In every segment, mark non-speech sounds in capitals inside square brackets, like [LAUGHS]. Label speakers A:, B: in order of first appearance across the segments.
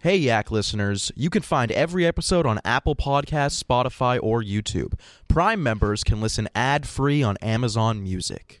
A: Hey, Yak listeners, you can find every episode on Apple Podcasts, Spotify, or YouTube. Prime members can listen ad free on Amazon Music.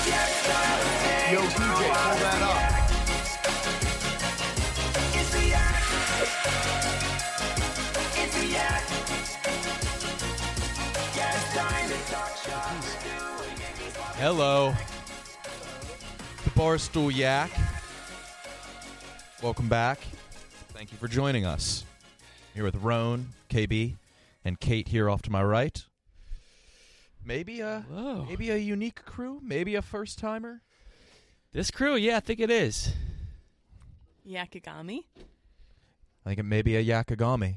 B: Yo, DJ, pull that up.
A: Hello, the Barstool Yak. Welcome back. Thank you for joining us. Here with Roan, KB, and Kate here off to my right. Maybe uh, a
C: Whoa.
A: maybe a unique crew, maybe a first timer.
C: This crew, yeah, I think it is.
D: Yakigami.
A: I think it may be a Yakagami.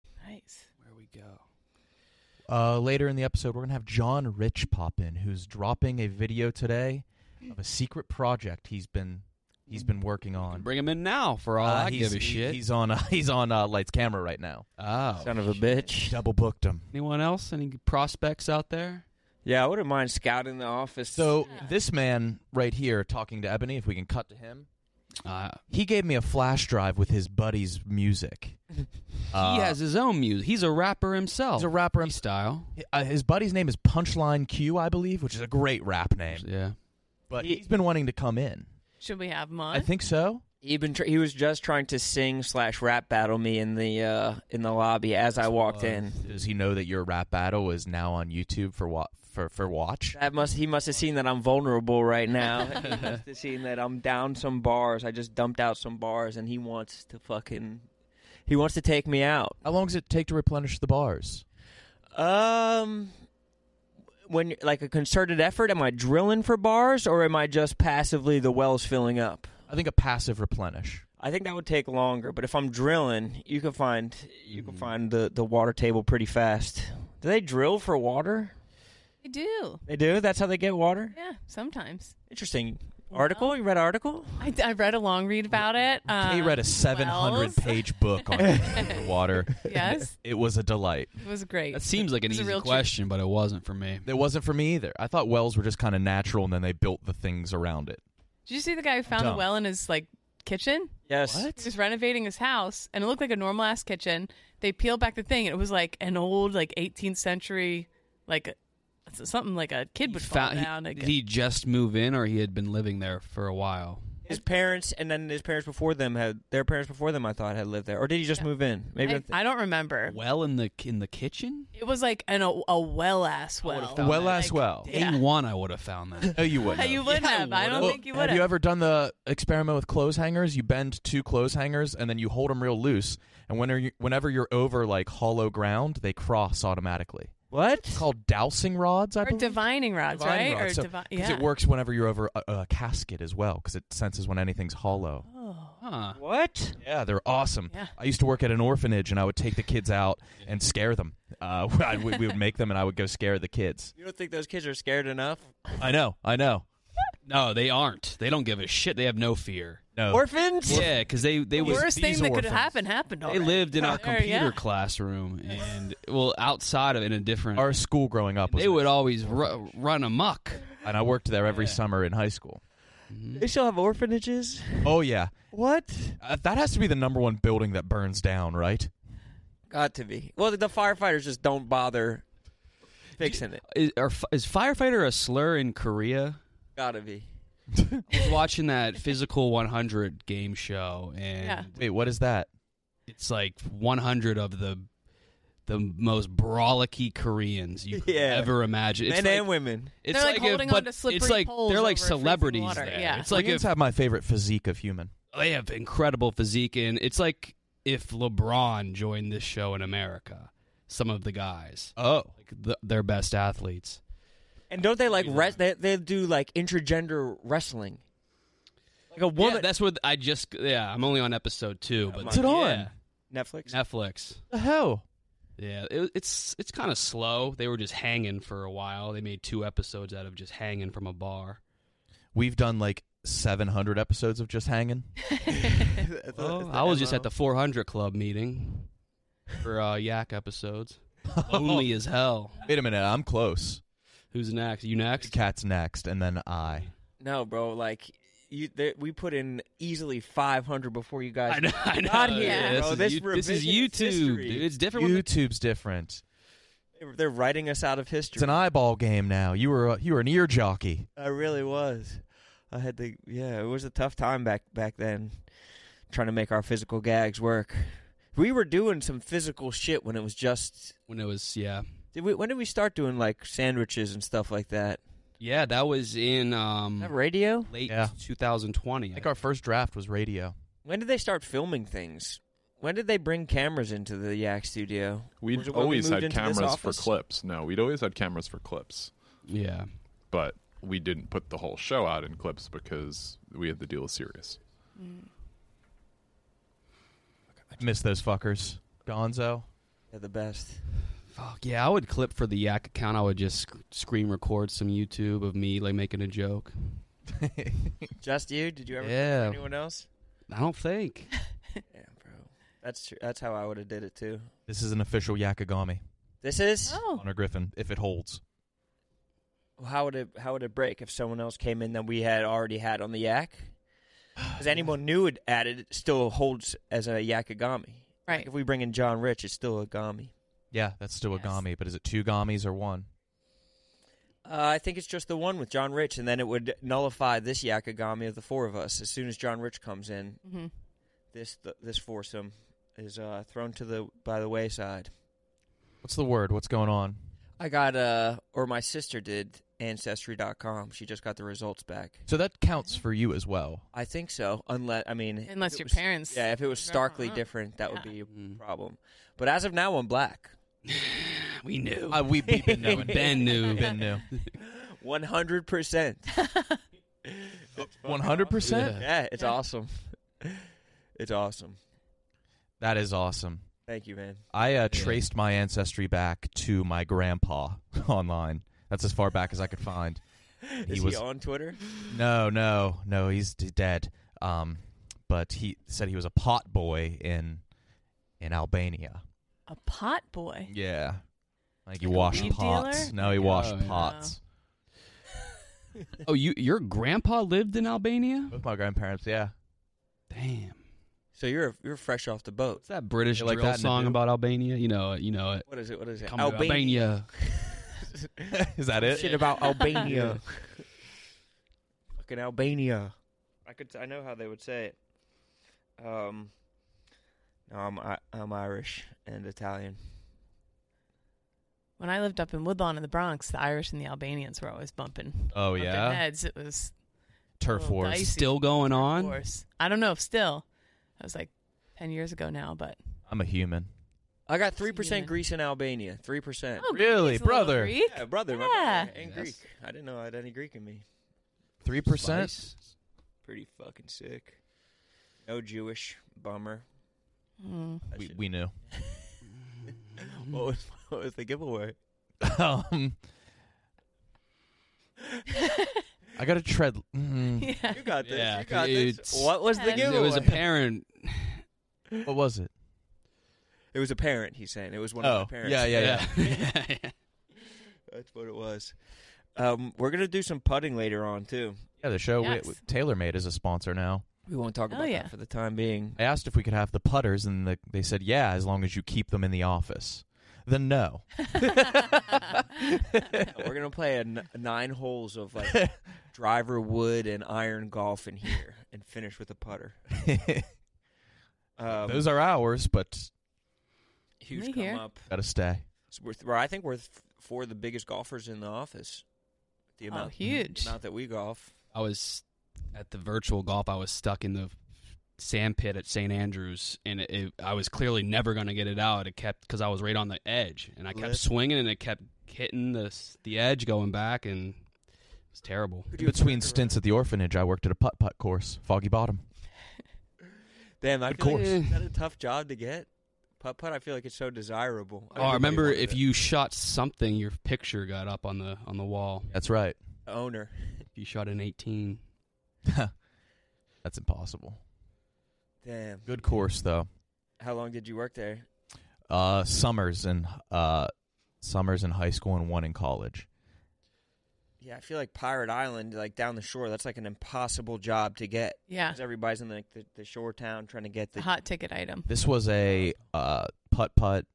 D: Nice.
A: Uh, later in the episode, we're going to have John Rich pop in, who's dropping a video today of a secret project he's been he's been working on.
C: Bring him in now for all
A: Uh,
C: I
A: he's-
C: give a
A: he-
C: shit.
A: He's on uh, [LAUGHS] he's on uh, lights camera right now.
C: oh,
E: Son of a bitch.
A: Double booked him.
C: anyone else? Any prospects out there?
E: Yeah, I wouldn't mind scouting the office.
A: So this man right here talking to Ebony, if we can cut to him,
C: Uh,
A: he gave me a flash drive with his buddy's
E: [LAUGHS]
A: music. Uh,
C: he has his own music. He's a rapper himself.
A: He's a rapper himself.
C: style.
A: uh, his buddy's name is Punchline Q, I believe, which is a great rap name.
C: Yeah.
A: But he's been wanting to come in.
D: Should we have mine?
A: I think so.
E: he been tr- he was just trying to sing slash rap battle me in the uh, in the lobby as I walked in.
A: Does he know that your rap battle is now on YouTube for what for for watch?
E: That must he must have seen that I'm vulnerable right now. [LAUGHS] he must have seen that I'm down some bars. I just dumped out some bars, and he wants to fucking he wants to take me out.
A: How long does it take to replenish the bars?
E: Um, when like a concerted effort, am I drilling for bars or am I just passively the wells filling up?
A: I think a passive replenish.
E: I think that would take longer, but if I'm drilling, you can find you can find the, the water table pretty fast. Mm-hmm. Do they drill for water?
D: I do.
E: They do. That's how they get water.
D: Yeah, sometimes.
E: Interesting article. You read article?
D: I, I read a long read about it. Uh,
A: he read a 700
D: Wells.
A: page book
D: [LAUGHS]
A: on the water.
D: Yes,
A: It was a delight.
D: it was great.
C: That seems like an
D: It's a
C: easy
D: real treat.
C: question, but it wasn't for me.
A: It wasn't for me either. I thought wells were just kind of natural, and then they built the things around it.
D: Did you see the guy who found
A: Dumb.
D: a well in his like kitchen?
E: Yes.
D: He was renovating his house, and it looked like a normal ass kitchen. They peeled back the thing, and it was like an old like 18th century like something like a kid would
C: He
D: fall
C: found- he-
D: down. like
C: did he just move in, or he had been living there for a while?
E: His parents and then his parents before them had their parents before them. I thought had lived there, or did he just move in? Maybe.
D: I,
E: that's-
D: I don't remember.
C: Well, in the in the kitchen.
D: It was like an a, a well ass
C: would've
D: well.
C: found Well
A: that. ass well.
C: Day
D: Yeah.
C: one, I would have found that.
A: No, you wouldn't.
D: you
A: have.
D: wouldn't
C: Yeah, I
D: have. I don't
C: would've.
D: think [LAUGHS] you
A: Well,
D: would
A: have you ever done the experiment with clothes hangers? You bend two clothes hangers and then you hold them real loose, and when are you, whenever you're over like hollow ground, they cross automatically.
E: what?
A: It's called dowsing rods, I
D: or
A: believe.
D: divining rods,
A: Divining
D: right?
A: rods. So-
D: Or divi-
A: 'cause
D: yeah.
A: it works whenever you're over a, a casket as well, because it senses when anything's hollow.
D: Oh.
C: Huh.
E: What?
A: Yeah, they're awesome.
D: Yeah.
A: I used to work at an orphanage, and I would take the kids out and scare them. Uh, [LAUGHS] I, we, we would make them, and I would go scare the kids.
E: You don't think those kids are scared enough?
A: I know, I know.
C: No, they aren't. They don't give a shit. They have no fear.
A: No,
E: Orphans?
C: Yeah, because they they
D: The
C: was
D: worst thing
C: these
D: that could
C: orphans.
D: happen happened.
C: They
D: Already.
C: lived in our
D: There,
C: computer
D: yeah.
C: classroom, and well, outside of in a different.
A: our school growing up, was
C: they would always ru- run amok. Mm-hmm.
A: and I worked there every summer in high school.
E: They still have orphanages.
A: Oh yeah,
E: What?
A: Uh, that has to be the number one building that burns down, right?
E: Got to be. Well, the firefighters just don't bother fixing it.
C: Is, are, f- is firefighter a slur in Korea?
E: Gotta be.
C: I was watching that Physical 100 game show, and
D: Yeah.
A: Wait, what is that?
C: it's like 100 of the the most brolicky Koreans you could
E: Yeah.
C: ever imagine. It's
E: Men
C: like,
E: and women.
C: It's
D: They're, like,
C: if-
D: holding
C: but
D: onto slippery
C: it's like
D: poles
C: they're
D: over
C: like
D: freezing
C: celebrities
D: water,
C: there.
D: yeah.
C: It's like
A: Koreans
C: if
A: have my favorite physique of human.
C: they have incredible physique, and it's like if LeBron joined this show in America. Some of the guys,
A: Oh,
C: like the, their best athletes.
E: And don't they like rest? They, they do like intergender wrestling. Like a
C: Well,
E: woman.
C: that's what I just. Yeah, I'm only on episode two, but
A: What's it on?
C: yeah,
E: Netflix.
C: Netflix.
A: the hell!
C: Yeah, it, it's it's kind of slow. They were just hanging for a while. They made two episodes out of just hanging from a bar.
A: We've done like 700 episodes of just hanging.
E: [LAUGHS] That's the-
C: Well,
E: that's the
C: I was just
E: MO.
C: at the 400 Club meeting for uh,
A: [LAUGHS]
C: Yak episodes. Lonely as hell.
A: Wait a minute, I'm close.
C: Who's next? You next?
A: Cat's next, and then
C: [LAUGHS]
A: I.
E: No, bro. Like you, there, we put in easily 500 before you guys.
C: I know. I know.
E: Not here,
C: Yeah,
E: bro.
C: This, is,
E: This
C: you- this is
E: revisionist
C: YouTube.
E: history.
C: Dude. It's different. When
A: YouTube's different.
E: They're- They're writing us out of
A: It's
E: history.
A: an eyeball game now. You were a, you were an ear jockey.
E: I really was. I had to. Yeah, it was a tough time back back then, trying to make our physical gags work. We were doing some physical shit when it was just.
C: when it was yeah,
E: Did we, when did we start doing like sandwiches and stuff like that?
C: yeah. That was in
E: Is that
C: um,
E: radio?
C: late
A: Yeah.
C: 2020.
A: I think our first draft was radio.
E: When did they start filming things? When did they bring cameras into the Yak Studio? Was
F: We'd
E: it when we
F: always had
E: moved into this
F: cameras for
E: office?
F: clips. No, we'd always had cameras for clips,
C: yeah.
F: but we didn't put the whole show out in clips because we had to deal with Sirius.
E: Mm.
A: Miss those fuckers, Gonzo.
E: They're the best.
C: Fuck yeah! I would clip for the Yak account. I would just sc- screen record some YouTube of me like making a joke.
E: Just you? Did you ever?
C: [LAUGHS] Yeah.
E: Anyone else?
C: I don't think.
E: Yeah, bro. That's true. That's how I would have did it too.
A: This is an official Yakagami.
E: This is
D: Oh,
A: Honor Griffin, if it holds.
E: how would it how would it break if someone else came in that we had already had on the [SIGHS] yak? Because anyone new had added it still holds as a yakagami.
D: right.
E: If we bring in John Rich, it's still a gami.
A: Yeah, that's still
D: Yes.
A: a Gami, but is it two Gamis or one?
E: Uh, I think it's just the one with John Rich, and then it would nullify this yakagami of the four of us. As soon as John Rich comes in,
D: hmm
E: this th- this foursome is uh, thrown to the by the wayside.
A: What's the word? What's going on?
E: I got uh, or my sister did ancestry.com. She just got the results back.
A: So that counts for you as well.
E: I think so. Unless I mean, if
D: Unless
E: it
D: your
E: was-
D: parents
E: Yeah, if it was
D: figure out
E: starkly
D: wrong.
E: different, that would
D: Yeah.
E: be a
C: Mm.
E: problem. But as of now, I'm black.
C: [LAUGHS] We knew.
A: Uh, we, we've been knowing.
C: [LAUGHS] Ben knew.
A: Been new.
E: [LAUGHS] One
A: [LAUGHS]
E: hundred percent.
A: 100%?
C: [LAUGHS]
E: Yeah, it's awesome. [LAUGHS] It's awesome.
A: That is awesome.
E: Thank you, man.
A: I uh, traced my ancestry back to my grandpa [LAUGHS] online. That's as far back as I could
E: [LAUGHS]
A: find.
E: Is he,
A: was-
E: on Twitter?
A: No, no, no. He's d- dead. Um, but he said he was a pot boy in in Albania.
D: A pot boy.
A: Yeah, like he
D: Like a
A: washed
D: weed
A: pots.
D: dealer?
A: No, he washed
C: Oh, yeah. [LAUGHS]
A: pots.
C: Oh, you your grandpa lived in Albania?
A: With my grandparents, yeah.
C: Damn.
E: So you're you're fresh off the boat.
C: What's that British
A: You like
C: drill
A: that in the
C: song
A: boot?
C: about Albania? You know, it, you know it.
E: What is it? What is it?
C: Come to Albania. [LAUGHS]
A: is that it?
E: Shit about Albania. Fucking Albania. I could. I know how they would say it. Um. No, I'm I, I'm Irish and Italian.
D: When I lived up in Woodlawn in the Bronx, the Irish and the Albanians were always bumping.
A: Oh
D: bumping
A: yeah,
D: heads. It was
A: turf
D: Little
A: wars.
D: dicey.
C: Still going on?
D: worse. I don't know if still. That was like ten years ago now, but
A: I'm a human.
E: I got three
D: Human.
E: percent Greece in Albania. Three percent.
D: Oh,
A: Really,
D: Greek's a little
A: brother?
D: Greek?
E: Yeah, brother. my
D: Yeah.
E: brother, And
C: Yes.
E: Greek. I didn't know I had any Greek in me.
A: Three percent.
C: Slice.
E: Pretty fucking sick. No Jewish. Bummer.
D: Mm.
E: I
A: We,
E: should-
A: we knew. Oh,
E: what, was, [LAUGHS] what was the giveaway?
A: [LAUGHS] um, I gotta tread. Mm,
D: [LAUGHS] Yeah.
E: You got this.
C: Yeah,
E: you got this.
C: it's-
E: What was the
D: It
E: giveaway?
C: It was apparent.
A: what was it?
E: It was a parent. He's saying it was one
A: Oh,
E: of the parents.
A: yeah, yeah, yeah. [LAUGHS]
C: yeah.
E: [LAUGHS] That's what it was. Um, we're gonna do some putting later on too.
A: Yeah, the show
D: Yes.
A: we, Taylor made is a sponsor now.
E: We won't talk
D: Oh,
E: about
D: yeah.
E: that for the time being.
A: I asked if we could have the putters, and the, they said, "Yeah, as long as you keep them in the office." then no.
E: We're gonna play a n- nine holes of like driver wood and iron golf in here, and finish with a putter. Um,
A: Those are ours, but
E: huge
D: Me
E: come
D: here.
E: up.
A: gotta stay.
E: So we're th- we're- I think we're th- four of the biggest golfers in the office. The
D: Oh,
E: amount,
D: huge.
E: The amount that we golf.
C: I was at the virtual golf. I was stuck in the sand pit at St. Andrews, and it, it, I was clearly never going to get it out. It kept because I was right on the edge, and I kept
E: Lit.
C: swinging, and it kept hitting the s- the edge, going back, and it was terrible.
E: Who
A: In
E: do you have
A: between
E: to-
A: stints at the orphanage, I worked at a putt putt course, Foggy Bottom.
E: Damn, I
A: Of
E: feel like,
A: course.
E: is that a tough job to get? Putt putt, I feel like it's so desirable.
C: Oh, I
E: Everybody
C: remember
E: wanted
C: if
E: it.
C: you shot something, your picture got up on the on the wall.
A: That's right.
E: owner.
C: If you shot an eighteen,
A: That's impossible.
E: Damn.
A: Good course though.
E: How long did you work there?
A: Uh, summers and uh, summers in high school and one in college.
E: Yeah, I feel like Pirate Island, like down the shore, that's like an impossible job to get.
D: yeah,
E: 'Cause everybody's in like the, the shore town trying to get the.
D: hot ticket item.
A: This was a uh, putt putt,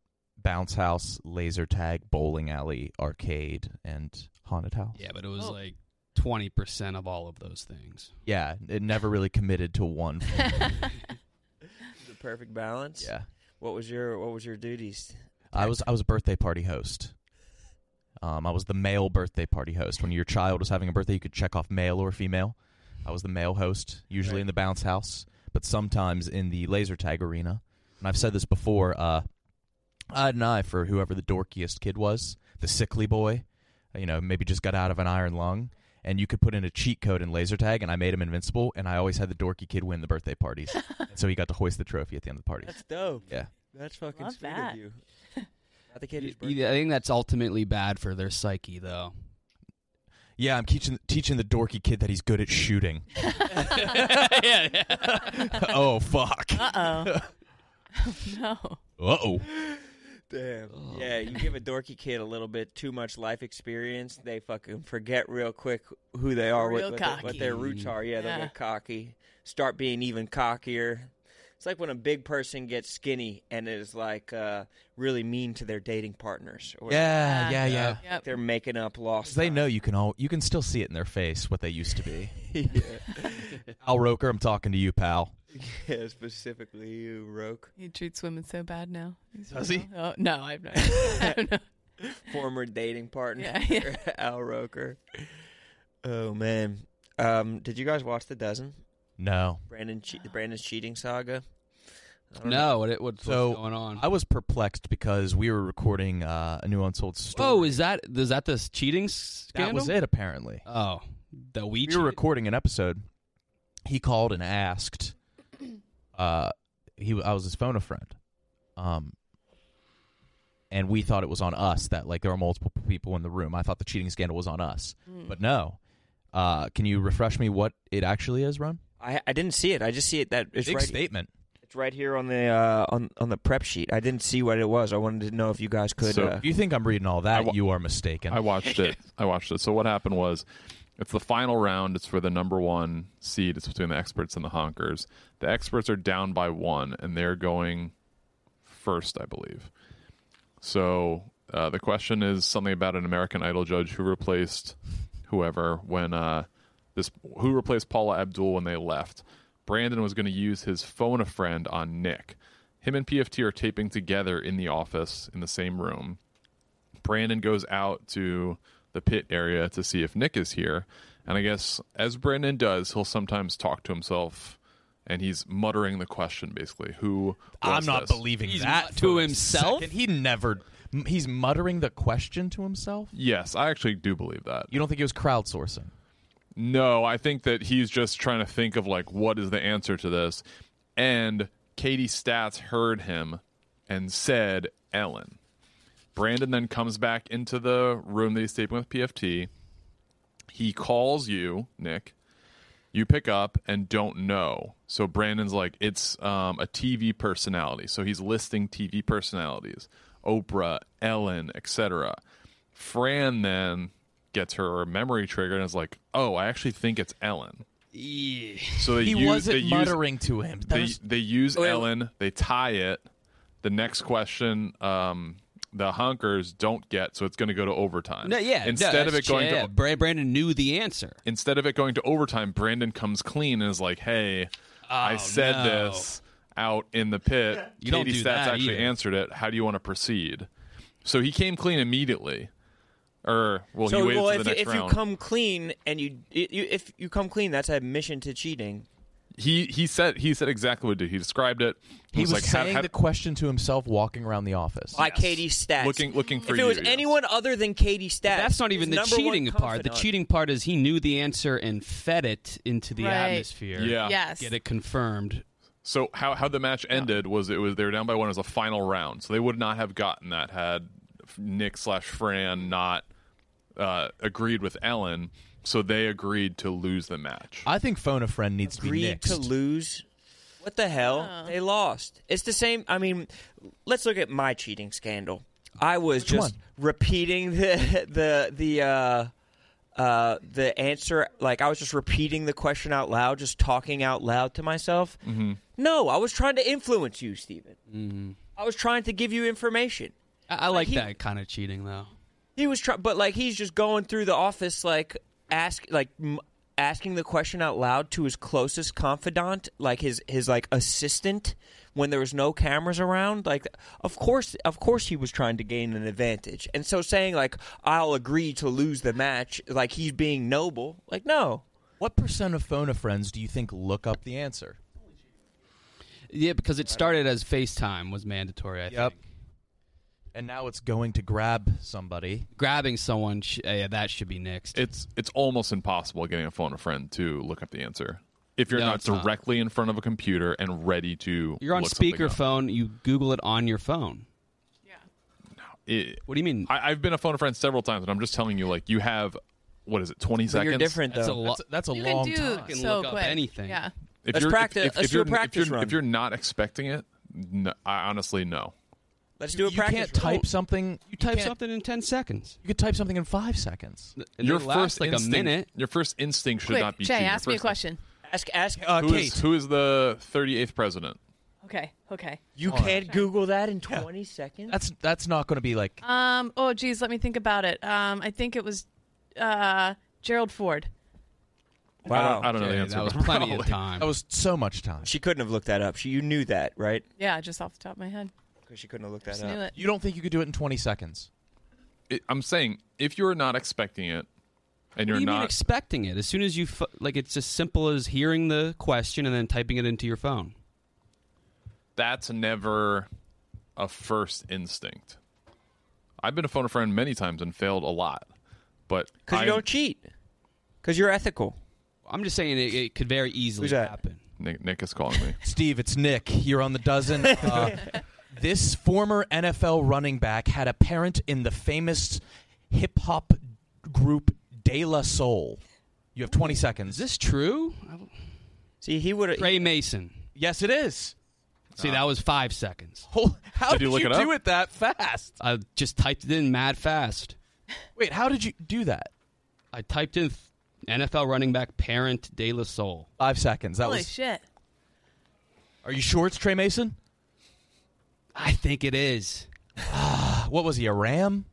A: bounce house, laser tag, bowling alley, arcade, and haunted house.
C: yeah, but it was
D: Oh.
C: like twenty percent of all of those things.
A: Yeah, it never really committed to one.
C: [LAUGHS]
E: the perfect balance.
A: yeah,
E: What was your What was your duties?
A: I was I was a birthday party host. Um, I was the male birthday party host. When your child was having a birthday, you could check off male or female. I was the male host, usually
E: Right.
A: in the bounce house, but sometimes in the laser tag arena. And I've said this before. Uh, I had an eye for whoever the dorkiest kid was, the sickly boy. You know, maybe just got out of an iron lung. And you could put in a cheat code in laser tag, and I made him invincible. And I always had the dorky kid win the birthday
E: [LAUGHS]
A: parties, so he got to hoist the trophy at the end of the party.
E: That's dope.
A: Yeah.
E: That's fucking
D: Love
E: sweet
D: that. [LAUGHS]
E: of you. Not the kid whose
C: You-
E: birthday.
C: you- E, I think that's ultimately bad for their psyche, though.
A: Yeah, I'm teaching teaching the dorky kid that he's good at shooting.
C: [LAUGHS] yeah, yeah.
A: [LAUGHS] oh fuck. Uh [LAUGHS]
D: Uh oh. [LAUGHS] no.
A: oh.
E: Damn.
C: Oh,
E: yeah, you give a dorky kid a little bit too much life experience, they fucking forget real quick who they are, what,
D: Real
E: what, their, what their
C: cocky.
E: roots are. Yeah, they'll
D: Yeah.
E: get cocky. Start being even cockier. It's like when a big person gets skinny and is like uh, really mean to their dating partners. Or
A: Yeah, yeah,
D: Yeah.
A: yeah.
D: Yep.
E: They're making up lost.
A: 'Cause They
E: time.
A: know you can all you can still see it in their face what they used to be.
E: yeah.
A: Al Roker, I'm talking to you, pal.
E: yeah, specifically you, Roke,
D: He treats women so bad now. He's
A: Does
D: real-
A: he?
D: Oh, no, I've not.
A: [LAUGHS]
D: I don't know.
E: former dating partner
D: Yeah,
E: [LAUGHS]
D: yeah.
A: [LAUGHS]
E: Al Roker. Oh man, um, did you guys watch the dozen?
A: No.
E: Brandon che- the Brandon's cheating saga. I don't know.
C: No, what it, what's,
A: So,
C: what's going on?
A: I was perplexed because we were recording uh, a new unsold story.
C: Oh, is that is that the cheating scandal?
A: that was it apparently.
C: Oh, the we
A: we were recording an episode. He called and asked. [CLEARS THROAT] Uh, he I was his phone a friend, um, and we thought it was on us that like there were multiple people in the room. I thought the cheating scandal was on us,
E: Hmm.
A: but no. Uh, can you refresh me what it actually is, Ron?
E: I, I didn't see it. I just see it that it's
A: Big
E: right
A: statement.
E: it's right here on the uh, on on the prep sheet. I didn't see what it was. I wanted to know if you guys could.
F: So-
E: uh,
A: You think I'm reading all
F: I
A: that?
F: wa-
A: you are mistaken.
F: I watched it. I watched it. So what happened was, it's the final round. It's for the number one seed. It's between the experts and the honkers. The experts are down by one, and they're going first, I believe. So uh, the question is something about an American Idol judge who replaced whoever when uh, this who replaced Paula Abdul when they left. Brandon was going to use his phone a friend on Nick. Him and PFT are taping together in the office in the same room. Brandon goes out to the pit area to see if Nick is here. And I guess as Brandon does, he'll sometimes talk to himself and he's muttering the question basically who
A: I'm
F: was
A: not
F: this?
A: believing
C: He's
A: that
C: mu-
A: for
C: to
A: a
C: himself?
A: second. He never. m- He's muttering the question to himself.
F: Yes, I actually do believe that.
A: You don't think he was crowdsourcing?
F: No, I think that he's just trying to think of like what is the answer to this. And Katie Stats heard him and said Ellen. Brandon then comes back into the room that he's taping with PFT. He calls you, Nick. You pick up and don't know. So Brandon's like, it's um, a TV personality. So he's listing TV personalities Oprah, Ellen, etc. Fran then gets her memory triggered and is like, oh, I actually think it's Ellen. So they
A: He
F: use, they
A: wasn't
F: use-
A: muttering to him. That
F: they,
A: was-
F: they use
E: wait.
F: Ellen. They tie it. The next question, um, the honkers don't get, so it's going to go to overtime.
C: No, yeah. no,
F: Instead of it
C: that's-
F: going
C: yeah,
F: to
C: Bra- Brandon knew the answer.
F: instead of it going to overtime, Brandon comes clean and is like, "Hey, I
C: Oh,
F: said
C: no.
F: this out in the pit.
C: You don't
F: Katie
C: do
F: Stats
C: that
F: actually
C: either.
F: answered it. How do you want to proceed?" So he came clean immediately. Or well,
E: so
F: he waited
E: well,
F: to
E: if,
F: the
E: you,
F: next
E: if you
F: round.
E: come clean and you, you if you come clean, that's admission to cheating.
F: he he said he said exactly what he did. He described it.
A: He was
F: like, "How-
A: saying
F: how-
A: the question to himself walking around the office.
E: By Katie Stats.
F: looking looking for
E: if
F: you.
E: it was
F: yeah.
E: anyone other than Katie Stats,
C: That's not even the
E: his number one
C: cheating part. The
E: confidant.
C: cheating part is he knew the answer and fed it into the
D: Right.
C: atmosphere.
F: Yeah.
D: Yes.
C: Get it confirmed.
F: So how how the match ended was it was they were down by one as a final round, so they would not have gotten that had Nick slash Fran not uh, agreed with Ellen. So they agreed to lose the match.
A: I think phone a friend needs to be
E: agreed
A: next.
E: to lose. What the hell? They lost. It's the same. I mean, let's look at my cheating scandal. I was just repeating the the the uh, uh, the answer. Like I was just repeating the question out loud, just talking out loud to myself.
C: Mm-hmm.
E: No, I was trying to influence you, Steven. I was trying to give you
C: Mm.
E: information.
C: I, I like
E: he-
C: that kind of cheating though.
E: He was trying, but like he's just going through the office, like ask, like m- asking the question out loud to his closest confidant, like his his like assistant, when there was no cameras around. Like, of course, of course, he was trying to gain an advantage, and so saying like I'll agree to lose the match, like he's being noble. Like, no,
A: What percent of phone a friends do you think look up the answer?
C: Yeah, because it started as FaceTime was mandatory. I
A: Yep.
C: think
A: And now it's going to grab somebody.
C: grabbing someone sh- uh, yeah, that should be next.
F: It's it's almost impossible getting a phone a friend to look up the answer if you're
C: No,
F: not
C: it's not.
F: directly in front of a computer and ready to.
C: You're on
F: look something up.
C: speakerphone. You Google it on your phone.
F: It-
C: What do you mean?
F: I, I've been a phone a friend several times, and I'm just telling you, like you have what is it, 20
E: but
F: seconds?
E: you're different though.
C: That's a lot.
A: That's, that's a
D: you
A: long
D: can do
A: time.
C: can
D: so
C: look up
D: quick.
C: anything.
D: Yeah.
F: If
E: Let's
F: you're,
E: practice-
F: If, if,
E: let's do
F: you're,
E: a practice
F: if you're,
E: run.
F: If you're not expecting it, no, I honestly no.
E: Let's do a
A: you
E: practice.
A: can't
E: round.
A: type something.
C: You type
A: can't-
C: something in ten seconds.
A: You could type something in five seconds.
C: And
F: your
C: it lasts
F: first
C: like
F: instinct,
C: a minute.
F: Your first instinct should
D: Quick,
F: not be.
D: Jay,
F: cheating.
D: ask me a
F: Your first-
D: question.
E: Ask, ask. uh,
F: Who is, who is the 38th president?
D: Okay. Okay.
E: you can't Google that in 20 seconds.
A: That's that's not going to be like
D: Um. Oh, geez. Let me think about it. Um. I think it was, uh, Gerald Ford.
F: I
E: Wow,
F: don't, I don't know the
C: Yeah,
F: answer.
C: that was
F: but
E: [LAUGHS]
C: plenty of
F: probably.
C: time.
A: that was so much time.
E: she couldn't have looked that up. She, you knew that, right?
D: Yeah, just off the top of my head,
E: Because she couldn't have looked that
D: just
E: up.
D: knew it.
A: You don't think you could do it in 20 seconds?
F: It- I'm saying if you're not expecting it, and you're
C: what do you mean
F: not
C: expecting it? As soon as you f- like, it's as simple as hearing the question and then typing it into your phone.
F: that's never a first instinct. I've been a phone a friend many times and failed a lot, but
E: Because you
F: I-
E: don't cheat. Because you're ethical.
C: I'm just saying it, it could very easily
E: Who's that?
C: happen.
F: Nick, Nick is calling
E: [LAUGHS]
F: me.
A: Steve, it's Nick. You're on the dozen. Uh, this former NFL running back had a parent in the famous hip hop group De La Soul. You have 20 seconds.
C: Is this true?
E: See, he would have.
C: Ray Mason.
A: yes, it is.
C: See, that was five seconds.
A: Ah. [LAUGHS] Hol- How did,
F: Did you look
A: you
F: it
A: do
F: up?
A: it that fast?
C: I just typed it in mad fast.
A: Wait, how did you do that?
C: I typed in NFL running back parent De La Soul.
A: Five seconds. That
D: Holy
A: was.
D: shit!
A: Are you sure it's Trey Mason?
C: I think it is.
A: [SIGHS] What was he? A ram?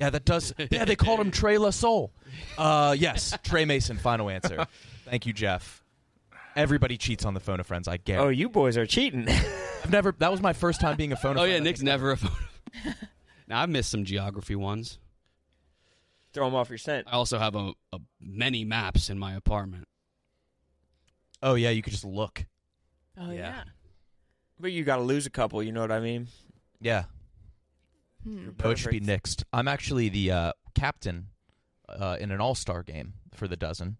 A: Yeah, that does. Yeah, they called him Trey La Soul. Uh, yes, Trey Mason. Final answer. Thank you, Jeff. Everybody cheats on the phone of friends. I get.
E: Oh,
A: it.
E: you boys are cheating.
A: I've never. That was my first time being a phone. a
C: Oh
A: friend.
C: yeah,
A: I
C: Nick's
A: think-
C: never a phone. [LAUGHS] now I've missed some geography ones.
E: Throw him off your scent.
C: I also have a, a many maps in my apartment.
A: Oh yeah, you could just look.
D: Oh yeah.
E: But you got to lose a couple, you know what I mean?
A: Yeah,
D: Hmm.
A: Coach should be
E: Perfect.
A: next. I'm actually the uh, captain uh, in an All Star game for the dozen.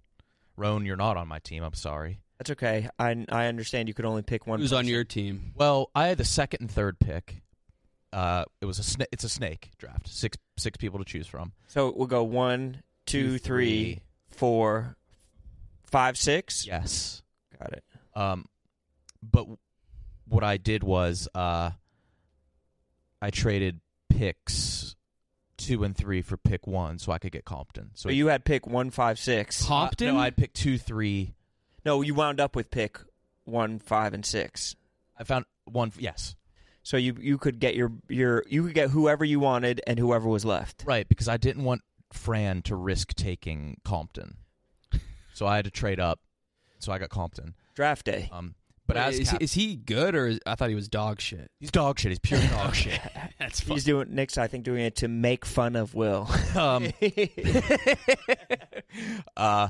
A: Roan, you're not on my team. I'm sorry.
E: That's okay. I, I understand you could only pick one.
C: Who's on
E: person.
C: your team?
A: Well, I had the second and third pick. Uh, it was a sna- it's a snake draft. Six six people to choose from.
E: So we'll go one, two,
A: Two,
E: three,
A: three.
E: four, five, six.
A: Yes.
E: Got it.
A: Um, but w- what I did was uh, I traded picks two and three for pick one, so I could get Compton. So
E: So you had pick one, five, six.
C: Compton.
A: Uh, no, I picked two, three.
E: No, you wound up with pick one, five, and six.
A: I found one. Yes,
E: So you you could get your your you could get whoever you wanted and whoever was left.
A: Right, because I didn't want Fran to risk taking Compton, so I had to trade up. So I got Compton.
E: Draft day.
A: Um, but
C: Wait,
A: as
C: is,
A: cap-
C: he, is he good or is, I thought he was dog shit?
A: he's dog shit. He's pure dog shit.
E: [LAUGHS]
C: That's
E: He's doing Nick's I think doing it to make fun
A: [LAUGHS]
E: of Will. [LAUGHS]
D: [LAUGHS]
A: Um, uh,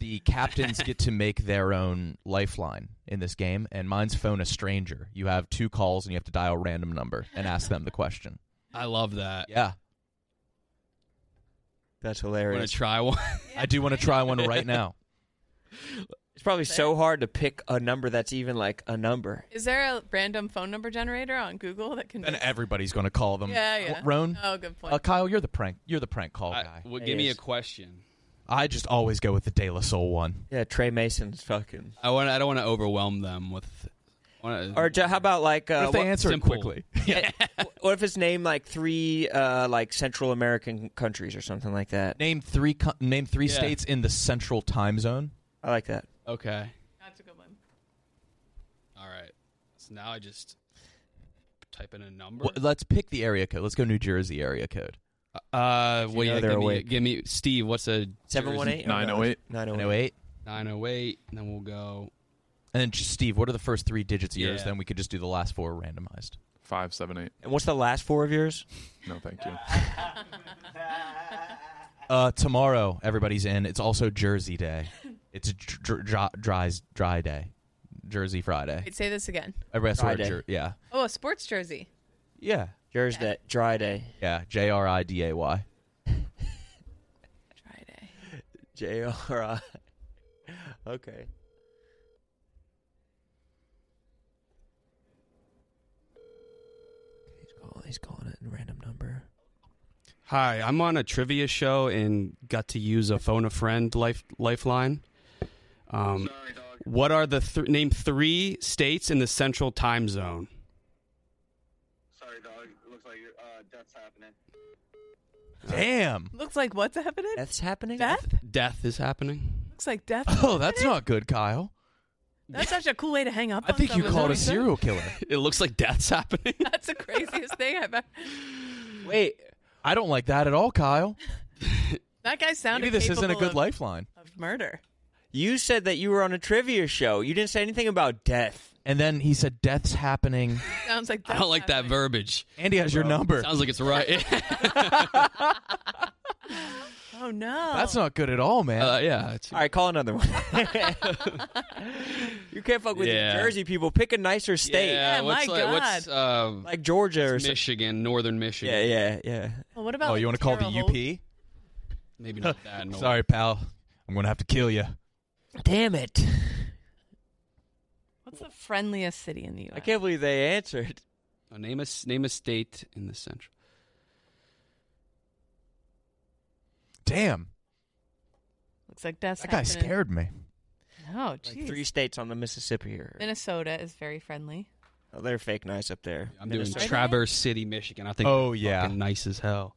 A: the captains get to make their own lifeline in this game, and mine's phone a stranger. You have two calls, and you have to dial a random number and ask them the
C: [LAUGHS]
A: question.
C: I love that.
A: Yeah,
E: That's
C: Want to
E: hilarious.
C: try one?
A: [LAUGHS] I do want to try one right now.
E: it's probably so hard to pick a number that's even like a number.
D: Is there a random phone number generator on Google that can?
A: Then
D: just-
A: everybody's going to call them.
D: Yeah, yeah.
A: Roan,
D: Oh, good point.
A: uh, Kyle, you're the prank. You're the prank call
C: I-
A: guy.
C: well,
E: It
C: give me
E: is.
C: a question.
A: I just always go with the De La Soul one.
E: Yeah, Trey Mason's fucking.
C: I want. I don't want to overwhelm them with. wanna-
E: Or ju- how about like
A: What
E: uh,
A: if they
E: what-
A: answer it [LAUGHS]
C: simple.
A: quickly?
E: What if it's named like three uh, like Central American countries or something like that?
A: Name three. Co- name three
C: Yeah.
A: states in the Central Time Zone.
E: I like that.
C: okay.
D: That's a good one.
C: All right. So now I just type in a number.
A: Well, let's pick the area code. Let's go New Jersey area code.
C: Uh,
E: You
C: well,
E: know
C: yeah,
E: they're
C: give me,
E: awake.
C: give me Steve. What's a
E: Seven one eight.
F: Nine oh eight.
E: Nine
A: Nine
E: oh
A: oh
E: eight.
A: eight.
C: Nine oh eight. And then we'll go.
A: And then just, Steve, what are the first three digits of yours?
C: Yeah.
A: Then we could just do the last four randomized.
F: Five seven eight.
E: And what's the last four of yours?
F: No, thank you.
E: [LAUGHS]
A: Uh, tomorrow, everybody's in. It's also Jersey
D: [LAUGHS]
A: Day. It's dr- dr- dry, dry day. Jersey Friday.
D: Wait, say this again.
A: Everybody has to wear a
E: Friday.
A: jer- yeah.
D: Oh, a sports jersey.
A: Yeah.
E: Yours that dry day.
A: Yeah. J R I D A Y.
D: Friday.
E: J R I. [LAUGHS] Okay. He's calling. He's calling it a random number.
C: Hi, I'm on a trivia show and got to use a phone a friend life lifeline. Um, what are the th- name three states in the central time zone?
A: Damn.
D: Looks like what's happening?
E: Death's happening.
D: Death?
C: Death is happening.
D: Looks like death.
A: Oh, that's not good, Kyle.
D: That's such a cool way to hang up.
A: I
D: on
A: think you
D: someone.
A: called a
D: Is that what
A: serial killer.
C: [LAUGHS] It looks like death's happening.
D: you said? That's the craziest thing
A: [LAUGHS]
D: I've ever.
E: Wait.
A: I don't like that at all, Kyle.
D: That guy sounded.
A: Maybe this isn't a
D: capable
A: good
D: of,
A: lifeline.
D: of murder.
E: You said that you were on a trivia show. You didn't say anything about death.
A: And then he said, "Death's
D: [LAUGHS]
A: happening."
D: Sounds like.
C: I don't like that verbiage.
A: Andy has your number.
C: Sounds like it's right. [LAUGHS]
D: Oh no.
A: That's not good at all, man.
C: uh, yeah. It's,
E: All right, call another one. [LAUGHS] you can't fuck with
C: Yeah.
E: New Jersey people. Pick a nicer state,
C: Yeah,
D: Yeah,
C: what's
D: my
C: like, what's uh,
E: like Georgia or something.
C: Michigan, northern Michigan?
E: Yeah, yeah, yeah.
D: Well, what about?
A: oh, you want
D: like,
A: to call
D: Terre
A: the
D: Haute?
A: UP?
C: [LAUGHS] Maybe not
A: [LAUGHS]
C: that. no.
A: Sorry, pal. I'm gonna have to kill you.
C: uh,
E: Damn it!
D: What's the friendliest city in the U.S.?
E: I can't believe they answered.
C: Oh, name a s- name a state in the central.
A: Damn.
D: Looks like death.
A: That guy scared me.
D: Oh,
E: Like
D: jeez.
E: three states on the Mississippi here.
D: Minnesota is very friendly.
E: Oh, they're fake nice up there.
C: I'm doing
E: Minnesota.
C: Traverse City, Michigan. I think.
A: Oh,
C: they're
A: yeah.
C: fucking nice as hell.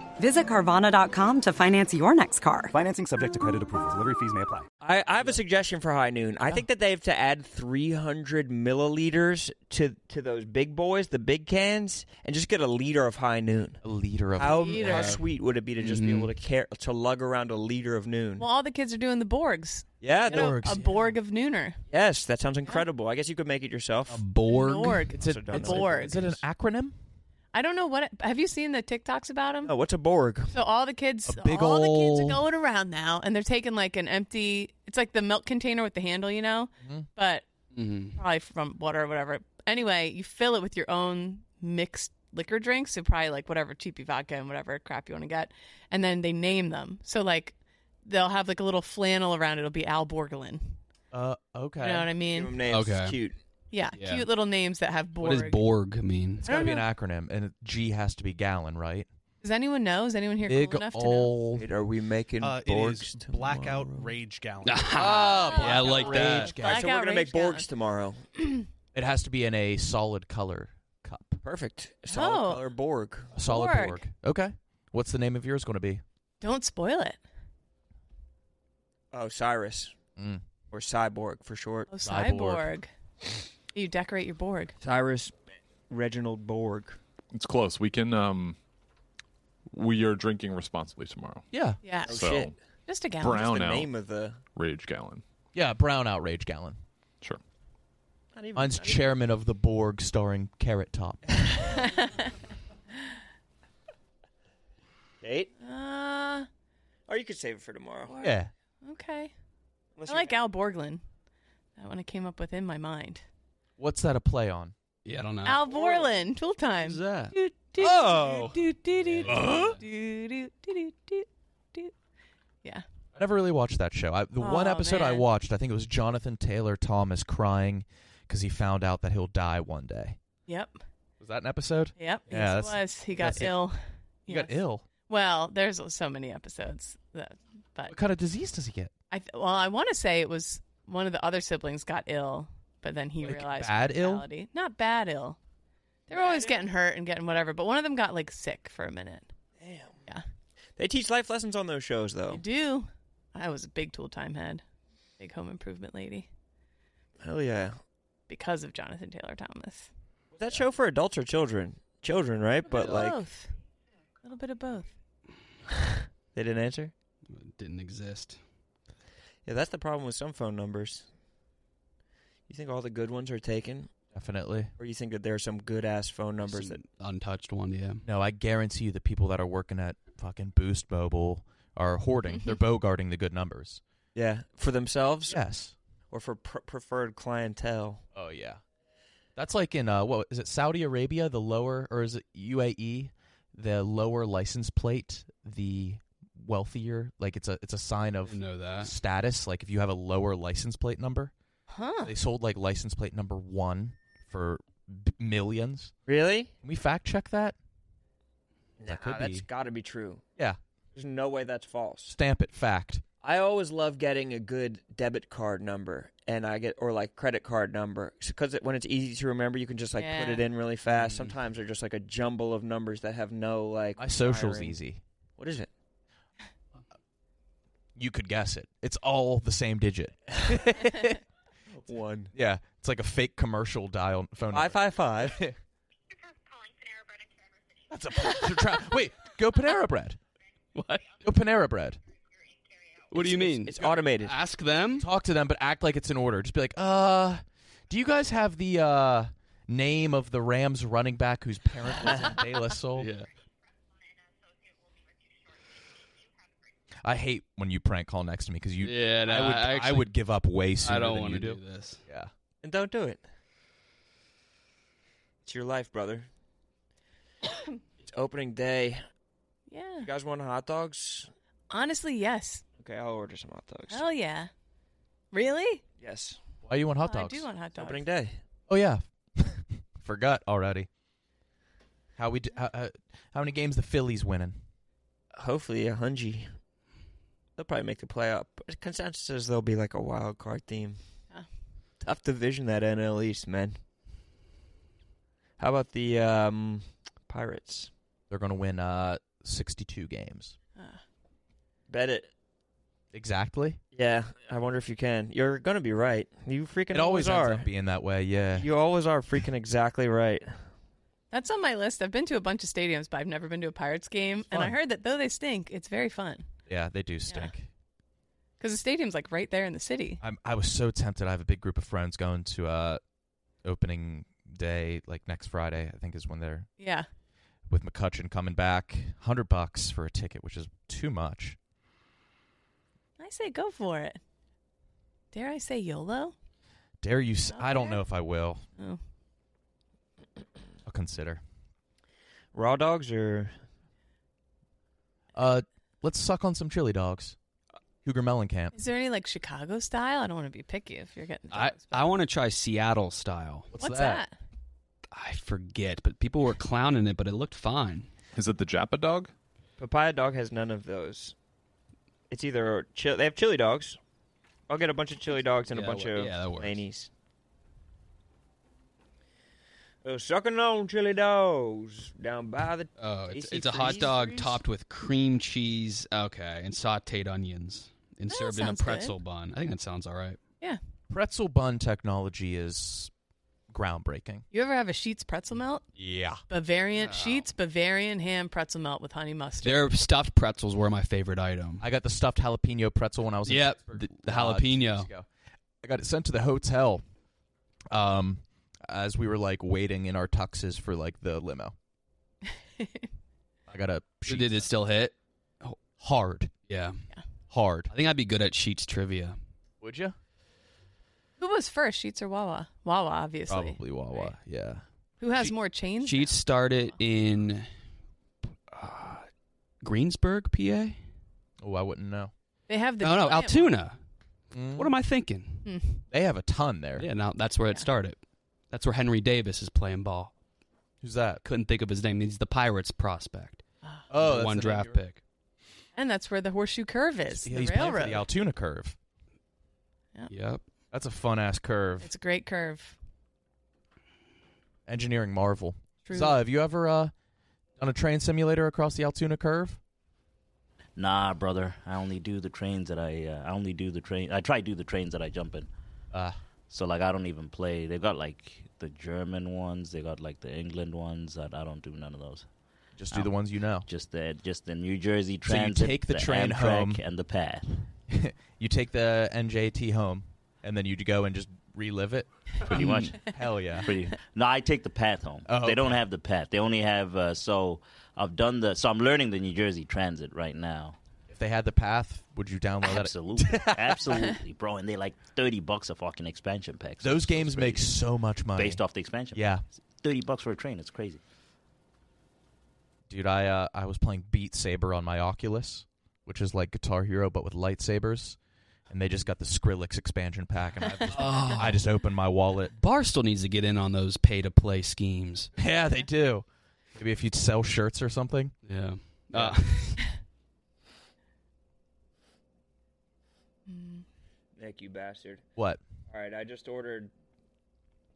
G: Visit Carvana.com to finance your next car.
H: Financing subject to credit approval. Delivery fees may apply.
E: I, I have a suggestion for High Noon. I think that they have to add 300 milliliters to to those big boys, the big cans, and just get a liter of High Noon.
A: A leader of Mm-hmm.
E: How,
D: Liter.
E: how sweet would it be to just be able to care to lug around a liter of noon?
D: Well, all the kids are doing the Borgs.
E: yeah,
D: You know,
E: the-
D: a Borg of Nooner.
E: yes, that sounds incredible. I guess you could make it yourself.
A: Borg.
D: Borg.
A: It's a,
E: Also don't
A: it's
D: know
A: a-
D: what that
A: Is it an acronym?
D: I don't know what. Have you seen the TikToks about them?
E: Oh, what's a Borg?
D: So all the kids,
A: A big
D: all the
A: ol'-
D: kids are going around now, and they're taking like an empty. It's like the milk container with the handle, you know,
A: Mm-hmm.
D: but
C: Mhm.
D: probably from water or whatever. Anyway, you fill it with your own mixed liquor drinks, so probably like whatever cheapy vodka and whatever crap you want to get, and then they name them. So like, they'll have like a little flannel around. It'll be Al Borgelin.
A: Uh, okay.
D: You know what I mean?
E: Give 'em names. It's
C: Okay.
E: cute.
D: Yeah,
A: Yeah.
D: cute little names that have Borg.
C: Borg mean?
A: It's
D: I don't
A: gotta be an acronym, and it- G has to be gallon, right?
D: Does anyone know? Is anyone here cool enough to know?
A: Wait, are we making
I: Uh, it is blackout rage gallon.
A: [LAUGHS] Ah,
E: Yeah, I like that.
A: Rage
E: All right, so we're Blackout gonna make Rage Borgs tomorrow.
A: [CLEARS THROAT] it has to be in a solid color cup.
E: Perfect. Solid
D: Oh.
E: color Borg.
A: A solid
D: Borg.
A: Borg. Okay. What's the name of yours going to be?
D: Don't spoil it.
E: Oh, Cyrus.
A: Mm.
E: Or Cyborg for short.
D: Oh, cyborg. [LAUGHS] you decorate your Borg.
E: Cyrus Reginald Borg.
F: It's close. We can. um We are drinking responsibly tomorrow.
A: Yeah.
D: Yeah.
F: So, shit.
D: Just a gallon.
F: Brown
E: Oh, the
F: out.
E: name of the-
F: rage gallon.
A: Yeah, brown outrage gallon.
F: Sure.
E: Not even-
A: Mine's chairman of the Borg, starring Carrot Top.
D: [LAUGHS]
E: Eight?
D: Uh,
E: Or you could save it for tomorrow.
A: yeah.
D: okay.
E: Unless
D: I
E: you-
D: like Al Borglin. That one I came up with in my mind.
A: What's that a play on?
C: Yeah, I don't know.
D: Al Borland, tool time. Who's
A: Uh, that?
D: Oh.
A: Huh?
D: Yeah.
A: I never really watched that show. I, the one
D: Aw,
A: episode I
D: man.
A: watched, I think it was Jonathan Taylor Thomas crying because he found out that he'll die one day.
D: Yep.
A: Was that an
D: [LAUGHS]
A: episode?
D: Yep.
A: Yeah,
D: yes,
A: that's-
D: it was. He got
A: that's it.
D: ill.
A: He got
D: Yes.
A: ill?
D: Well, there's so many episodes. That, but
A: What kind of disease does he get?
D: I th- well, I want to say it was one of the other siblings got ill, but then he
A: Like,
D: realized
A: bad ill?
D: mortality. Not bad ill. They were always getting hurt and getting whatever, but one of them got like sick for a minute.
E: Damn.
D: Yeah.
E: They teach life lessons on those shows, though.
D: I do. I was a big tool time head, big home improvement lady,
E: Hell yeah.
D: because of Jonathan Taylor Thomas.
E: Was that show for adults or children? Children, right? But like,
D: both. A little bit of both.
E: they didn't answer?
C: Didn't exist.
E: Yeah, that's the problem with some phone numbers. You think all the good ones are taken?
A: Definitely.
E: Or you think that there are some good ass phone numbers that.
C: Untouched one, yeah.
A: No, I guarantee you the people that are working at fucking Boost Mobile are hoarding.
E: [LAUGHS]
A: They're bogarting the good numbers.
E: Yeah, for themselves?
A: Yes.
E: Or for pr- preferred clientele?
A: Oh yeah. That's like in uh what is it Saudi Arabia the lower or is it UAE the lower license plate the wealthier like it's a it's a sign of
C: know that.
A: status like if you have a lower license plate number
D: Huh.
A: they sold like license plate number 1 for b- millions
E: Really?
A: Can we fact check that
E: Nah,
A: could
E: that's
A: be.
E: got to be true.
A: Yeah
E: There's no way that's false.
A: stamp it fact
E: I always love getting a good debit card number, and I get or like credit card number because it, when it's easy to remember, you can just like put
D: Yeah.
E: it in really fast. Sometimes they're just like a jumble of numbers that have no like.
A: Mm-hmm. my social's
E: wiring.
A: easy
E: What is it?
A: you could guess it it's all the same digit
E: [LAUGHS] One
A: yeah it's like a fake commercial dial phone
E: five
A: number.
E: five five.
A: That's a [LAUGHS] they're try- wait. Go Panera Bread.
C: What?
A: Go Panera Bread.
C: What do you mean?
E: It's automated.
C: Ask them.
A: Talk to them, but act like it's an order. Just be like, uh, do you guys have the uh name of the Rams running back whose parent was in De La Soul?
C: Yeah.
A: I hate when you prank call next to me because [LAUGHS] you.
C: Yeah, no,
A: I would.
C: I actually-
A: would give up way sooner.
C: I don't
A: want to
C: do this.
A: Yeah.
E: And don't do it. It's your life,
D: [COUGHS]
E: brother. it's opening day.
D: Yeah.
E: You guys want hot dogs?
D: Honestly, yes.
E: Okay, I'll order some hot dogs.
D: Hell yeah. Really?
E: Yes,
A: Why you want hot dogs?
D: I do want hot
E: it's
D: dogs.
E: opening day.
A: Oh yeah. [LAUGHS] Forgot already. How we? Do, how, how, how many games the Phillies winning?
E: Hopefully, a hungy. They'll probably make the playoff. But consensus is they'll be like a wild card team.
D: Yeah.
E: Tough division that NL East, man. How about the um, Pirates?
A: They're gonna win uh sixty-two games
E: Bet it.
A: exactly.
E: Yeah, I wonder if you can. You're gonna be right. You freaking
A: It always ends
E: are.
A: up being that way. Yeah.
E: You always are freaking exactly right.
D: That's on my list. I've been to a bunch of stadiums, but I've never been to a Pirates game. And I
A: fun.
D: heard that though they stink, it's very fun
A: Yeah, they do stink.
D: because the stadium's like right there in the city.
A: I'm, I was so tempted. I have a big group of friends going to uh, opening day, like next Friday, I think is when they're
D: Yeah.
A: with McCutcheon coming back. 100 bucks for a ticket, which is too much.
D: I say go for it. Dare I say YOLO?
A: Dare you? S- I don't
D: Okay.
A: know if I will.
D: Oh.
A: I'll consider.
E: Raw dogs or
A: Uh, let's suck on some chili dogs. Cougar Mellencamp.
D: Is there any like Chicago style? I don't want to be picky if you're getting.
C: I, I want to try Seattle style.
D: What's, that?
C: I forget, but people were clowning it, but it looked fine.
F: Is it the Japa dog?
E: Papaya dog has none of those. It's either chili, they have chili dogs. I'll get a bunch of chili dogs and a
C: Yeah,
E: bunch
C: that wor-
E: of
C: yeah, that works.
E: manies. Uh, sucking on chili dogs down by the.
C: Oh, it's,
E: tasty
C: it's a hot
E: freeze
C: dog
E: freeze.
C: topped with cream cheese. Okay, and sautéed onions, and
E: Oh, that
C: served in a
E: sounds good.
C: pretzel bun. I think that sounds all right.
D: Yeah.
A: Pretzel bun technology is groundbreaking.
D: You ever have a Sheets pretzel melt?
A: Yeah.
D: Bavarian Sheets Bavarian ham pretzel melt with honey mustard.
C: Their stuffed pretzels were my favorite item.
A: I got the stuffed jalapeno pretzel when I was in
C: Yep,
A: Pittsburgh,
C: the, the
A: uh, two years
C: jalapeno.
A: ago. I got it sent to the hotel. Um, as we were like waiting in our tuxes for like the limo. I got a.
C: Did it still hit?
A: Hard.
C: Yeah.
A: Hard.
C: I think I'd be good at sheets trivia.
A: Would you?
D: Who was first, Sheets or Wawa? Wawa, obviously.
A: Probably Wawa. Yeah.
D: Who has more chains?
C: Sheets started in uh, Greensburg, PA.
A: Oh, I wouldn't know. Mm.
D: They have the
C: no, no,
D: giant one.
C: Altoona. What am I thinking?
D: Hmm.
A: They have a ton there.
C: Yeah, now that's where it started. That's where Henry Davis is playing ball.
A: Who's that?
C: Couldn't think of his name. He's the Pirates
D: [GASPS]
C: prospect.
A: Oh, that's
C: one
A: the name
C: draft
A: you were-
C: pick.
D: And that's where the horseshoe curve is.
A: Yeah,
D: the
A: he's playing for
D: railroad.
A: the Altoona curve.
D: Yep.
C: Yep.
A: That's a fun ass curve.
D: it's a great curve.
A: Engineering marvel.
D: True.
A: Zah, have you ever uh, done a train simulator across the Altoona curve?
J: Nah, brother. I only do the trains that I. Uh, I only do the train. I try to do the trains that I jump in.
A: Uh,
J: so like I don't even play. They've got like the German ones. They got like the England ones. I, I don't do none of those. Um,
A: Just do the ones you know.
J: Just the just the New Jersey
A: So you
J: Transit.
A: take the train
J: Amtrak,
A: home.
J: and the path.
A: [LAUGHS] you take the NJT home, and then you go and just relive it.
J: Pretty much.
A: Hell yeah.
J: Pretty. No, I take the path home.
A: Oh,
J: they don't
A: okay.
J: have the path. They only have. Uh, so I've done the. So I'm learning the New Jersey Transit right now.
A: If they had the path, would you download
J: Absolutely,
A: [LAUGHS] that?
J: absolutely, bro. And they're like thirty bucks a fucking expansion pack. So
A: Those games make so much money.
J: based off the expansion.
A: Yeah.
J: thirty bucks for a train. It's crazy.
A: Dude, I uh, I was playing Beat Saber on my Oculus, which is like Guitar Hero but with lightsabers, and they just got the Skrillex expansion pack, and I
C: [LAUGHS]
A: just, I just opened my wallet.
C: Oh. Barstool needs to get in on those pay to play schemes.
A: [LAUGHS] Yeah, they do. Maybe if you'd sell shirts or something.
C: Yeah. Uh, [LAUGHS]
K: mm-hmm.
E: Nick, you bastard.
A: What?
E: All right, I just ordered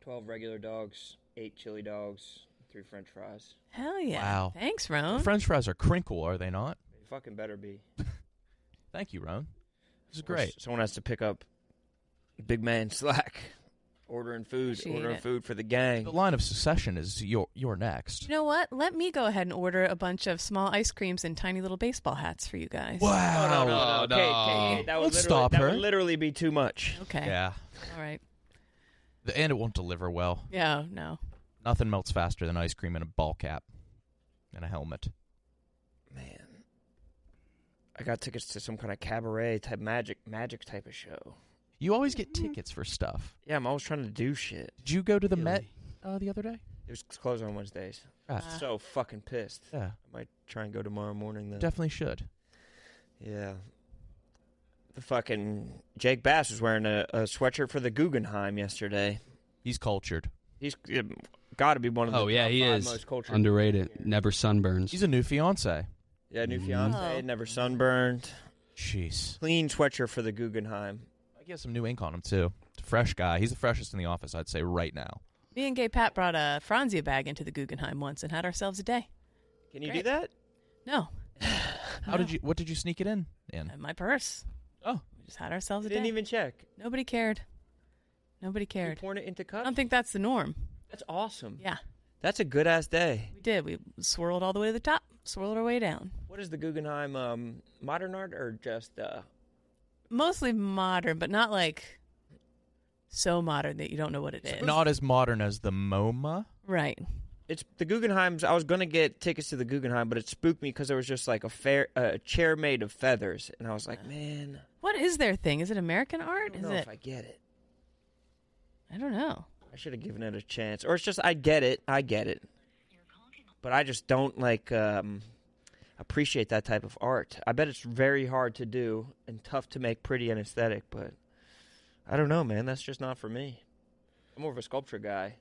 E: 12 regular dogs, 8 chili dogs, 3 french fries.
D: Hell yeah.
A: Wow.
D: Thanks, Roan.
A: French fries are crinkle, are they not?
E: They fucking better be.
A: Thank you, Roan. This is
E: Or s-
A: great.
E: Someone has to pick up big man slack. Ordering food,
D: Appreciate
E: ordering
D: it.
E: food for the gang.
A: The line of succession is you're you're next.
D: you know what? Let me go ahead and order a bunch of small ice creams and tiny little baseball hats for you guys.
E: No, no, no, no.
A: no.
E: Kate, Kate, Kate, that would
A: Let's
E: literally-
A: stop
E: that
A: her.
E: would literally be too much.
D: Okay.
A: Yeah,
D: All right.
A: The- and it won't deliver well.
D: Yeah, no.
A: Nothing melts faster than ice cream in a ball cap and a helmet.
E: Man, I got tickets to some kind of cabaret type magic magic type of show.
A: You always get tickets for stuff.
E: Yeah, I'm always trying to do shit.
A: Did you go to the Met uh, the other day?
E: It was closed on Wednesdays.
A: Right.
E: I'm so fucking pissed.
A: Ah. Yeah.
E: I might try and go tomorrow morning then.
A: Definitely should.
E: Yeah. The fucking Jake Bass was wearing a, a sweatshirt for the Guggenheim yesterday.
A: He's cultured.
E: He's got to be one of the
C: oh, yeah,
E: top
C: he
E: five
C: is.
E: most cultured.
C: Underrated. Never sunburns.
A: He's a new fiance.
E: yeah, new fiance,
D: Oh.
E: never sunburned,
A: Jeez.
E: clean sweatshirt for the Guggenheim.
A: I get some new ink on him too. It's a fresh guy. He's the freshest in the office, I'd say, right now.
D: Me and Gay Pat brought a Franzia bag into the Guggenheim once and had ourselves a day.
E: Can you do
D: Great.
E: that?
D: No, [SIGHS]
A: How did you? What did you sneak it in? In
D: in my purse.
A: Oh.
D: We just had ourselves a
E: I didn't
D: day.
E: even check.
D: Nobody cared. Nobody
E: You
D: cared.
E: pouring it into
D: I
E: cups.
D: don't think that's the norm.
E: That's awesome.
D: Yeah,
E: That's a good ass day.
D: we did. We swirled all the way to the top, swirled our way down.
E: What is the Guggenheim um, modern art or just uh,
D: Mostly modern, but not like so modern that you don't know what it is.
A: Not as modern as the MoMA.
D: right.
E: It's the Guggenheim's. I was gonna get tickets to the Guggenheim, but it spooked me because there was just like a fair a chair made of feathers, and I was like, man,
D: What is their thing? Is it American
E: I
D: art?
E: don't
D: Is
E: know
D: it?
E: if I get it.
D: I don't know.
E: I should have given it a chance, or it's just I get it, I get it, but I just don't like. um appreciate that type of art. I bet it's very hard to do and tough to make pretty and aesthetic, but I don't know, man. That's just not for me. I'm more of a sculpture guy.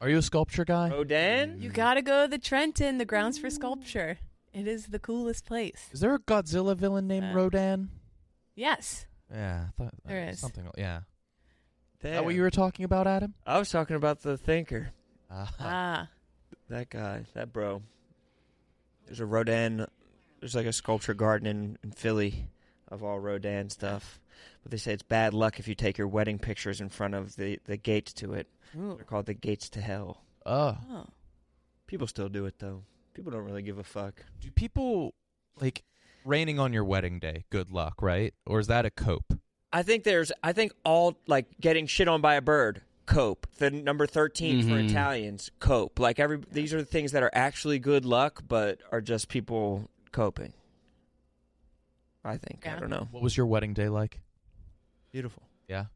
A: Are you a sculpture guy?
E: Rodin?
D: You gotta go to the Trenton, the grounds for sculpture. It is the coolest place.
A: Is there a Godzilla villain named Rodan?
D: Yes.
A: Yeah, I thought
D: There
A: uh,
D: is.
A: something. Yeah.
E: Damn.
A: Is that what you were talking about, Adam?
E: I was talking about the thinker.
A: Uh, [LAUGHS]
D: Ah.
E: That guy, that bro. There's a Rodin. There's like a sculpture garden in, in Philly of all Rodin stuff. But they say it's bad luck if you take your wedding pictures in front of the, the gates to it.
D: Ooh.
E: They're called the gates to hell.
A: Oh.
D: Oh.
E: People still do it though. People don't really give a fuck.
A: Do people like raining on your wedding day? Good luck, right? Or is that a cope?
E: I think there's. I think all like getting shit on by a bird. Cope. The number 13 for
A: Mhm.
E: Italians. Cope. Like every. These are the things that are actually good luck, but are just people coping. I think. I don't know.
A: What was your wedding day like?
E: Beautiful.
A: Yeah.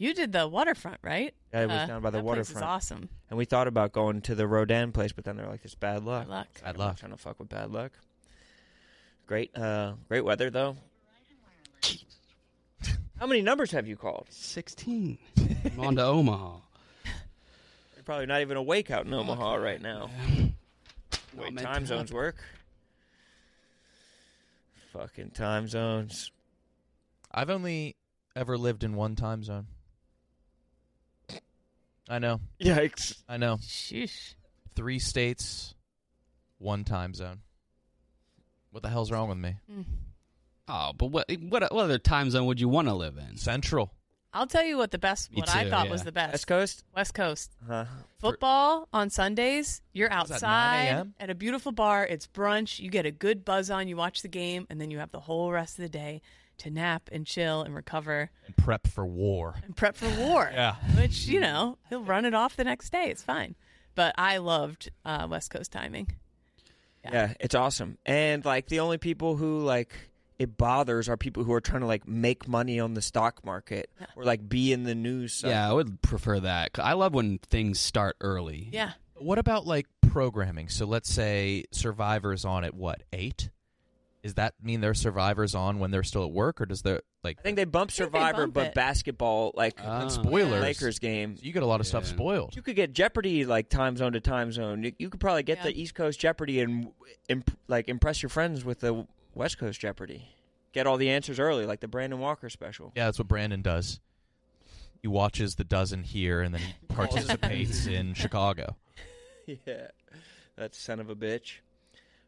D: You did the waterfront, right?
E: Yeah, it was
D: Uh,
E: down by the
D: that
E: waterfront.
D: Place is awesome.
E: And we thought about going to the Rodin place, but then they're like, "It's bad luck.
D: Bad luck.
E: Bad luck. Trying to fuck with bad luck. Great, uh, great
A: [LAUGHS]
E: weather though. How many numbers have you called?
A: [LAUGHS]
C: Sixteen. I'm on to Omaha.
E: You're probably not even awake out in Omaha right now. The way
C: Not meant
E: time
C: to
E: zones
C: happen.
E: work. Fucking time zones.
A: I've only ever lived in one time zone. I know.
E: Yikes.
A: I know.
D: Sheesh.
A: Three states, one time zone. What the hell's wrong with me?
D: Hmm.
C: Oh, but what what what other time zone would you want to live in?
A: Central.
D: I'll tell you what the best,
C: Me
D: what I
C: too,
D: thought
C: yeah.
D: was the best.
E: West Coast?
D: West Coast.
E: Huh.
D: Football on Sundays, you're
E: What is that,
D: outside
E: 9
D: at a beautiful bar. It's brunch. You get a good buzz on. You watch the game, and then you have the whole rest of the day to nap and chill and recover
A: And prep for war.
D: and prep for
E: [LAUGHS]
D: war.
A: [LAUGHS] Yeah.
D: Which, you know, he'll run it off the next day. It's fine. But I loved uh, West Coast timing.
E: Yeah. it's awesome. And like the only people who like it bothers are people who are trying to like make money on the stock market or like be in the news. cycle.
C: Yeah, I would prefer that. 'Cause I love when things start early.
D: Yeah.
A: What about like programming? So let's say Survivor's on at what eight? Is that mean they're Survivor's on when they're still at work, or does the like
E: I think they bump
A: think they
E: Survivor,
A: bump
E: but
A: it.
E: basketball like
A: Ah. Spoilers.
E: Lakers game.
A: you get a lot of stuff spoiled?
E: You could get Jeopardy like time zone to time zone. You, you could probably get
D: Yeah.
E: the East Coast Jeopardy and imp- like impress your friends with the West Coast Jeopardy. Get all the answers early, like the Brandon Walker special.
A: Yeah, that's what Brandon does. He watches the dozen here, and then [LAUGHS] he participates [LAUGHS] in Chicago.
E: [LAUGHS] yeah, that son of a bitch.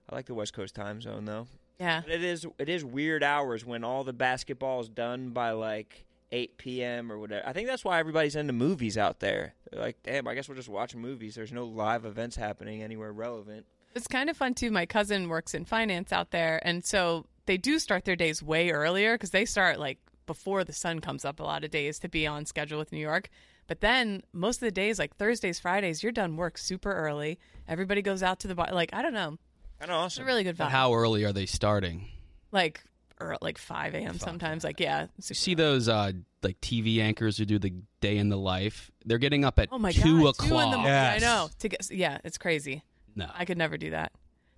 E: I like the West Coast time zone though.
D: Yeah.
E: But it is it is weird hours when all the basketball is done by like 8 p.m. or whatever. I think that's why everybody's into movies out there. They're like, damn, I guess we're just watching movies. There's no live events happening anywhere relevant.
D: It's kind of fun too. My cousin works in finance out there, and so they do start their days way earlier because they start like before the sun comes up a lot of days to be on schedule with New York. But then most of the days, like Thursdays, Fridays, you're done work super early. Everybody goes out to the bar. Like I don't know,
E: Kind of
D: it's
E: awesome.
D: a really good
C: But
D: vibe.
C: how early are they starting?
D: Like ear like five a.m. sometimes. Like yeah,
C: You see those uh, like TV anchors who do the day in the life? They're getting up at
D: Oh my
C: two
D: god,
C: o'clock.
D: Two in the morning. I know. To get, yeah, it's crazy.
C: No.
D: I could never do that.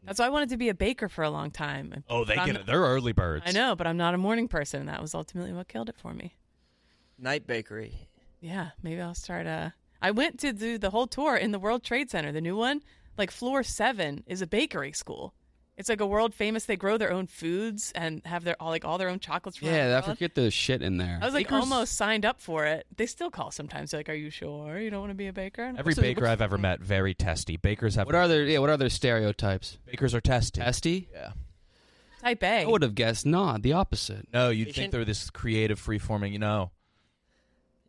D: That's why I wanted to be a baker for a long time.
A: Oh, they
D: But I'm
A: get
D: not-
A: it. They're early birds.
D: I know, but I'm not a morning person, and that was ultimately what killed it for me.
E: Night bakery.
D: Yeah, maybe I'll start. Uh, I went to do the whole tour in the World Trade Center, the new one. Like floor seven is a bakery school. It's like a world famous. They grow their own foods and have their all like all their own chocolates. from around the
C: Yeah, I
D: world.
C: forget the shit in there.
D: I was like
C: Bakers-
D: almost signed up for it. They still call sometimes. They're like, "Are you sure you don't want to be a baker?" And I'm
A: Every
D: like,
A: baker I've ever met very testy. Bakers have
C: What are their yeah? What are their stereotypes?
A: bakers are testy.
C: Testy?
A: Yeah.
D: type A.
C: I would have guessed not the opposite.
A: No, you'd
E: They
A: think
E: shouldn't-
A: they're this creative, free forming. You know,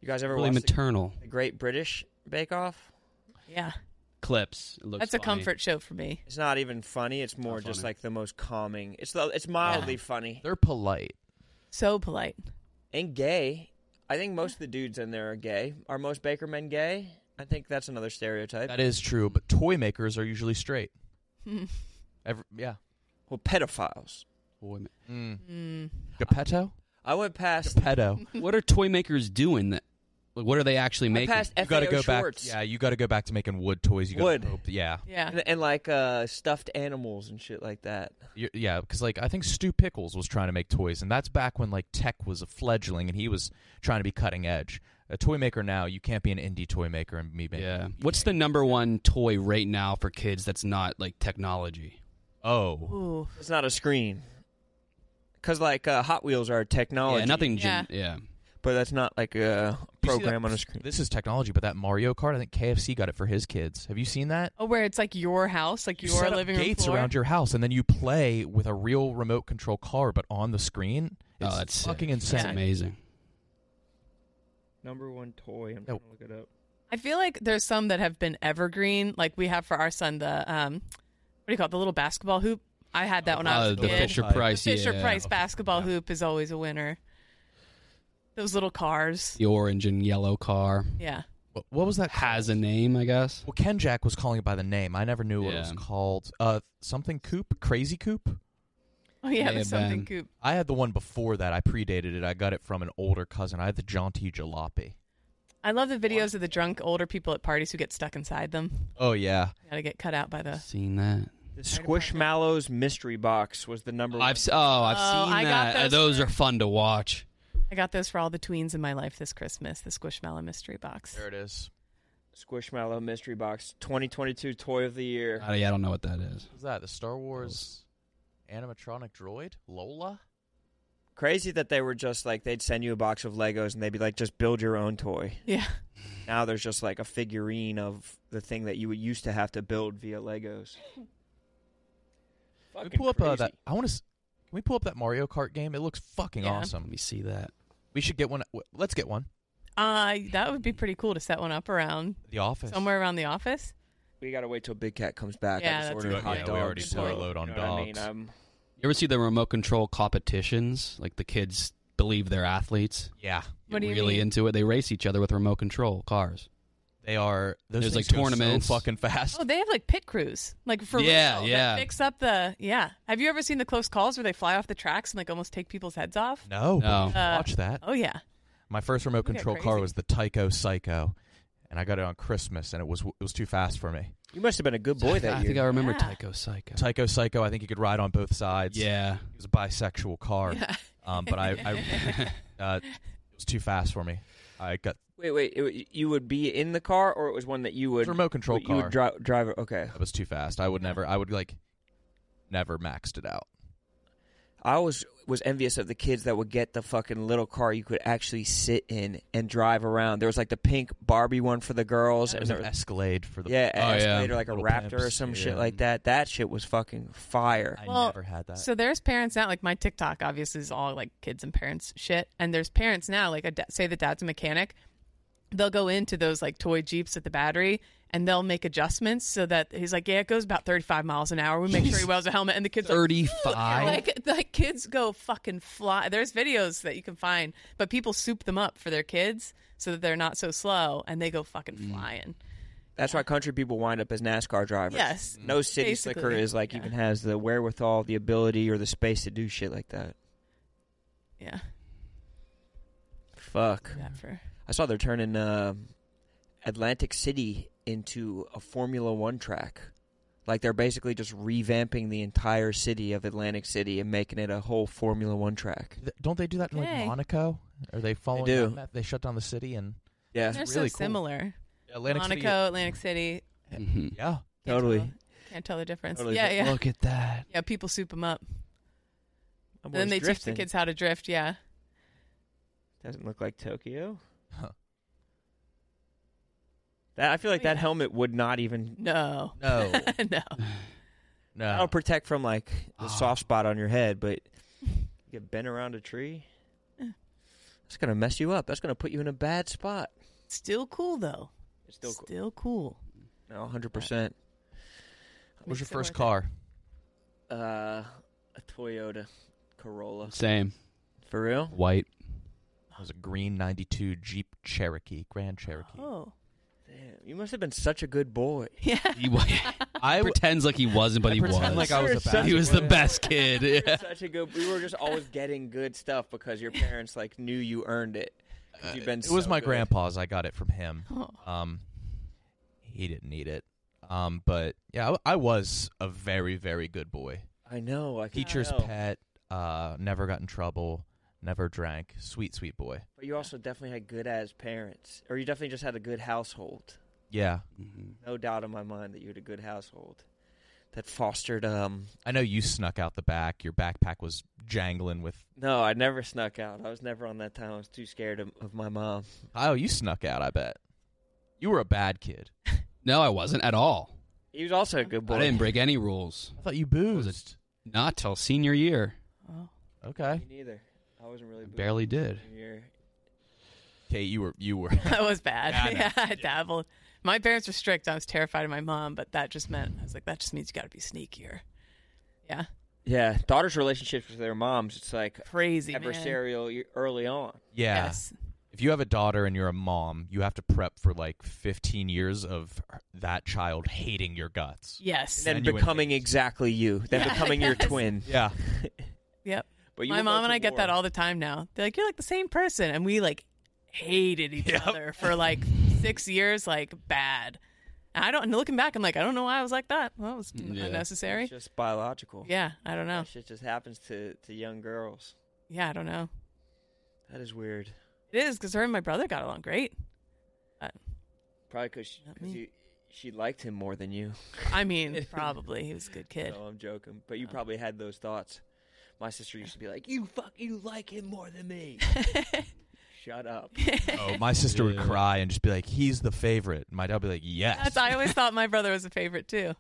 E: You guys ever
C: Really
E: watched the-
C: maternal.
E: the, Great British Bake Off?
D: Yeah,
C: Clips. It looks
D: that's a
C: funny.
D: comfort show for me.
E: It's not even funny. It's more
C: Not
E: just
C: funny.
E: like the most calming. It's the, it's mildly funny
A: they're polite.
D: So polite.
E: and gay. I think most of the dudes in there are gay. Are most baker men gay? I think that's another stereotype.
A: That is true, but toy makers are usually [LAUGHS] straight. Every, yeah.
E: well, pedophiles.
C: Boy, man.
A: Mm.
D: Mm.
A: Geppetto?
E: I went past
A: Geppetto.
D: [LAUGHS]
C: what are toy makers doing that What are they actually
E: I
C: making?
E: passed You gotta FAO go back- Schwartz.
A: Yeah, you got to go back to making wood toys. You got
E: Wood.
A: to hope. Yeah.
E: Yeah. And, and like uh, stuffed animals and shit like that.
A: you yeah, because like I think Stu Pickles was trying to make toys, and that's back when like tech was a fledgling, and he was trying to be cutting edge. A toy maker now, you can't be an indie toy maker and be making.
C: Yeah. What's the number one toy right now for kids that's not like technology?
A: Oh.
E: It's not a screen. Because like uh, Hot Wheels are technology.
C: Yeah, nothing gen- Yeah. yeah.
E: But that's not like a program on a
A: screen. This is technology, but that Mario Kart, I think KFC got it for his kids. Have you seen that?
D: Oh, where it's like your house, like
A: You
D: your
A: set up
D: living
A: gates
D: room floor.
A: around your house, and then you play with a real remote control car, but on the screen.
C: Oh,
A: It's
C: that's
A: fucking
C: sick.
A: insane.
C: That's amazing.
E: number one toy.
A: Oh.
E: I'm trying to look it up.
D: I feel like there's some that have been evergreen. Like we have for our son the um, what do you call it? The little basketball hoop. I had that when I was
C: uh,
D: a
C: the
D: kid.
C: Fisher Price,
D: The Fisher
C: yeah.
D: Price basketball hoop is always a winner. Those little cars.
C: The orange and yellow car.
D: Yeah.
A: What, what was that?
C: Has a name, I guess.
A: Well, Ken Jack was calling it by the name. I never knew what it was called. Uh, something Coop, Crazy Coop.
D: Oh yeah,
A: May
D: the
A: have
D: something
A: been.
D: coop.
A: I had the one before that. I predated it. I got it from an older cousin. I had the jaunty jalopy.
D: I love the videos of the drunk older people at parties who get stuck inside them.
A: Oh yeah.
D: Gotta get cut out by the.
C: Seen that.
E: The Squishmallows mystery box was the number one.
C: I've s- oh, I've
D: Oh,
C: seen
D: I got
C: that. Uh, Those, are fun to watch.
D: I got those for all the tweens in my life this Christmas. The Squishmallow mystery box.
A: There it is.
E: Squishmallow mystery box 2022 toy of the year.
C: Uh, yeah, I don't know what that is.
A: What was that? The Star Wars animatronic droid Lola.
E: Crazy that they were just like they'd send you a box of Legos and they'd be like, just build your own toy.
D: Yeah.
E: [LAUGHS] Now there's just like a figurine of the thing that you would used to have to build via Legos.
A: Can we pull up uh, that. I want to. Can we pull up that Mario Kart game? It looks fucking
D: Yeah.
A: awesome. Let
C: me see that. We
A: should get one. w- Let's get one.
D: Uh, that would be pretty cool to set one up around
A: The office.
D: somewhere around the office.
E: We gotta wait till Big Cat comes back.
D: Yeah,
E: I just
D: that's
E: ordered
D: a good
E: hot
D: idea. Yeah,
E: dogs.
D: we already
A: blew our load on
E: You know what I mean?
A: dogs.
D: um,
E: I'm-
C: You ever see the remote control competitions? Like the kids believe they're athletes.
A: Yeah.
D: What do you
C: really
D: mean?
C: into it. They race each other with remote control cars.
A: They are. Those
C: There's like
A: things go so
C: tournaments.
A: fucking fast.
D: Oh, they have like pit crews, like for
C: Yeah,
D: real, that
C: yeah.
D: fix up the yeah. Have you ever seen the close calls where they fly off the tracks and like almost take people's heads off?
A: No. but
C: No.
A: we should
D: Uh,
A: Watch that.
D: Oh yeah,
A: My first remote
D: Look at
A: control car
D: crazy.
A: was the Tyco Psycho, and I got it on Christmas, and it was it was too fast for me.
E: You must have been a good boy that
C: I
E: year.
C: think I remember
D: Yeah.
C: Tycho Psycho.
A: Tyco Psycho, I think you could ride on both sides.
C: Yeah.
A: it was a bisexual car,
D: Yeah.
A: um, but I,
D: [LAUGHS]
A: [LAUGHS] I uh, it was too fast for me. I got
E: Wait, wait. it- you would be in the car, or it was one that you would
A: It's a remote control
E: you
A: car.
E: would dri- drive. it- Okay.
A: it was too fast. I would never. I would like never maxed it out.
E: I always was envious of the kids that would get the fucking little car you could actually sit in and drive around. There was like the pink Barbie one for the girls,
A: It
E: and
A: was
E: there
A: an
E: was,
A: Escalade for the
E: yeah,
C: Oh, yeah.
E: an Escalade or like a
A: Little
E: Raptor or
A: pimps,
E: some
A: yeah.
E: shit like that. That shit was fucking fire.
A: I
D: Well,
A: never had that.
D: So there's parents now, like my TikTok obviously is all like kids and parents shit. And there's parents now, like a da- say the dad's a mechanic, they'll go into those like toy Jeeps at the battery and they'll make adjustments so that he's like, yeah, it goes about 35 miles an hour. We make sure he wears a helmet. And the kids are like,
C: 35?
D: [LAUGHS] like, like kids go fucking fly. There's videos that you can find, but people soup them up for their kids so that they're not so slow and they go fucking flying.
E: That's why country people wind up as NASCAR drivers.
D: Yes,
E: no city
D: basically,
E: slicker is like even has the wherewithal, the ability, or the space to do shit like that.
D: Yeah.
E: Fuck.
D: do that for-
E: I saw they're turning uh, Atlantic City into a Formula One track. Like they're basically just revamping the entire city of Atlantic City and making it a whole Formula One track.
A: Th- Don't they do that in
D: Okay.
A: like Monaco? Are they following?
E: do.
A: that map? They shut down the city and
E: Yeah,
D: They're
A: really
D: so
A: cool.
D: similar.
A: Atlantic City-
D: Monaco, Atlantic City.
A: Yeah,
E: totally.
D: Can't tell the difference.
E: Totally
D: yeah,
E: di-
D: yeah.
C: Look at that.
D: Yeah, people soup them up.
E: That
D: then
E: boy's
D: they teach
E: drifting.
D: the kids how to drift. Yeah. [LAUGHS]
E: Doesn't look like Tokyo.
A: Huh.
E: That I feel like
D: Oh, yeah.
E: that helmet would not even
D: No.
A: No.
D: [LAUGHS] no.
A: [SIGHS] no. Ah.
E: that'll protect from like the soft spot on your
D: [LAUGHS]
E: head, but you get bent around a tree. That's gonna mess you up. That's gonna put you in a bad spot.
D: Still cool though.
E: It's still cool.
D: Still cool.
E: No, hundred percent.
A: What was your
D: Makes it
A: first
D: worth it.
A: car?
E: Uh, a Toyota Corolla.
C: Same.
E: For real?
C: White.
A: It was a green '92 Jeep Cherokee, Grand Cherokee.
D: Oh.
E: Damn, you must have been such a good boy.
D: [LAUGHS]
A: [LAUGHS]
D: Yeah.
C: He wa-
A: I w-
C: pretends like he wasn't, but he was.
A: pretend like I was a bad
C: He was
A: boy.
C: the best kid. [LAUGHS]
E: You
C: Yeah.
E: were such a good. We were just always getting good stuff because your parents like knew you earned it.
A: Uh,
E: You've been
A: it was
E: so
A: my
E: good.
A: grandpa's. I got it from
E: [LAUGHS]
A: him.
E: Oh.
A: Um, he didn't need it. Um, but yeah, I, w- I was a very very good boy.
E: I know. I can
A: Teacher's
E: tell.
A: pet. Uh, never got in trouble. Never drank. Sweet sweet boy.
E: But you also definitely had good as parents, or you definitely just had a good household.
A: Yeah.
E: No doubt in my mind that you had a good household that fostered. Um,
A: I know you snuck out the back. Your backpack was jangling with.
E: no, I never snuck out. I was never on that time. I was too scared of, of my mom.
A: Oh, you snuck out. I bet. You were a bad kid.
C: No, I wasn't at all.
E: He was also a good boy.
C: I didn't [LAUGHS] break any rules.
A: I thought you boozed.
C: Not till senior year.
A: Okay.
E: Me neither. I wasn't really. boozing
C: barely did.
E: senior year.
A: Kate, you were you were.
D: That was bad. [LAUGHS]
A: Yeah, I know.
D: Yeah, I dabbled. My parents were strict. I was terrified of my mom, but that just meant I was like, that just means you got to be sneakier. Yeah.
E: Yeah, daughters' relationships with their moms, it's like
D: crazy man.
E: adversarial y- early on.
A: Yeah. If you have a daughter and you're a mom, you have to prep for like 15 years of that child hating your guts.
D: Yes.
E: And then
A: Genuine
E: becoming exactly you,
D: [LAUGHS]
E: then
D: Yeah,
E: becoming your
D: yes.
E: twin. [LAUGHS]
A: Yeah.
D: Yep.
E: But you
D: my
E: won't go
D: mom and
E: to
D: I get that
E: war.
D: all the time now. They're like, you're like the same person, and we like hated each other for like six years, like bad. And I don't. And looking back, I'm like, I don't know why I was like that. Well, it was
E: Yeah.
D: Mm, unnecessary.
E: It's just biological.
D: Yeah, I don't know.
E: That shit just happens to, to young girls.
D: Yeah, I don't know.
E: That is weird.
D: It is because her and my brother got along great.
E: Oh,
D: [LAUGHS]
E: Probably because she, 'cause you- she liked him more than you.
D: I
E: [LAUGHS]
D: mean, probably he was a good kid. Oh.
E: No, I'm joking. But you probably had those thoughts. My sister used to be like, "You fuck, you like him more than
D: [LAUGHS]
E: me." Shut up.
A: Oh, my sister would cry and just be like, "He's the favorite." And my dad would be like, "Yes."
D: That's,
E: [LAUGHS]
D: I always thought my brother was a favorite too.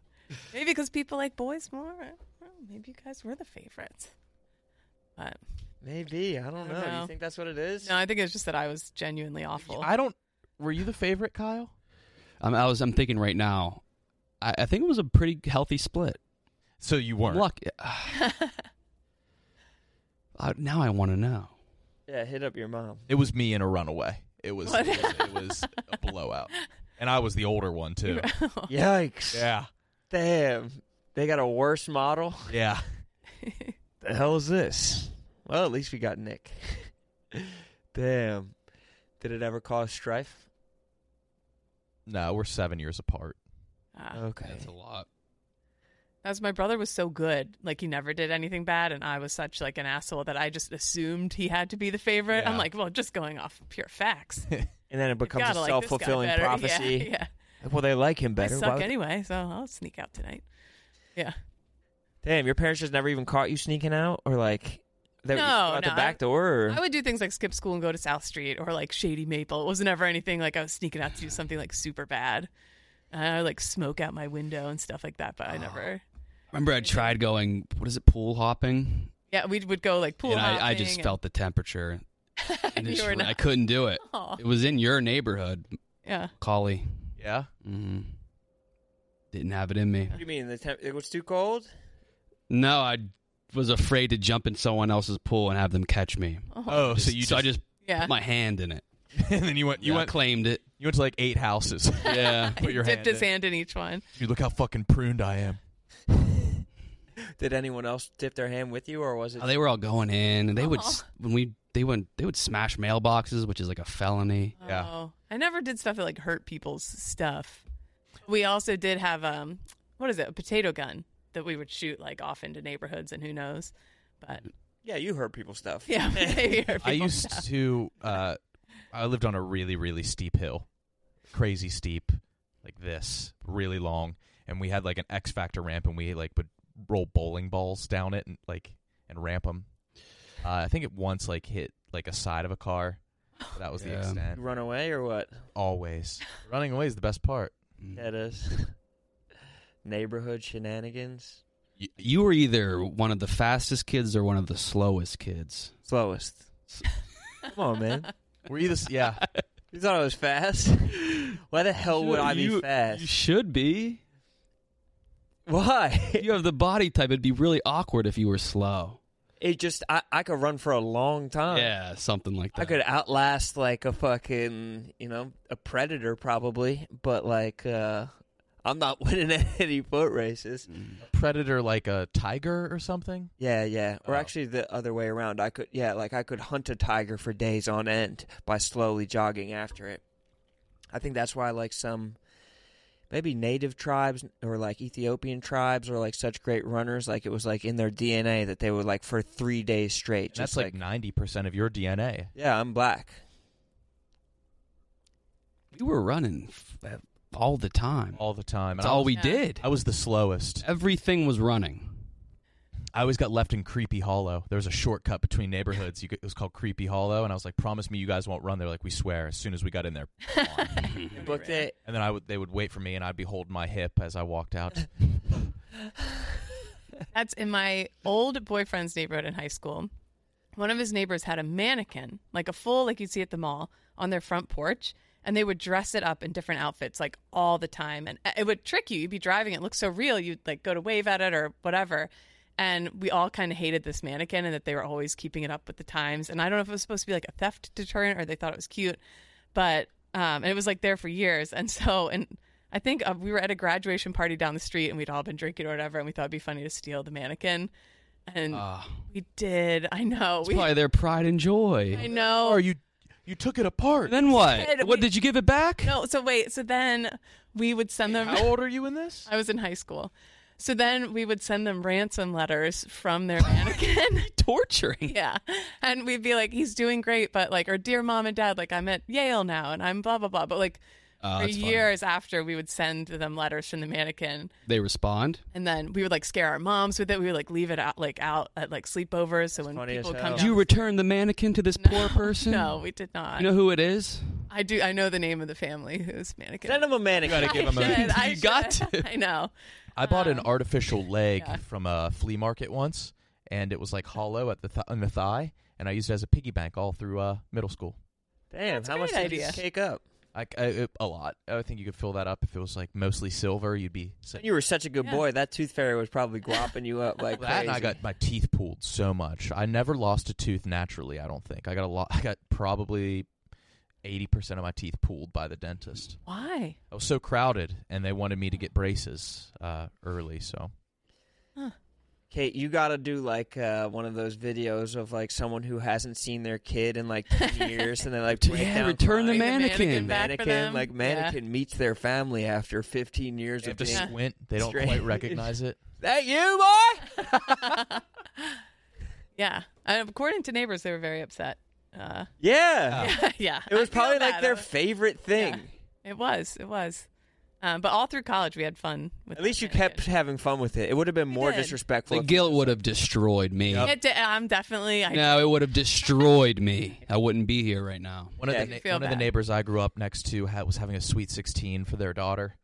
D: Maybe because people like boys more. I don't know. Maybe you guys were the favorites. But
E: Maybe I don't,
D: I don't
E: know. Do
D: know.
E: Oh, You think that's what it is?
D: no, I think it's just that I was genuinely awful.
A: I don't. Were you the favorite, Kyle?
C: I'm, I was. I'm thinking right now. I, I think it was a pretty healthy split.
A: So you weren't.
C: Luck. Uh, now [SIGHS] I want to know.
E: Yeah, hit up your mom.
A: It was me in a runaway. It was
E: What?
A: it was, it was a
D: [LAUGHS]
A: blowout, and I was the older one too.
D: Oh.
E: Yikes!
A: Yeah,
E: Damn, they got a worse model.
A: yeah.
E: The hell is this? Well, at least we got Nick. [LAUGHS] Damn. Did it ever cause [LAUGHS] strife?
A: No, we're seven years apart.
D: Ah.
E: Okay.
C: a lot.
D: That's my brother was so good. Like he never did anything bad and I was such like an asshole that I just assumed he had to be the favorite. I'm
E: Yeah.
D: like, well, just going off of pure facts.
E: And then it becomes a
D: gotta like this guy
E: self-fulfilling
D: better. [LAUGHS] Yeah,
E: prophecy.
D: yeah.
E: Well, they like him [LAUGHS] better.
D: I
E: Why
D: suck
E: would-
D: anyway, so I'll sneak out tonight. Yeah.
E: Damn, your parents just never even caught you sneaking out, or like they
D: No,
E: out
D: no,
E: the back
D: I-
E: door. Or...
D: I would do things like skip school and go to South Street or like Shady Maple. It wasn't ever anything like I was sneaking out to do something like super bad. And I would like smoke out my window and stuff like that, but I never.
C: Remember, I tried going. What is it? Pool hopping.
D: Yeah, we would go like pool
C: and I, I
D: hopping
C: just
D: and-
C: felt the
D: [LAUGHS]
C: temperature. And
D: You
C: just-
D: were not-
C: I couldn't do it.
D: Aw.
C: It was in your neighborhood,
D: Yeah.
C: Collie.
A: Yeah.
C: hmm Didn't have it in me.
E: What do you mean the temp- it was too cold?
C: No, I was afraid to jump in someone else's pool and have them catch me.
D: Oh.
A: Oh, so
C: Just-
A: you
C: I
A: just-
C: just
D: Yeah.
C: put my hand in it.
A: [LAUGHS] and then you went. You
C: Yeah, I
A: went.
C: claimed it.
A: You went to like eight houses.
C: [LAUGHS]
D: [LAUGHS]
C: Yeah.
A: [LAUGHS] Put your
D: dipped
A: hand.
D: his
A: in.
D: hand in each one.
A: Dude, look how fucking pruned I am.
E: Did anyone else dip their hand with you, or was it?
C: Oh, they were all going in, and they would s
D: Aw.
C: when we they would they would smash mailboxes, which is like a felony.
D: Oh, I never did stuff that like hurt people's stuff. We also did have um, what is it, a potato gun that we would shoot like off into neighborhoods and who knows, but
E: yeah, you heard people's stuff.
D: yeah, [LAUGHS] maybe hurt
A: I
D: people's
A: used
D: stuff.
A: to. Uh, I lived on a really, really steep hill, crazy steep, like this, really long, and we had like an X Factor ramp, and we like would roll bowling balls down it and like and ramp them. Uh, I think it once like hit like a side of a car. but that was the
C: Yeah.
A: extent.
E: You run away or what?
A: Always running away is the best part.
C: Mm.
E: That is [LAUGHS] neighborhood shenanigans.
C: Y- You were either one of the fastest kids or one of the slowest kids.
E: Slowest. Come
C: [LAUGHS]
E: on, man.
A: We're either yeah.
E: You thought I was fast? Why the hell would I be
C: You- You
E: fast?
C: should be.
E: Why?
C: [LAUGHS] You have the body type. It'd be really awkward if you were slow.
E: It just I, I could run for a long time.
C: Yeah, something like that.
E: I could outlast like a fucking you know a predator probably, but like uh I'm not [LAUGHS] winning any foot races.
C: Mm.
A: Predator like a tiger or something?
E: Yeah, yeah. Or actually, the other way around. I could, yeah, like I could hunt a tiger for days on end by slowly jogging after it. I think that's why, like, some maybe native tribes or like Ethiopian tribes are like such great runners. Like, it was like in their DNA that they were like for three days straight.
A: And that's like ninety percent of your DNA.
E: yeah, I'm black.
C: We were running f- uh, all the time.
A: All the time.
C: That's
A: And I
C: all
A: was-
C: we did.
A: I was the slowest.
C: Everything was running.
A: I always got left in Creepy Hollow. There was a shortcut between neighborhoods. You could, it was called Creepy Hollow, and I was like, "Promise me you guys won't run." They're like, "We swear." As soon as we got
E: [LAUGHS]
A: in there,
E: booked it.
A: and then I would they would wait for me, and I'd be holding my hip as I walked out.
E: [LAUGHS]
D: That's in my old boyfriend's neighborhood in high school. One of his neighbors had a mannequin, like a full, like you'd see at the mall, on their front porch. And they would dress it up in different outfits, like all the time. And eh, it would trick you. You'd be driving, it looked so real. You'd like go to wave at it or whatever. And we all kind of hated this mannequin and that they were always keeping it up with the times. And I don't know if it was supposed to be like a theft deterrent or they thought it was cute, but um, and it was like there for years. And so, and I think uh, we were at a graduation party down the street and we'd all been drinking or whatever, and we thought it'd be funny to steal the mannequin. And we did. I know.
C: Ah. It's
D: we
C: probably their pride and joy.
D: I know.
A: Or you you took it apart.
C: Then what?
D: did.
C: What did you give it back?
D: No, so wait, so then we would send them.
A: How old are you in this?
D: [LAUGHS] I was in high school. So then we would send them ransom letters from their mannequin.
C: [LAUGHS] Torturing.
D: yeah. And we'd be like, he's doing great, but like, or dear mom and dad, like, I'm at Yale now and I'm blah, blah, blah. But like,
C: Oh,
D: for
C: that's funny.
D: years after, we would send them letters from the mannequin.
C: They respond.
D: And then we would like scare our moms with it. We would like leave it out, like out at like sleepovers. So when
C: Did
D: people
E: uh,
D: come, down,
C: you return the mannequin to this poor person?
D: no, we did not.
C: You know who it is?
D: I do. I know the name of the family who's mannequin.
E: Send him a mannequin.
A: You gotta give him a- [LAUGHS]
D: should, [LAUGHS] I
A: You got
D: should. [LAUGHS] I know. Um,
A: I bought an artificial leg from a flea market once, and it was like hollow at the th- on the thigh, and I used it as a piggy bank all through uh, middle school.
E: Damn, how much
D: great
E: did this
D: idea.
E: cake up?
A: I, I, it- a lot. I think you could fill that up if it was like mostly silver. You'd be so,
E: You were such a good boy. That tooth fairy was probably guapping
A: [LAUGHS]
E: you up like
A: that. And I
E: crazy.
A: got my teeth pulled so much. I never lost a tooth naturally. I don't think. I got a lot. I got probably eighty percent of my teeth pulled by the dentist.
D: Why?
A: I was so crowded, and they wanted me to get braces uh, early. So
E: Kate, you got to do like uh, one of those videos of like someone who hasn't seen their kid in like 10 years and they like break
C: Yeah,
E: down
C: return the Bring
E: crying.
C: the mannequin. mannequin back for
E: mannequin
C: them.
E: like
C: Yeah.
E: mannequin meets their family after 15 years
A: they have to
E: of being
A: squint. They don't
E: straight.
A: quite recognize it.
E: that you, boy?
D: [LAUGHS] Yeah. And according to neighbors, they were very upset. Uh,
E: [LAUGHS] Yeah.
D: yeah.
E: It was
D: I feel
E: probably like
D: bad.
E: their favorite thing.
D: It was. It was. Um, but all through college, we had fun. With
E: At least you kept having fun with it. It would have been more
D: did.
E: disrespectful.
C: The
E: if-
C: guilt would have destroyed me.
D: It did- I'm definitely. [LAUGHS] I,
C: No, it would have destroyed me. I wouldn't be here right now.
A: One of
D: Yeah,
A: the
D: I
A: na-
D: feel
A: one of the
D: bad.
A: neighbors I grew up next to had, was having a sweet sixteen for their daughter.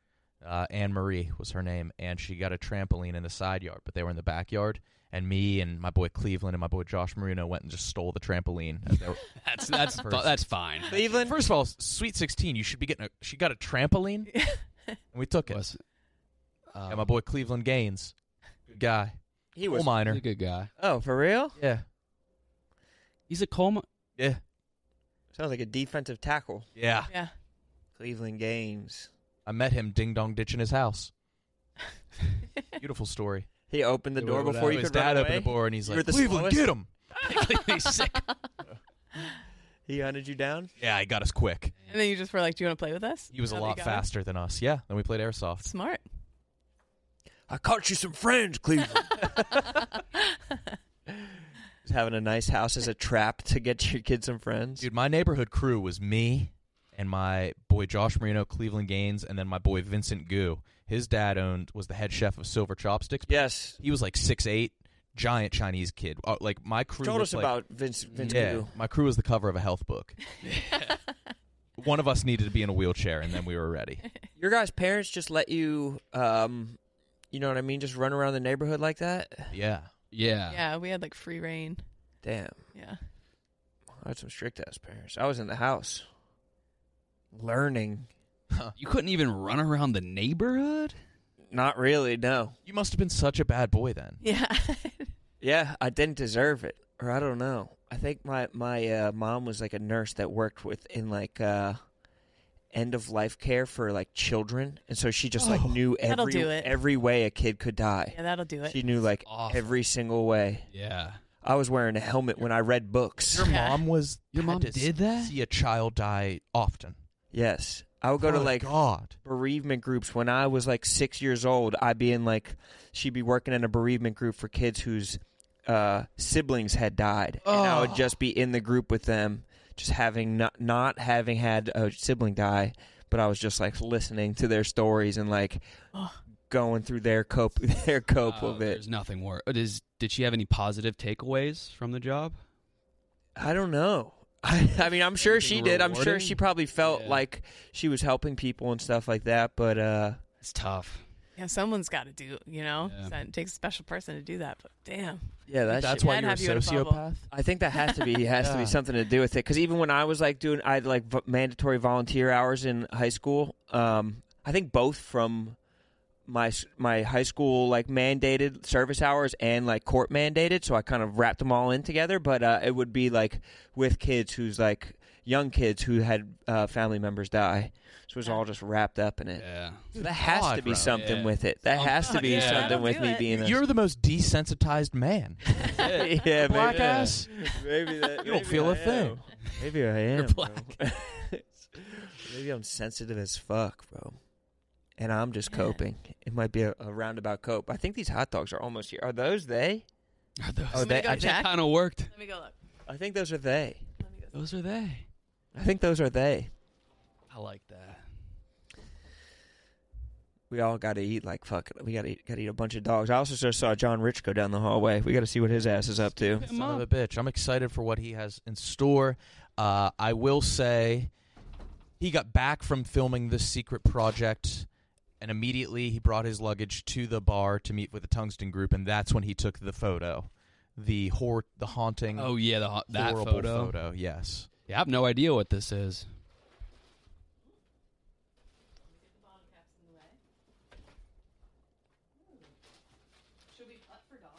A: Uh, Anne Marie was her name, and she got a trampoline in the side yard, but they were in the backyard. And me and my boy Cleveland and my boy Josh Marino went and just stole the trampoline. as they were-
C: [LAUGHS] That's
A: [LAUGHS]
C: that's
A: First.
C: that's fine.
E: Cleveland?
A: First of all, sweet sixteen, you should be getting a. She got a trampoline, and we took it. and my boy Cleveland Gaines, good guy,
E: He
A: coal
E: was.
A: miner.
C: He's a good guy.
E: Oh, for real?
A: Yeah,
C: He's a coal mi-
A: yeah,
E: Sounds like a defensive tackle.
A: yeah.
D: yeah.
E: Cleveland Games.
A: I met him ding dong ditching his house. [LAUGHS] Beautiful story.
E: He opened the
C: Yeah,
E: door
C: what- what
E: before you
A: his
E: could
A: dad
E: run
A: opened
E: away?
A: the door and he's
E: You were
A: like,
E: the
A: Cleveland,
E: slowest?
A: get
E: [LAUGHS]
A: him.
C: He's sick.
E: He hunted you down?
A: Yeah, he got us quick.
D: And then you just were like, "Do you want to play with us?"
A: He was a
D: How they
A: lot
D: Oh, got
A: faster than us. Yeah. Then we played
D: it.
A: airsoft.
D: Smart.
E: I caught you some friends, Cleveland. Just having a nice house as a trap to get your kids some friends.
A: Dude, my neighborhood crew was me and my boy Josh Marino, Cleveland Gaines, and then my boy Vincent Goo. His dad owned was the head chef of Silver Chopsticks.
E: Yes.
A: He was like six eight, giant Chinese kid. Uh, like my crew
E: Told
A: looked
E: us
A: like-
E: about Vince. Vince
A: yeah,
E: Gill.
A: my crew was the cover of a health book. One of us needed to be in a wheelchair, and then we were ready.
E: Your guys' parents just let you, um, you know what I mean, just run around the neighborhood like that.
A: Yeah.
C: Yeah.
D: Yeah, we had like free reign.
E: Damn,
D: Yeah.
E: I had some strict ass parents. I was in the house learning.
C: You couldn't even run around the neighborhood?
E: Not really, no.
A: You must have been such a bad boy then.
D: Yeah.
E: Yeah, I didn't deserve it, or I don't know. I think my my uh, mom was like a nurse that worked with in like uh, end of life care for like children, and so she just
D: Oh,
E: like knew
D: that'll
E: every
D: do it.
E: every way a kid could die.
D: Yeah, that'll do it.
E: She knew like every single way.
A: Yeah.
E: I was wearing a helmet when I read books.
A: Your mom was. Your mom
E: did
A: that. See a child die often.
E: Yes. I would go to
A: My
E: like
A: God.
E: bereavement groups when I was like six years old. I'd be in like she'd be working in a bereavement group for kids whose uh, siblings had died, and I would just be in the group with them, just having not not having had a sibling die, but I was just like listening to their stories and like
D: Ugh.
E: going through their cope [LAUGHS] their cope of it.
C: There's nothing worse. Is did she have any positive takeaways from the job?
E: I don't know. [LAUGHS] I, I mean, I'm sure she did. I'm sure
C: rewarding?
E: she probably felt like she was helping people and stuff like that, but uh,
C: it's tough.
D: Yeah, someone's got to do. You know, So it takes a special person to do that. But damn.
E: Yeah, that
D: That's
E: shit-
D: why That'd you're a have you in a bubble. sociopath?
E: I think that has
D: [LAUGHS]
E: to be has to
D: Yeah.
E: be something to do with it. Because even when I was like doing, I had like v- mandatory volunteer hours in high school. Um, I think both from my s- my high school like mandated service hours and like court mandated, so I kind of wrapped them all in together. But uh, it would be like with kids who's like young kids who had uh, family members die, so it was all just wrapped up in it.
C: Yeah,
E: so that has to
A: God,
E: be
A: bro.
E: something
A: Yeah.
E: with it.
D: Oh,
E: That has to be
A: Yeah.
E: something with me being. a-
A: You're the most desensitized man.
E: [LAUGHS] yeah,
A: black
E: maybe.
A: ass.
E: Maybe that.
A: You don't
E: maybe
A: feel
E: I
A: a thing.
E: am. Maybe I am.
A: You're
E: Bro. [LAUGHS] maybe I'm sensitive as fuck, bro. And I'm just coping. It might be a, a roundabout cope. I think these hot dogs are almost here. Are those they?
C: Are those?
E: Oh,
D: Let me
E: they,
D: go
E: I think,
D: check.
C: Kind of worked.
D: Let me go look.
E: I think those are they.
C: Those are they.
E: I think those are they.
C: I like that.
E: We all got to eat like fuck. We got to eat, gotta eat a bunch of dogs. I also just saw John Rich go down the hallway. We got to see what his ass is up to.
A: Son of a bitch. I'm excited for what he has in store. Uh, I will say he got back from filming this secret project and immediately he brought his luggage to the bar to meet with the Tungsten group and that's when he took the photo. The hor- the haunting
C: Oh yeah, the, ho- that
A: horrible
C: photo.
A: photo. Yes.
C: Yeah, I have no idea what this is.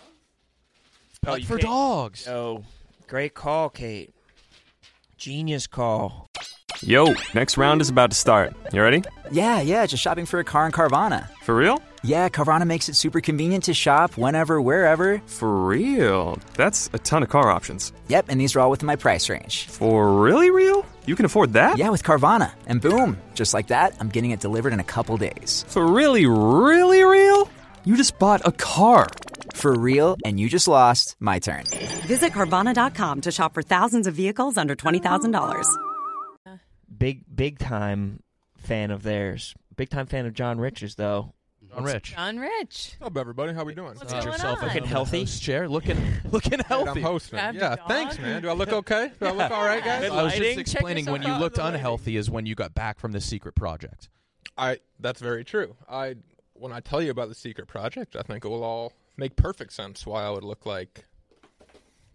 E: Oh,
A: But
E: you
A: for
E: can't-
A: dogs.
E: Oh, great call, Kate. Genius call.
H: Yo, next round is about to start. You ready?
L: Yeah, yeah, just shopping for a car in Carvana.
H: For real?
L: Yeah, Carvana makes it super convenient to shop whenever, wherever.
H: For real? That's a ton of car options.
L: Yep, and these are all within my price range.
H: For really real? You can afford that?
L: Yeah, with Carvana. And boom, just like that, I'm getting it delivered in a couple days.
H: For really, really real? You just bought a car.
L: For real, and you just lost my turn.
G: Visit Carvana.com to shop for thousands of vehicles under $20,000.
E: big big time fan of theirs. Big time fan of John Rich's though.
A: John Rich.
D: John Rich.
K: Hello, everybody. How we doing?
D: What's going on?
A: Looking
E: healthy.
A: chair. Looking [LAUGHS] looking
K: Dude,
A: healthy.
K: I'm hosting. Yeah, thanks, man. Do I look okay? Do I look all right, guys?
A: I was just explaining when you looked unhealthy is when you got back from the secret project.
K: I. That's very true. I when I tell you about the secret project, I think it will all make perfect sense why I would look like.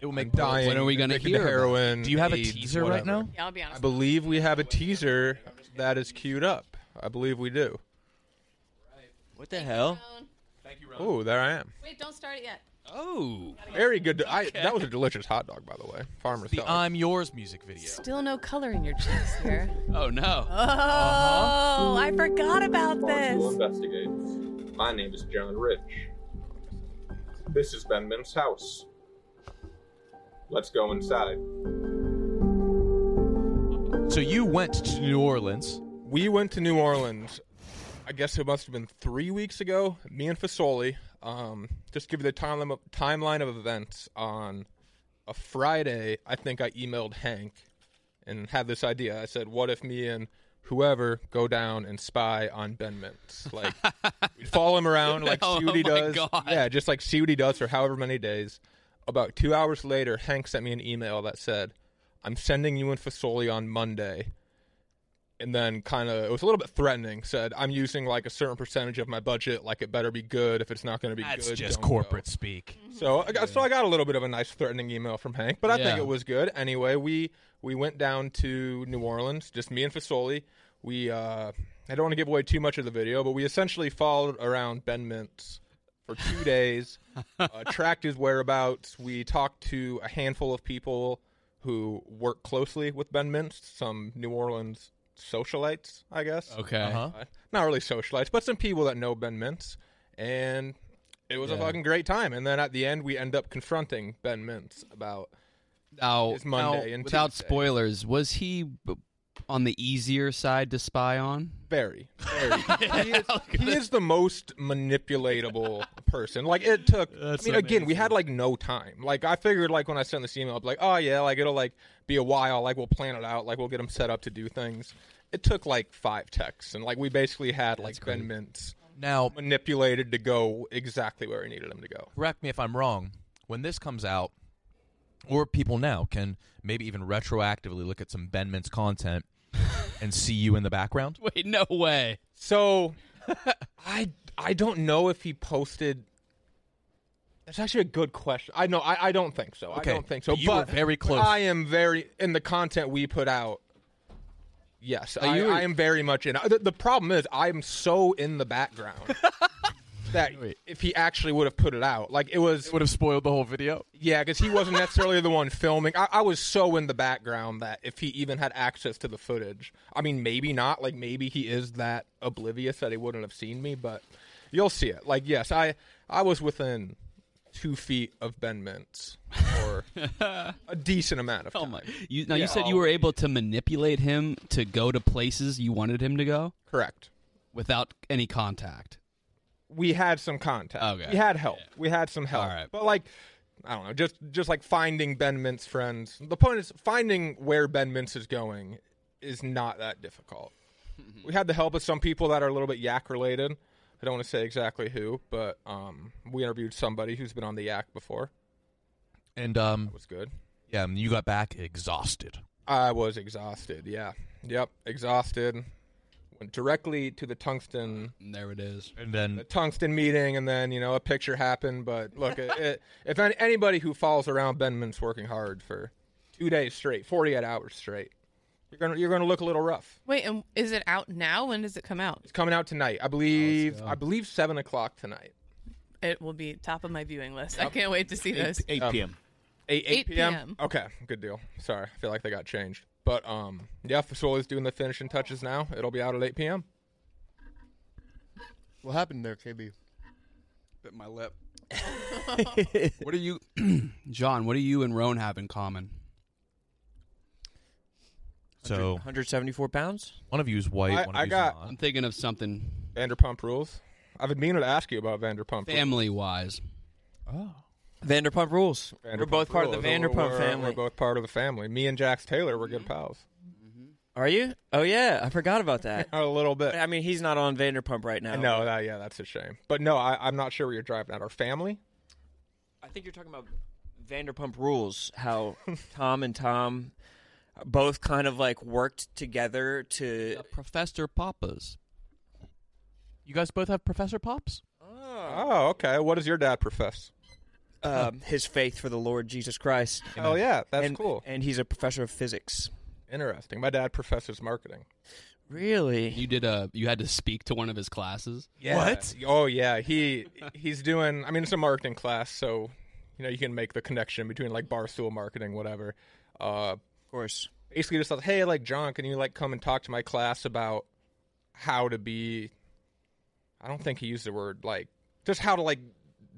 A: It will
K: make dying.
C: When are we gonna
K: addicted
C: hear about it?
K: heroin?
A: Do you have a
K: AIDS,
A: teaser right
K: whatever.
A: now?
D: Yeah, I'll be honest.
K: I believe we have a teaser that is queued up. I believe we do.
E: What the hell?
K: Oh, there I am.
D: Wait, don't start it yet.
C: Oh,
K: very good. I, that was a delicious hot dog, by the way. Farmer's
A: The
K: dog.
A: I'm Yours music video.
D: Still no color in your cheeks here.
C: Oh no.
D: Oh, I forgot about this.
K: investigates. My name is John Rich. This is Benman's house. Let's go inside.
A: So you went to New Orleans.
K: We went to New Orleans. I guess it must have been three weeks ago. Me and Fasoli. Um, just give you the timeline of, timeline of events. On a Friday, I think I emailed Hank and had this idea. I said, "What if me and whoever go down and spy on Ben Mintz? Like, we'd follow him around, like
C: No,
K: see what he
C: [LAUGHS] oh my
K: does.
C: God.
K: Yeah, just like see what he does for however many days." About two hours later, Hank sent me an email that said, "I'm sending you and Fasoli on Monday." and then kind of it was a little bit threatening. Said I'm using like a certain percentage of my budget. Like it better be good. If it's not going to be
A: That's
K: good,
A: just
K: don't go."
A: corporate speak.
K: [LAUGHS] So I got, so I got a little bit of a nice threatening email from Hank, but I
A: Yeah.
K: think it was good. Anyway, we we went down to New Orleans, just me and Fasoli. We uh, I don't want to give away too much of the video, but we essentially followed around Ben Mintz for two days, uh, tracked his whereabouts. We talked to a handful of people who work closely with Ben Mintz, some New Orleans socialites, I guess.
C: Okay. Uh-huh.
K: Uh, not really socialites, but some people that know Ben Mintz. And it was a
C: Yeah.
K: fucking great time. And then at the end, we end up confronting Ben Mintz about
C: Now,
K: his Monday
C: now,
K: and
C: without
K: Tuesday.
C: spoilers, was he b- on the easier side to spy on?
K: Very. Very. [LAUGHS] he, is, he is the most manipulatable person. Like it took.
C: That's
K: I mean, again, we had like no time. Like I figured, like when I sent this email, I'd be like, oh yeah, like it'll like be a while. Like we'll plan it out. Like we'll get him set up to do things. It took like five texts, and like we basically had like Ben Mintz
A: now
K: manipulated to go exactly where we needed him to go.
A: correct me if I'm wrong, when this comes out, or people now can maybe even retroactively look at some Ben Mintz content and see you in the background.
C: [LAUGHS] Wait, no way.
K: So [LAUGHS] I I don't know if he posted. That's actually a good question. I know I, I don't think so.
A: Okay,
K: I don't think so.
A: you were
K: but
A: very
K: but
A: close.
K: I am very in the content we put out. Yes,
C: Are
K: I,
C: you-
K: I am very much in. The, the problem is I'm so in
A: [LAUGHS]
K: the background that if he actually would have put it out, like it was,
A: would have spoiled the whole video.
K: Yeah, because he wasn't necessarily the one filming. I, I was so in the background that if he even had access to the footage, I mean, maybe not. Like, maybe he is that oblivious that he wouldn't have seen me. But you'll see it. Like, yes, I I was within two feet of Ben Mintz
C: [LAUGHS]
K: or a decent amount of time. Oh my!
C: You, now you said you were able to manipulate him to go to places you wanted him to go.
K: Correct.
C: Without any contact.
K: we had some contact.
C: Okay.
K: We had help. We had some help. But like I don't know, just just like finding Ben Mint's friends. The point is finding where Ben Mintz is going is not that difficult. We had the help of some people that are a little bit yak related. I don't want to say exactly who, but um, we interviewed somebody who's been on the yak before.
A: And um,
K: was good.
A: Yeah, and you got back exhausted.
K: I was exhausted. Yeah. Yep. Exhausted. Went directly to the tungsten.
C: There it is.
A: And then
K: the tungsten meeting, and then you know a picture happened. But
C: [LAUGHS]
K: look, it, it, if any, anybody who follows around Benman's working hard for two days straight, forty-eight hours straight, you're gonna you're gonna look a little rough.
D: Wait, and is it out now? When does it come out?
K: It's coming out tonight, I believe. I believe seven o'clock tonight.
D: It will be top of my viewing list. I can't wait to see this.
K: Um, Eight,
D: 8
K: 8 p.m.
D: p.m..
K: Okay, good deal. Sorry, I feel like they got changed. But um, yeah, Fasoli's doing the finishing touches now. It'll be out at 8 p.m.
M: What happened there, KB? Bit my
E: [LAUGHS]
M: lip.
C: what are you, John? What do you and Roan have in common?
A: So
E: 174 pounds.
A: One of you is white.
K: I-
A: one of
K: I
A: you's
K: got-
A: not.
C: I'm thinking of something
K: Vanderpump Rules. I've been meaning to ask you about Vanderpump.
C: family wise.
A: Oh.
E: Vanderpump Rules. We're
K: Vanderpump
E: both part of
K: Rules.
E: the
K: We're-
E: Vanderpump
K: we're-
E: family.
K: We're both part of the family. Me and Jax Taylor, we're good pals.
E: Are you? Oh yeah, I forgot about that.
K: [LAUGHS] a little bit.
E: I mean, he's not on Vanderpump right now.
K: No, that, yeah, that's a shame. But no, I, I'm not sure where you're driving at. Our family?
E: I think you're talking about Vanderpump Rules. How [LAUGHS] Tom and Tom both kind of like worked together to
C: Professor Papas.
A: You guys both have Professor Pops?
K: Oh, okay. What does your dad profess?
E: um, his faith for the Lord Jesus Christ.
K: Oh, yeah, that's
E: And-
K: cool.
E: And he's a professor of physics.
K: Interesting. My dad professes marketing.
E: Really?
C: You did a. You had to speak to one of his classes.
K: Yeah. Oh, yeah. He he's doing. I mean, it's a marketing class, so you know you can make the connection between like barstool marketing, whatever. Uh, of
E: course.
K: Basically, just like, hey, like John, can you like come and talk to my class about how to be? I don't think he used the word like just how to like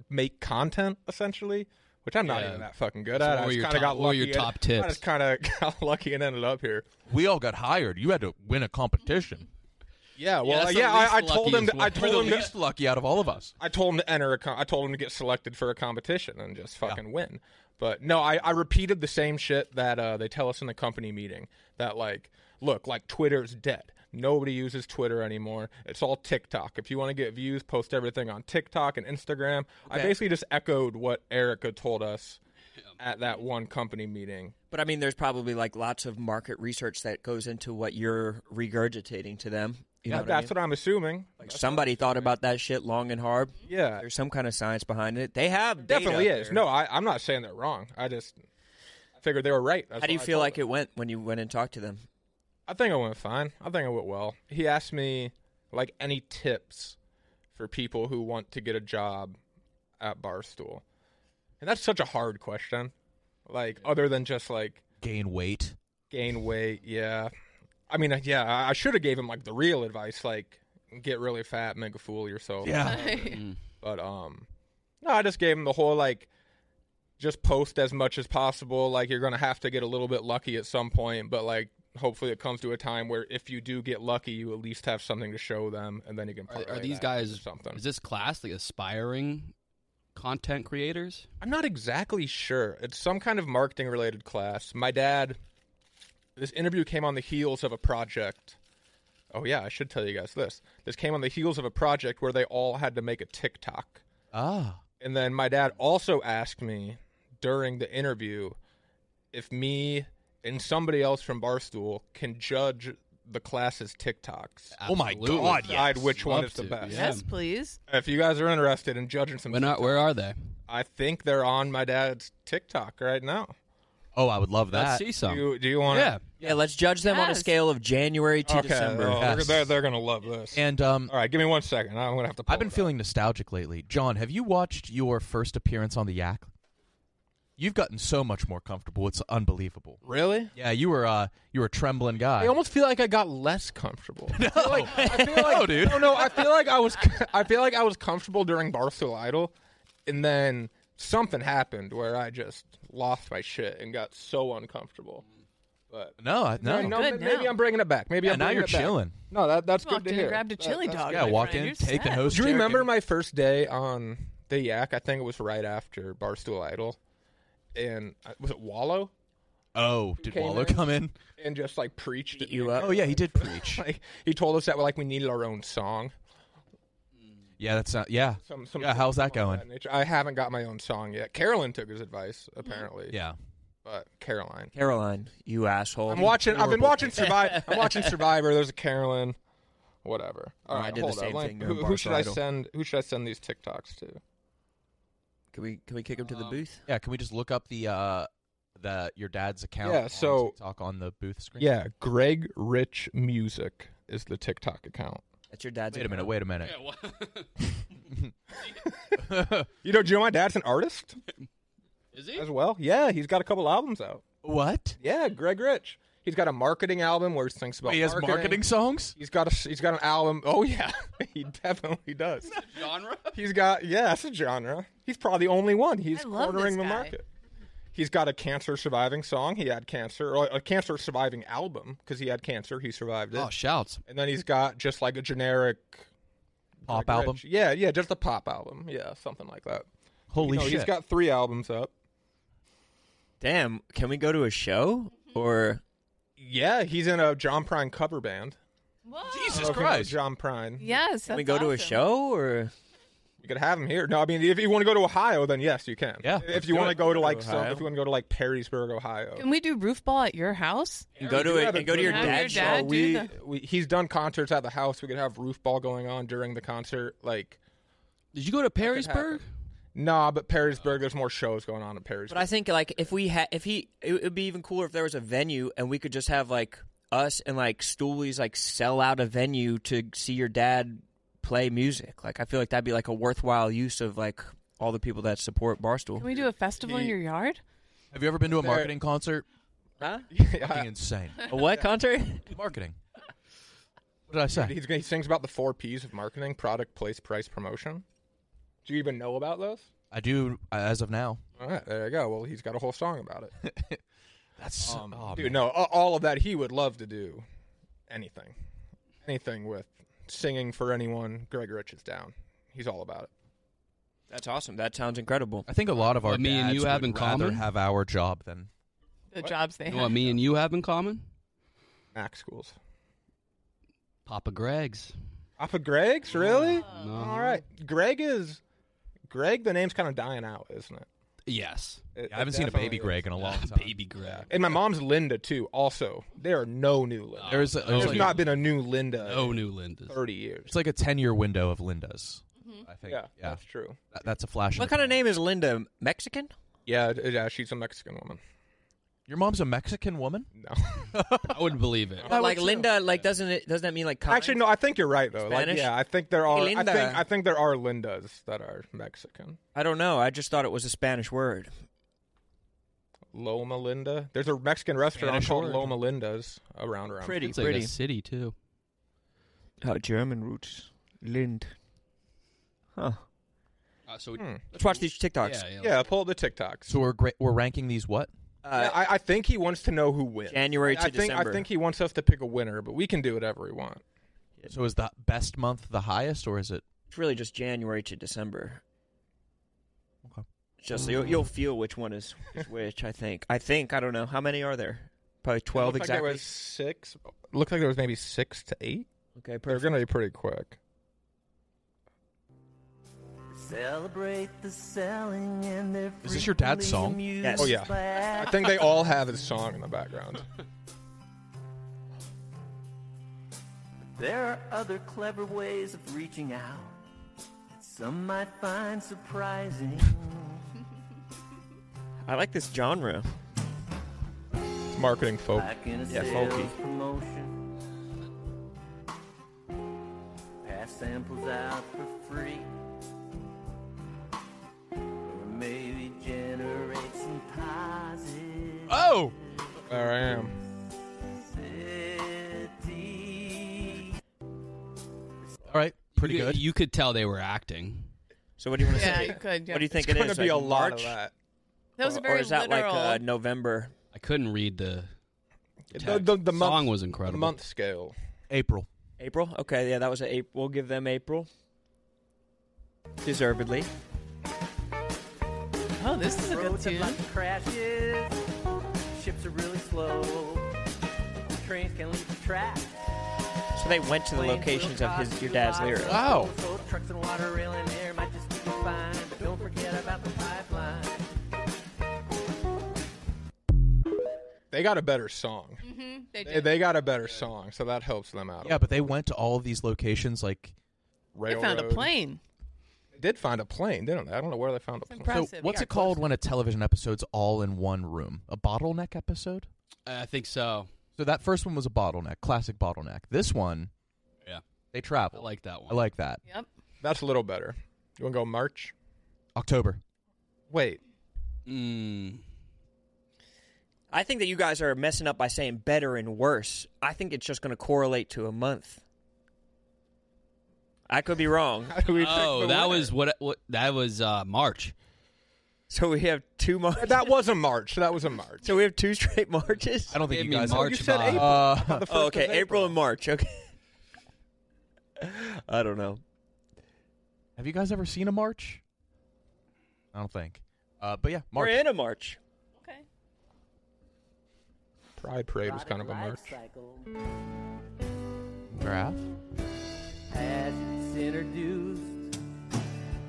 K: make content essentially, which I'm not
C: Yeah.
K: even that fucking good
C: So
K: at.
C: what
K: I
C: were
K: just
C: your
K: kind of
C: top-
K: got
C: what were
K: lucky.
C: your
K: and-
C: top tips?
K: [LAUGHS] I just kind of got lucky and ended up here.
A: We all got hired. You had to win a competition.
K: Yeah, well,
A: that's the
K: yeah, I, I
A: least
K: told him.
A: luckiest
K: To, I
A: one.
K: told
A: You're
K: him
A: the
K: to-
A: least lucky out of all of us.
K: I told him to enter a. Com- I told him to get selected for a competition and just fucking win. But no, I, I repeated the same shit that uh, they tell us in the company meeting. That like, look, like Twitter's dead. Nobody uses Twitter anymore. It's all TikTok. If you want to get views, post everything on TikTok and Instagram. I
E: Okay.
K: basically just echoed what Erica told us at that one company meeting.
E: But I mean, there's probably like lots of market research that goes into what you're regurgitating to them. You know
K: Yeah,
E: what
K: that's
E: I mean?
K: what I'm assuming.
E: Like somebody thought about that shit long and hard.
K: Yeah,
E: there's some kind of science behind it. They have data
K: Definitely
E: out
K: is.
E: there.
K: No, I, I'm not saying they're wrong. I just I figured they were right. That's
E: How do you
K: what I
E: feel
K: told
E: like it went when you went and talked to them?
K: I think I went fine. I think I went well. He asked me like any tips for people who want to get a job at Barstool, and that's such a hard question. Like other than just like
A: gain weight,
K: gain weight, yeah. I mean, uh, yeah, I, I should have gave him like the real advice, like get really fat, make a fool of yourself.
C: Yeah.
K: but um, no, I just gave him the whole like, just post as much as possible. Like you're gonna have to get a little bit lucky at some point, but like hopefully it comes to a time where if you do get lucky, you at least have something to show them, and then you can.
C: Are,
K: parlay
C: these
K: that
C: guys
K: into something?
C: Is this class like aspiring content creators?
K: I'm not exactly sure. It's some kind of marketing related class. My dad, this interview came on the heels of a project. Oh, yeah, I should tell you guys this. This came on the heels of a project where they all had to make a TikTok.
A: Ah.
K: And then my dad also asked me during the interview if me and somebody else from Barstool can judge the class's TikToks.
A: Oh my Absolutely. God,
K: Decide
A: yes.
K: which one
A: Love
K: is the
A: to,
K: best.
A: yeah.
D: Yes, please.
K: If you guys are interested in judging some,
C: Where not- where are they?
K: I think they're on my dad's TikTok right now.
A: Oh, I would love that.
K: Do you, do you want?
A: Yeah.
E: Yeah, let's judge them on a scale of January to
K: Okay,
E: December.
K: oh, they're- they're, they're gonna love this.
A: And um,
K: all right, give me one second. I'm gonna have to.
A: I've been feeling nostalgic lately. John, have you watched your first appearance on the Yak? You've gotten so much more comfortable. It's unbelievable.
K: Really?
A: Yeah, you were uh, you were a trembling guy.
K: I almost feel like I got less comfortable. No, I feel like, I
A: [LAUGHS]
K: feel like,
A: No, dude.
K: No, no, I feel like I was, [LAUGHS] I feel like I was comfortable during Barstool Idol, and then something happened where I just lost my shit and got so uncomfortable. But
A: no, I- no.
K: no,
A: Good
K: maybe
A: now.
K: I'm bringing it back. Maybe
A: Yeah,
K: I'm
A: now
K: bringing
A: you're
K: it back.
A: chilling.
K: No, that that's
D: You walked
K: good to
D: in
K: hear.
D: and grabbed a chili
K: that's
D: dog,
A: Yeah,
K: good.
A: walk in, take the host.
K: Do you
A: chair,
K: remember my first day on the Yak? I think it was right after Barstool Idol, and uh, was it Wallow?
A: Oh, did
K: came
A: Wallow
K: in
A: come in?
K: and just like preached at
E: you
K: me.
E: up?
A: Oh yeah, he
K: [LAUGHS]
A: did preach.
K: Like, he told us that like we needed our own song.
A: Yeah, that's not. Yeah.
K: Some, some
A: yeah, how's that
K: something of
A: going?
K: that nature. I haven't got my own song yet. Carolyn took his advice
E: Mm-hmm.
K: apparently.
A: Yeah.
K: but Caroline.
E: Caroline, you asshole.
K: I'm watching. I've been
E: Horrible. [LAUGHS]
K: watching Survivor. I'm watching Survivor. There's a Carolyn. Whatever. All
E: No, I
K: right,
E: did the
K: hold up.
E: same
K: Let-
E: thing during
K: Who, who
E: Barstool
K: should I
E: Idol.
K: send? Who should I send these TikToks to?
E: Can we can we kick him to the
D: Um,
E: booth?
A: Yeah, can we just look up the uh the your dad's account?
K: Yeah,
A: on
K: so-
A: TikTok on the booth screen.
K: Yeah, Greg Rich Music is the TikTok account.
E: That's your dad's.
A: Wait a minute.
E: account.
A: Wait a minute. [LAUGHS]
K: [LAUGHS] You know, do you know my dad's an artist
C: [LAUGHS] Is he?
K: as well? Yeah, he's got a couple albums out.
A: What?
K: Yeah, Greg Rich. He's got a marketing album where he thinks about
A: Wait, he has
K: marketing.
A: marketing songs?
K: He's got a he's got an album. Oh yeah, [LAUGHS] he
C: [LAUGHS]
K: definitely does.
C: Genre?
K: He's got yeah, it's a genre. He's probably the only one. He's
D: I love
K: cornering
D: this
K: the
D: guy.
K: market. He's got a cancer surviving song. He had cancer, or a cancer surviving album because he had cancer. He survived it.
C: Oh, shouts.
K: and then he's got just like a generic
A: Pop
K: Greg
A: album?
K: Rich- Yeah, yeah, just a pop album. Yeah, something like that.
A: Holy
K: You know, He's
A: shit.
K: got three albums up.
E: Damn, can we go to a show or?
K: Yeah, he's in a John Prine cover band. I
A: Jesus
K: don't know if you know
A: Christ.
K: John Prine.
D: Yes.
E: Can we
D: that's
E: go to a
D: awesome.
E: show or?
K: You could have him here. No, I mean, if you want to go to Ohio, then yes, you can.
A: Yeah,
K: If
A: let's
K: you
A: do
K: want to
A: it.
K: go to like,
E: Go to
K: some,
E: Ohio.
K: if you want to go to like Perrysburg, Ohio,
D: Can we do roof ball at your house?
E: And go
K: We
E: to
K: do
E: it
K: have a
E: and go to
K: good
E: your
D: Have your
E: dad's
D: dad
E: show.
D: do
E: We
D: the-
K: we, he's done concerts at the house. We could have roof ball going on during the concert. Like,
C: Did you go to Perrysburg?
K: nah, but Perrysburg, there's more shows going on in Perrysburg.
E: But I think like if we had if he it would be even cooler if there was a venue and we could just have like us and like Stoolies like sell out a venue to see your dad play music. Like I feel like that'd be like a worthwhile use of like all the people that support Barstool.
D: Can we do a festival in
K: He-
D: your yard?
A: Have you ever been to a
K: There-
A: marketing concert?
E: Huh?
A: [LAUGHS] Fucking
K: yeah,
A: insane.
E: A what concert?
A: Marketing. What did I say?
K: he's, he sings about the four P's of marketing: product, place, price, promotion. Do you even know about those?
A: I do uh, as of now.
K: All right, there you go. Well, he's got a whole song about it.
A: [LAUGHS] That's
K: Um,
A: oh,
K: dude,
A: man.
K: no, a- all of that. He would love to do anything, anything with singing for anyone. Greg Rich is down. He's all about it.
E: That's awesome. That sounds incredible.
A: I think a lot of our
C: What me and
A: dads
C: you have
A: would
C: in
A: rather
C: common?
A: have our job than
D: The jobs they
C: You know what
D: have.
C: me and you have in common?
K: Mac schools.
C: Papa Greg's.
K: Off of Greg's, really?
C: No.
K: All right, Greg is Greg. The name's kind of dying out, isn't it?
C: Yes.
K: It-
A: I haven't
K: it
A: seen a baby
K: definitely is.
A: Greg in a
C: [LAUGHS]
A: long time.
C: Baby Greg.
K: And my mom's Linda too. Also, there are no new Linda.
A: There's a,
C: Oh,
A: there's
K: There's
A: like,
K: not been a new Linda
C: No
K: in
C: new Lindas.
K: thirty years.
A: it's like a ten year window of Linda's. I think.
K: Mm-hmm. yeah,
A: Yeah,
K: that's true.
A: That- that's a flash. in
E: What
A: the
E: kind of
A: pan.
E: name is Linda? Mexican?
K: Yeah, d- yeah. She's a Mexican woman.
A: Your mom's a Mexican woman.
K: No,
C: [LAUGHS] I wouldn't believe it.
E: But like Linda, like doesn't it doesn't that mean like kind?
K: actually, no. I think you're right though. Like,
E: Spanish?
K: yeah, I think there
E: Hey,
K: are. I
E: Linda.
K: think I think there are Lindas that are Mexican.
E: I don't know. I just thought it was a Spanish word.
K: Loma Linda. There's a Mexican restaurant
C: Spanish
K: called
C: word.
K: Loma Linda's around around.
E: Pretty,
C: It's like
E: pretty.
C: a city too.
E: Oh, German roots. Lind. Huh.
C: Uh, so
E: Let's watch these TikToks.
K: Hmm. Yeah, pull up the TikToks.
A: [LAUGHS] So we're gra- we're ranking these what?
K: Yeah, Uh, I, I think he wants to know who wins.
E: January to
K: I think,
E: December.
K: I think he wants us to pick a winner, but we can do whatever we want.
A: So is the best month the highest, or is it?
E: It's really just January to December. Just so you'll, you'll feel which one is, is which. I think. I think. I don't know. How many are there? Probably twelve
K: Looks
E: exactly.
K: Like there was six. Looks like there was maybe six to eight.
E: Okay,
K: They're gonna be pretty quick.
B: Celebrate the selling and their
K: Is this your dad's song?
B: Yes.
K: Oh yeah. I think they all have his song in the background.
B: There are other clever ways of reaching out. that Some might find surprising.
E: I like this genre.
K: It's marketing folk.
B: Like in a
E: Yeah,
B: sales
E: folky.
B: promotion. Pass samples out for free. Or maybe generate some positive
K: Oh. There I am.
A: All right, pretty
C: you,
A: good.
C: You could tell they were acting.
E: So what do you want to
D: Yeah,
E: say?
D: you could, yeah.
E: What do you think
C: It's
E: it
C: gonna
E: is,
C: be
E: like
C: a lot of
E: March?
C: that.
D: That was
E: Or-
D: very
E: Or is that
D: literal.
E: like uh, November?
C: I couldn't read the.
K: The,
C: text.
K: the, the month,
C: song was incredible.
K: The month scale.
A: April.
E: April. Okay, yeah, that was a April. We'll give them April. Deservedly.
D: Oh, this is a good
B: Roads
D: tune.
B: have lots of crashes. Ships are really slow. Trains can leave the track.
E: So they went to the locations of his your dad's lyrics.
B: Wow. So trucks and water rail and air might just be fine, but don't forget about the pipeline.
K: They got a better song.
D: Mhm, they
K: They,
D: did.
K: they got a better song, so that helps them out.
A: Yeah, but they went to all of these locations like
D: They found a
K: Railroad.
D: plane.
K: They did find a plane, didn't they? I don't know where they found a plane.
A: So
D: Impressive.
A: what's
D: Yeah,
A: it called when a television episode's all in one room? A bottleneck episode?
C: I think so.
A: So that first one was a bottleneck, classic bottleneck. This one,
C: Yeah.
A: they travel.
C: I like that one.
A: I like that.
D: Yep.
K: That's a little better. You want to go March?
A: October.
K: Wait.
C: Mm.
E: I think that you guys are messing up by saying better and worse. I think it's just going to correlate to a month. I could
K: [LAUGHS]
E: be wrong.
C: oh, that was what, what that was uh, March.
E: So we have two months.
K: That was a March. That was a March.
E: So we have two straight Marches.
A: I don't think
C: Gave
A: you
C: me
A: guys.
C: March You said vibes. April.
A: Uh,
C: I thought the
E: oh,
C: first
E: okay,
C: was
E: April. and March. Okay. I don't know.
A: have you guys ever seen a March? I don't think. Uh, but yeah, March.
E: We're in a March.
K: Pride Parade was kind of a March.
A: Graph.
B: As it's introduced,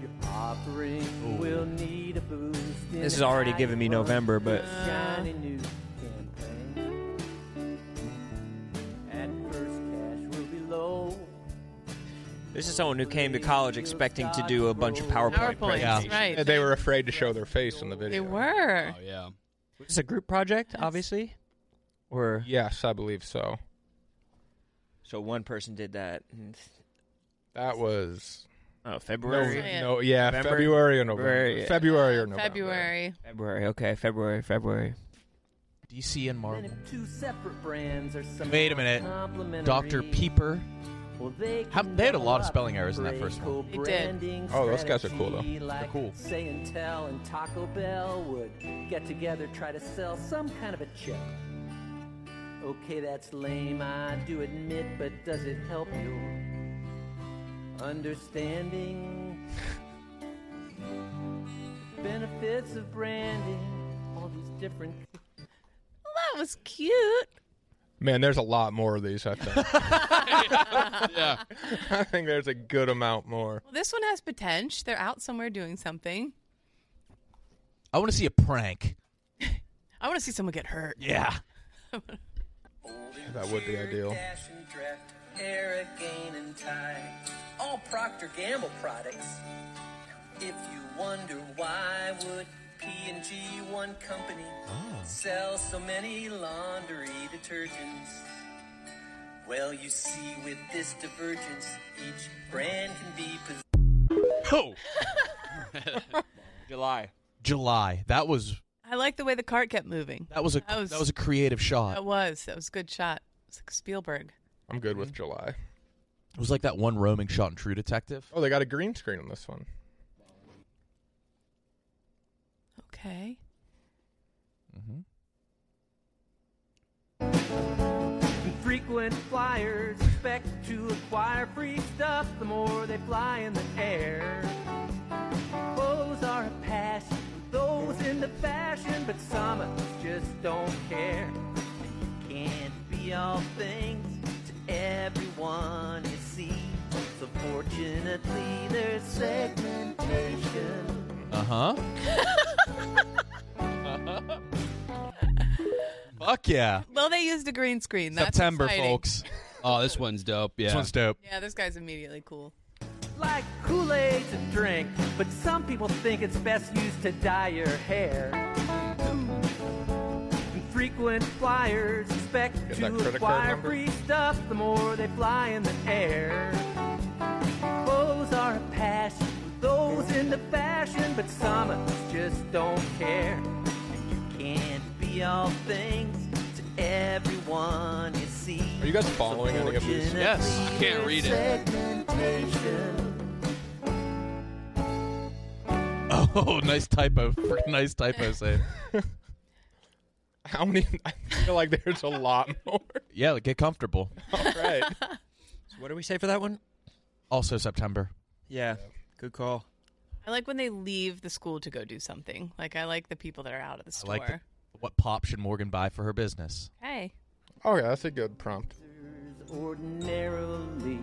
B: your offering will need a boost. in
E: This is
B: the
E: already giving me
B: night month
E: November,
B: with
E: but-
B: shiny new campaign. At first, cash will be low.
E: This is someone who came to college expecting to do a bunch of PowerPoint.
D: PowerPoints,
E: presentations.
D: right.
K: And They were afraid to show their face in the video.
D: They were.
C: Oh yeah.
E: Was this a group project, obviously? Or
K: Yes, I believe so.
E: So one person did that. and-
K: That was
E: Oh, February.
K: No, no yeah, February or November.
E: February, yeah.
K: February or November.
D: February.
E: February. Okay, February, February.
A: DC and Marvel.
B: Two separate brands are somehow
A: Wait a minute.
B: complementary.
A: Dr. Peeper.
B: Well, they,
A: How, they had a lot of spelling errors in that first one.
D: They did.
K: Oh, those guys are cool, though. They're
B: Like
A: cool.
B: Say and Tell and Taco Bell would get together, try to sell some kind of a chip. Okay, that's lame, I do admit, but does it help you? Understanding benefits of branding, all these different.
D: Well, that was cute.
K: Man, there's a lot more of these, I think.
C: yeah.
K: I think there's a good amount more.
D: Well, this one has potential. They're out somewhere doing something.
A: I want to see a prank.
D: I want to see someone get hurt.
A: Yeah.
K: That would be ideal.
B: Dash and Drift, Air Again and Tide, all Procter Gamble products. If you wonder why would P&G, one company,
A: Ah.
B: sell so many laundry detergents, well, you see, with this divergence, each brand can be pos-
A: Oh,
E: July.
A: July. That was
D: I like the way the cart kept moving.
A: That was a that was, a creative shot.
D: That was that was a good shot. It's like Spielberg.
K: I'm good
E: Mm-hmm.
K: with July.
A: It was like that one roaming shot in True Detective.
K: Oh, they got a green screen on this one.
D: Okay. [LAUGHS]
B: Frequent flyers expect to acquire free stuff the more they fly in the air. Clothes are a passion, those into fashion, but some of us just don't care. And you can't be all things to everyone you see. So fortunately, there's segmentation.
A: Uh
E: Uh-huh.
A: huh. Fuck yeah.
D: Well, they used a green screen. That's
A: September,
D: exciting.
A: folks.
C: Oh, this one's dope. Yeah,
A: This one's dope.
D: Yeah, this guy's immediately cool.
B: like Kool-Aid to drink, but some people think it's best used to dye your hair. And frequent flyers expect
K: Get that
B: to
K: credit card
B: acquire
K: number.
B: free stuff the more they fly in the air. Clothes are a passion for those into fashion, but some of us just don't care. And you can't be all things to everyone you see.
K: Are you guys following any of these?
B: Yes.
C: I can't read it.
B: Segmentation.
A: [LAUGHS] Oh, nice typo. Frick, Nice typo save.
K: How many? [LAUGHS] I feel like there's a lot more.
A: [LAUGHS] Yeah, get comfortable.
K: [LAUGHS] All right.
E: what do we say for that one?
A: Also September.
E: Yeah, good call.
D: I like when they leave the school to go do something. Like I like the people that are out of the
A: I
D: store.
A: like the, what pop should Morgan buy for her business?
D: Hey.
K: Oh yeah, that's a good prompt.
B: ordinarily,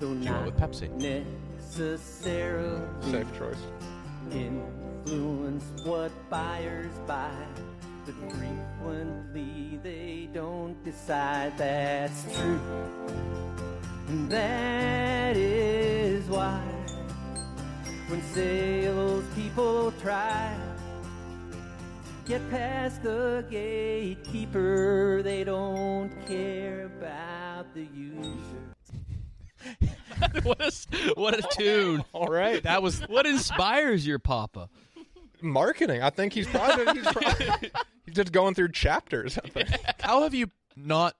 B: though
A: She went
B: not
A: with Pepsi.
B: necessarily
K: Safe choice.
B: influence what buyers buy. But frequently they don't decide that's true. And that is why when salespeople try to get past the gatekeeper, they don't care about the user.
C: what a s- what a tune.
K: All right.
A: That was
C: what inspires your papa.
K: Marketing. I think he's probably he's, probably, he's just going through chapters. [LAUGHS] I think.
A: How have you not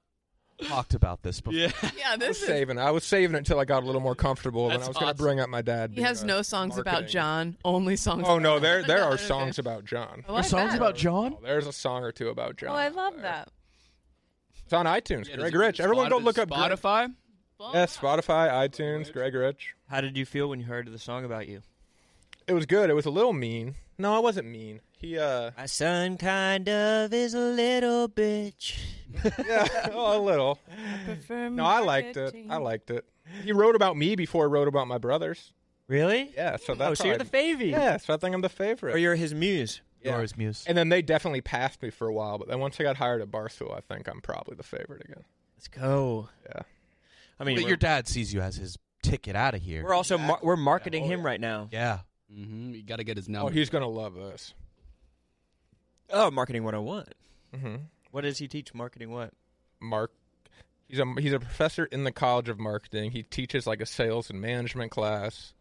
A: talked about this before?
K: Yeah.
D: Yeah,
K: I was
D: this is.
K: saving. it. I was saving it until I got a little more comfortable, and I
D: That's
K: was going
D: awesome.
K: to bring up my dad.
D: He
K: being
D: has
K: a-
D: no songs about
K: marketing.
D: John. Only songs.
K: Oh
D: about
K: no,
D: [LAUGHS]
K: there there are songs about John.
D: I
K: Oh,
D: like There's songs that. about
A: John.
K: There's a song or two about John.
D: Oh, I love that.
K: It's on iTunes. Greg Rich. Everyone go look up Greg-
C: Spotify.
K: Yeah, Spotify, iTunes, Greg Rich.
E: How did you feel when you heard the song about you?
K: It was good. It was a little mean. No, I wasn't mean. He uh
E: My son kind of is a little bitch.
K: [LAUGHS] yeah, oh, a little. No, I liked it. I liked it. He wrote about me before he wrote about my brothers.
E: Really?
K: Yeah, so that's
E: Oh, so you're the favy.
K: Yeah, so I think I'm the favorite.
E: Or you're his muse.
A: You
K: Yeah.
A: are his muse.
K: And then they definitely passed me for a while, but then once I got hired at Barstool, I think I'm probably the favorite again.
E: Let's go.
K: Yeah.
E: I mean,
A: but
E: we're,
A: your dad sees you as his ticket out of here.
E: we're also mar- we're marketing him right now.
A: yeah.
C: Mm-hmm. You got to get his number.
K: Oh, he's gonna love this.
E: Oh, marketing 101.
K: Mm-hmm.
E: What does he teach? Marketing what?
K: Mark. He's a he's a professor in the College of Marketing. He teaches like a sales and management class.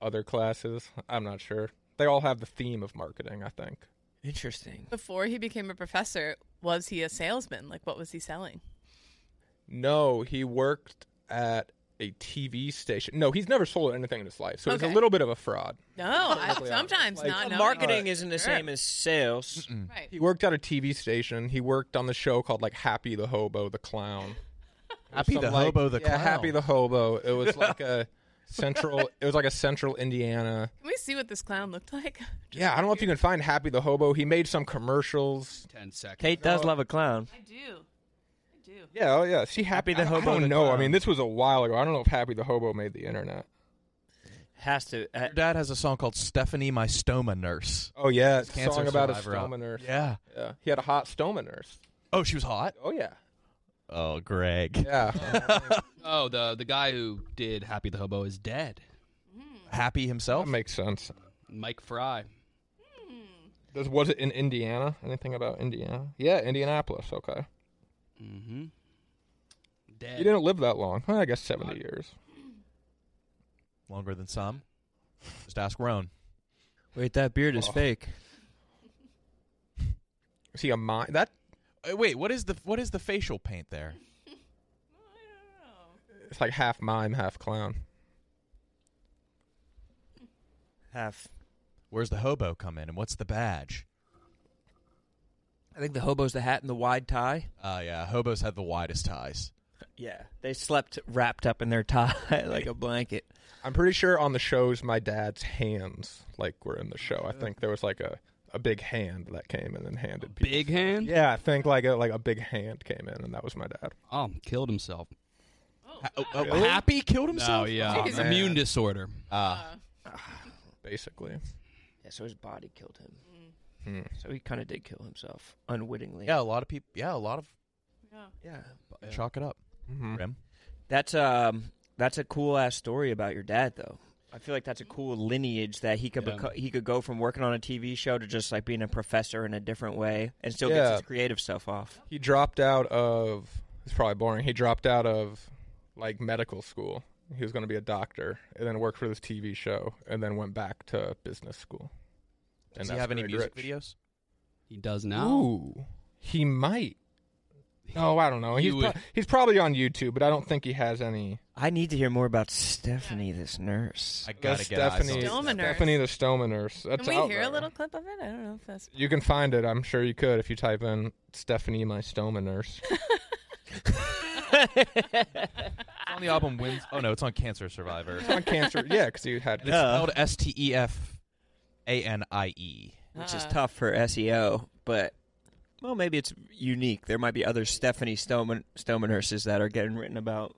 K: Other classes, I'm not sure. They all have the theme of marketing, I think.
E: Interesting.
D: Before he became a professor, was he a salesman? Like, what was he selling?
K: No, he worked at a TV station. No, he's never sold anything in his life, so it's a
D: Okay.
K: little bit of a fraud.
D: No,
E: [LAUGHS]
D: I, sometimes
K: Like,
D: not. knowing.
E: uh, marketing
K: Alright.
E: isn't the
D: Sure.
E: same as sales.
D: Right.
K: He worked at a TV station. He worked on the show called like Happy the Hobo
A: [LAUGHS]
K: the Clown. It was
A: Happy
K: some,
A: the
K: like-
A: Hobo the
K: yeah, Happy
A: Clown.
K: the Hobo.
A: [LAUGHS]
K: It was like a central. It was like a central Indiana.
D: Can we see what this clown looked like?
K: Yeah, I don't know if you can find Happy the Hobo. He made some commercials.
C: Ten seconds.
E: [LAUGHS] Kate does love a clown.
D: I do. I do.
K: Yeah, oh yeah. See, Happy,
E: the
K: I-
E: Hobo
K: I
E: the
K: don't know. I
E: Clown.
K: mean, this was a while ago. I don't know if Happy the Hobo made the internet.
E: Has to. Uh,
A: Your dad has a song called "Stephanie, My Stoma Nurse."
K: Oh yeah, it's a
A: Cancer
K: song about a
A: survivor up.
K: stoma nurse.
A: Yeah.
K: yeah. He had a hot stoma nurse.
A: Oh, she was hot. [LAUGHS]
K: Oh yeah,
A: Oh, Greg.
K: yeah.
C: Oh, the the guy who did Happy the Hobo is dead.
A: Happy
K: Mm. that
A: himself.
K: makes sense.
C: Mike Fry.
K: Does- Was it in Indiana? Anything about Indiana? Yeah, Indianapolis. Okay.
C: Mm-hmm. Dead.
K: You didn't live that long. Well, I guess 70 years.
A: Longer than some. Just ask Roan. Oh.
E: wait, that beard is fake.
K: Is he a mime? That
A: Uh, Wait, what is the what is the facial paint there?
K: [LAUGHS] it's like half mime, half clown.
E: Half.
A: Where's the hobo come in, and what's the badge?
E: I think the hobo's the hat and the wide tie.
A: Uh yeah, hobos have the widest ties.
E: [LAUGHS] Yeah, they slept wrapped up in their tie [LAUGHS] like a blanket.
K: I'm pretty sure on the shows my dad's hands like were in the show. I think there was like a, a big hand that came in and handed people.
C: Big hand?
K: Yeah, I think like a like a big hand came in and that was my dad.
C: Oh, killed himself.
A: Oh, oh, Happy killed himself.
C: No, yeah,
K: Oh, man.
C: immune disorder.
A: Uh,
K: Basically.
E: Yeah, so his body killed him.
K: Hmm.
E: So he kind of did kill himself unwittingly.
A: Yeah, a lot of people. Yeah, a lot of.
D: Yeah.
E: Yeah.
A: b- Chalk it up. Grim.
E: That's um that's a cool ass story about your dad though. I feel like that's a cool lineage that he could
C: Yeah.
E: beco- he could go from working on a TV show to just like being a professor in a different way and still
K: Yeah.
E: gets his creative stuff off.
K: [SIGHS] He dropped out of it's probably boring. He dropped out of like medical school. He was going to be a doctor and then worked for this TV show and then went back to business school.
A: Does he
K: that's
A: have any
K: Greg
A: music
K: Rich.
A: videos?
C: He does now.
K: Ooh, he might. No, I don't know.
C: He
K: He's,
C: would-
K: pro- he's probably on YouTube, but I don't think he has any.
E: I need to hear more about Stephanie, this nurse.
A: I gotta
K: That's
A: get eyes on
K: Stephanie,
A: this.
D: Stoma nurse.
K: Stephanie the Stoma nurse. That's
D: Can we
K: out
D: hear a
K: there.
D: little clip of it? I don't know if that's.
K: You can find it. I'm sure you could if you type in Stephanie my
D: [LAUGHS]
K: Stoma nurse.
A: It's on the album Wins. Oh no, it's on Cancer Survivor.
K: It's on cancer. Yeah, because you had
A: And [LAUGHS] it's spelled S T E F A N I E.
E: Which is tough for SEO, but well, maybe it's unique. There might be other Stephanie Stoman Stoman nurses that are getting written about.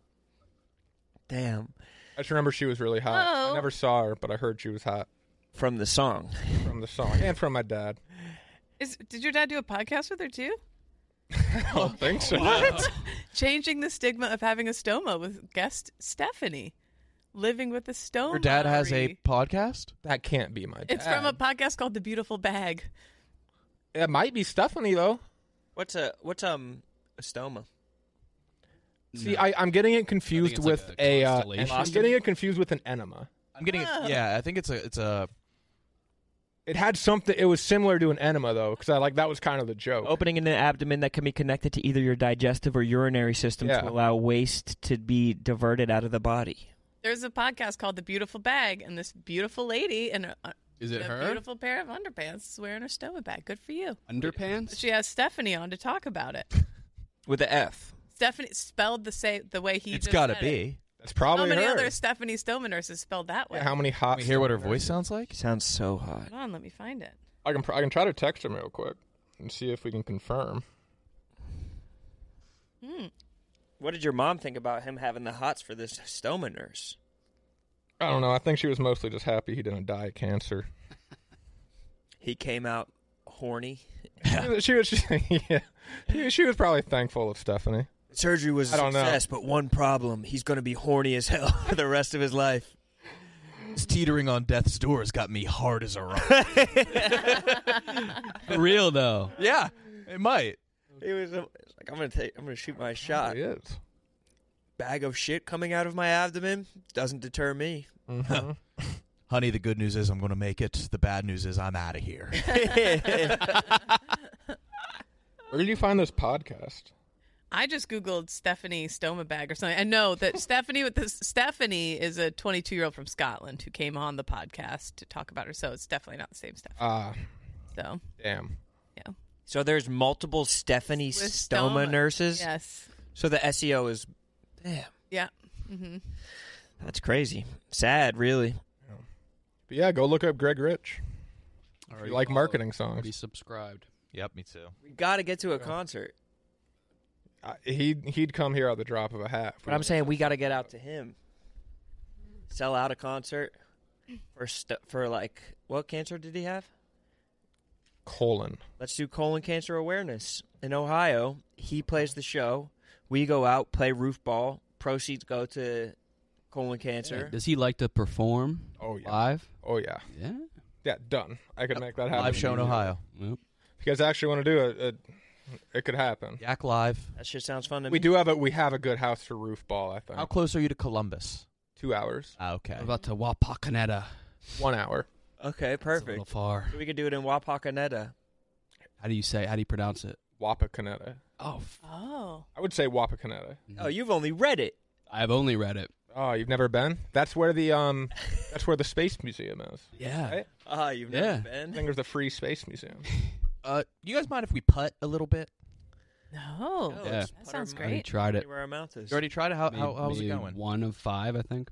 E: Damn,
K: I just remember she was really hot.
D: Oh.
K: I never saw her, but I heard she was hot
E: from the song.
K: from the song and from my dad.
D: Is, did your dad do a podcast with her too?
K: [LAUGHS] I don't think so. [LAUGHS]
D: Changing the stigma of having a stoma with guest Stephanie. Living with a stoma.
A: Your dad has a podcast.
K: That can't be my dad.
D: It's from a podcast called The Beautiful Bag.
K: It might be Stephanie though.
E: What's a what's um a stoma?
K: See, I, I'm getting it confused
A: it's
K: with
A: like a
K: a. uh,
A: constellation.
K: I'm getting it confused with an enema.
A: I'm getting it.
D: Ah.
A: Yeah, I think it's a. It's a.
K: It had something. It was similar to an enema though, because I like that was kind of the joke.
E: Opening in the abdomen that can be connected to either your digestive or urinary system
K: Yeah.
E: to allow waste to be diverted out of the body.
D: There's a podcast called The Beautiful Bag, and this beautiful lady in a,
C: Is it
D: a
C: her?
D: beautiful pair of underpants is wearing her stoma bag. Good for you.
C: Underpants?
D: She has Stephanie on to talk about it.
E: With the F.
D: Stephanie spelled the same the way he.
A: It's
D: just
A: gotta
D: said it.
A: be.
K: That's
D: How
K: probably
D: many
K: her.
D: other Stephanie Stoma nurses spelled that way?
K: Yeah, how many hot?
A: Can we hear what her
K: Stoma
A: voice
K: nurses?
A: sounds like.
E: Sounds so hot.
D: Hold on, let me find it.
K: I can. pr- I can try to text him real quick and see if we can confirm.
D: Hmm.
E: What did your mom think about him having the hots for this stoma nurse?
K: I don't know. I think she was mostly just happy he didn't die of cancer.
E: He came out horny. [LAUGHS]
K: she was. [LAUGHS] She, yeah. She, she was probably thankful of Stephanie.
E: Surgery was a
K: I don't know.
E: success, but one problem: he's going to be horny as hell [LAUGHS] for the rest of his life.
A: This teetering on death's door has got me hard as a rock.
K: [LAUGHS]
C: For real though.
A: yeah, it might.
E: He was uh, like, "I'm going to take, I'm going to shoot my shot."
K: She is.
E: Bag of shit coming out of my abdomen doesn't deter me.
K: hmm
A: [LAUGHS] Honey, the good news is I'm going to make it. The bad news is I'm out of here.
K: Where did you find this podcast?
D: I just googled Stephanie Stoma bag or something. I know that Stephanie with this Stephanie is a 22 year old from Scotland who came on the podcast to talk about her. So it's definitely not the same Stephanie.
K: Ah,
D: So
K: damn.
D: yeah,
E: so there's multiple Stephanie
D: With
E: stoma, nurses.
D: Yes.
E: So the SEO is, damn,
D: Yeah. hmm
E: that's crazy. Sad, really.
K: But yeah, go look up Greg Rich. If
C: Already
K: you like
C: followed,
K: marketing
C: Already
K: songs,
C: subscribed.
A: yep, me too.
E: We got to get to a concert.
K: I, he'd he'd come here at the drop of a hat.
E: But I'm saying we got to get out to him. Sell out a concert for st- for like what cancer did he have?
K: colon.
E: Let's do colon cancer awareness in Ohio. He plays the show. We go out play roof ball. Proceeds go to colon cancer.
C: Does he like to perform
K: Oh yeah.
C: live?
K: Oh yeah.
C: Yeah.
K: Yeah. Done. I could make that happen.
A: Live show in Ohio.
C: Yep.
K: If you guys actually want to do it, it, it could happen.
A: Yak Live.
E: that shit sounds fun to
K: We
E: me.
K: do have a we have a good house for roof ball. I think
A: How close are you to Columbus?
K: two hours,
A: Ah, okay.
C: About to Wapakoneta.
K: one hour.
E: Okay,
C: A little
E: perfect.
C: far.
E: So we could do it in Wapakoneta.
C: How do you say? How do you pronounce it?
K: Wapakoneta.
C: Oh.
D: Oh.
K: I would say Wapakoneta.
E: Oh, you've only read it.
C: I've only read it.
K: Oh, you've never been? That's where the um, that's where the space museum is.
C: Yeah.
K: Right?
E: Ah, you've never Yeah.
K: I
E: been?
K: think there's a free space museum.
A: [LAUGHS] Uh, you guys mind if we putt a little bit?
D: No.
E: Oh,
C: Yeah. let's
D: Oh, That
C: put
D: sounds
C: our money
D: great.
C: Tried it.
E: Where our mouth is.
A: You already tried it. How, how,
C: Maybe-
A: how was it
C: maybe
A: going?
C: One of five, I think.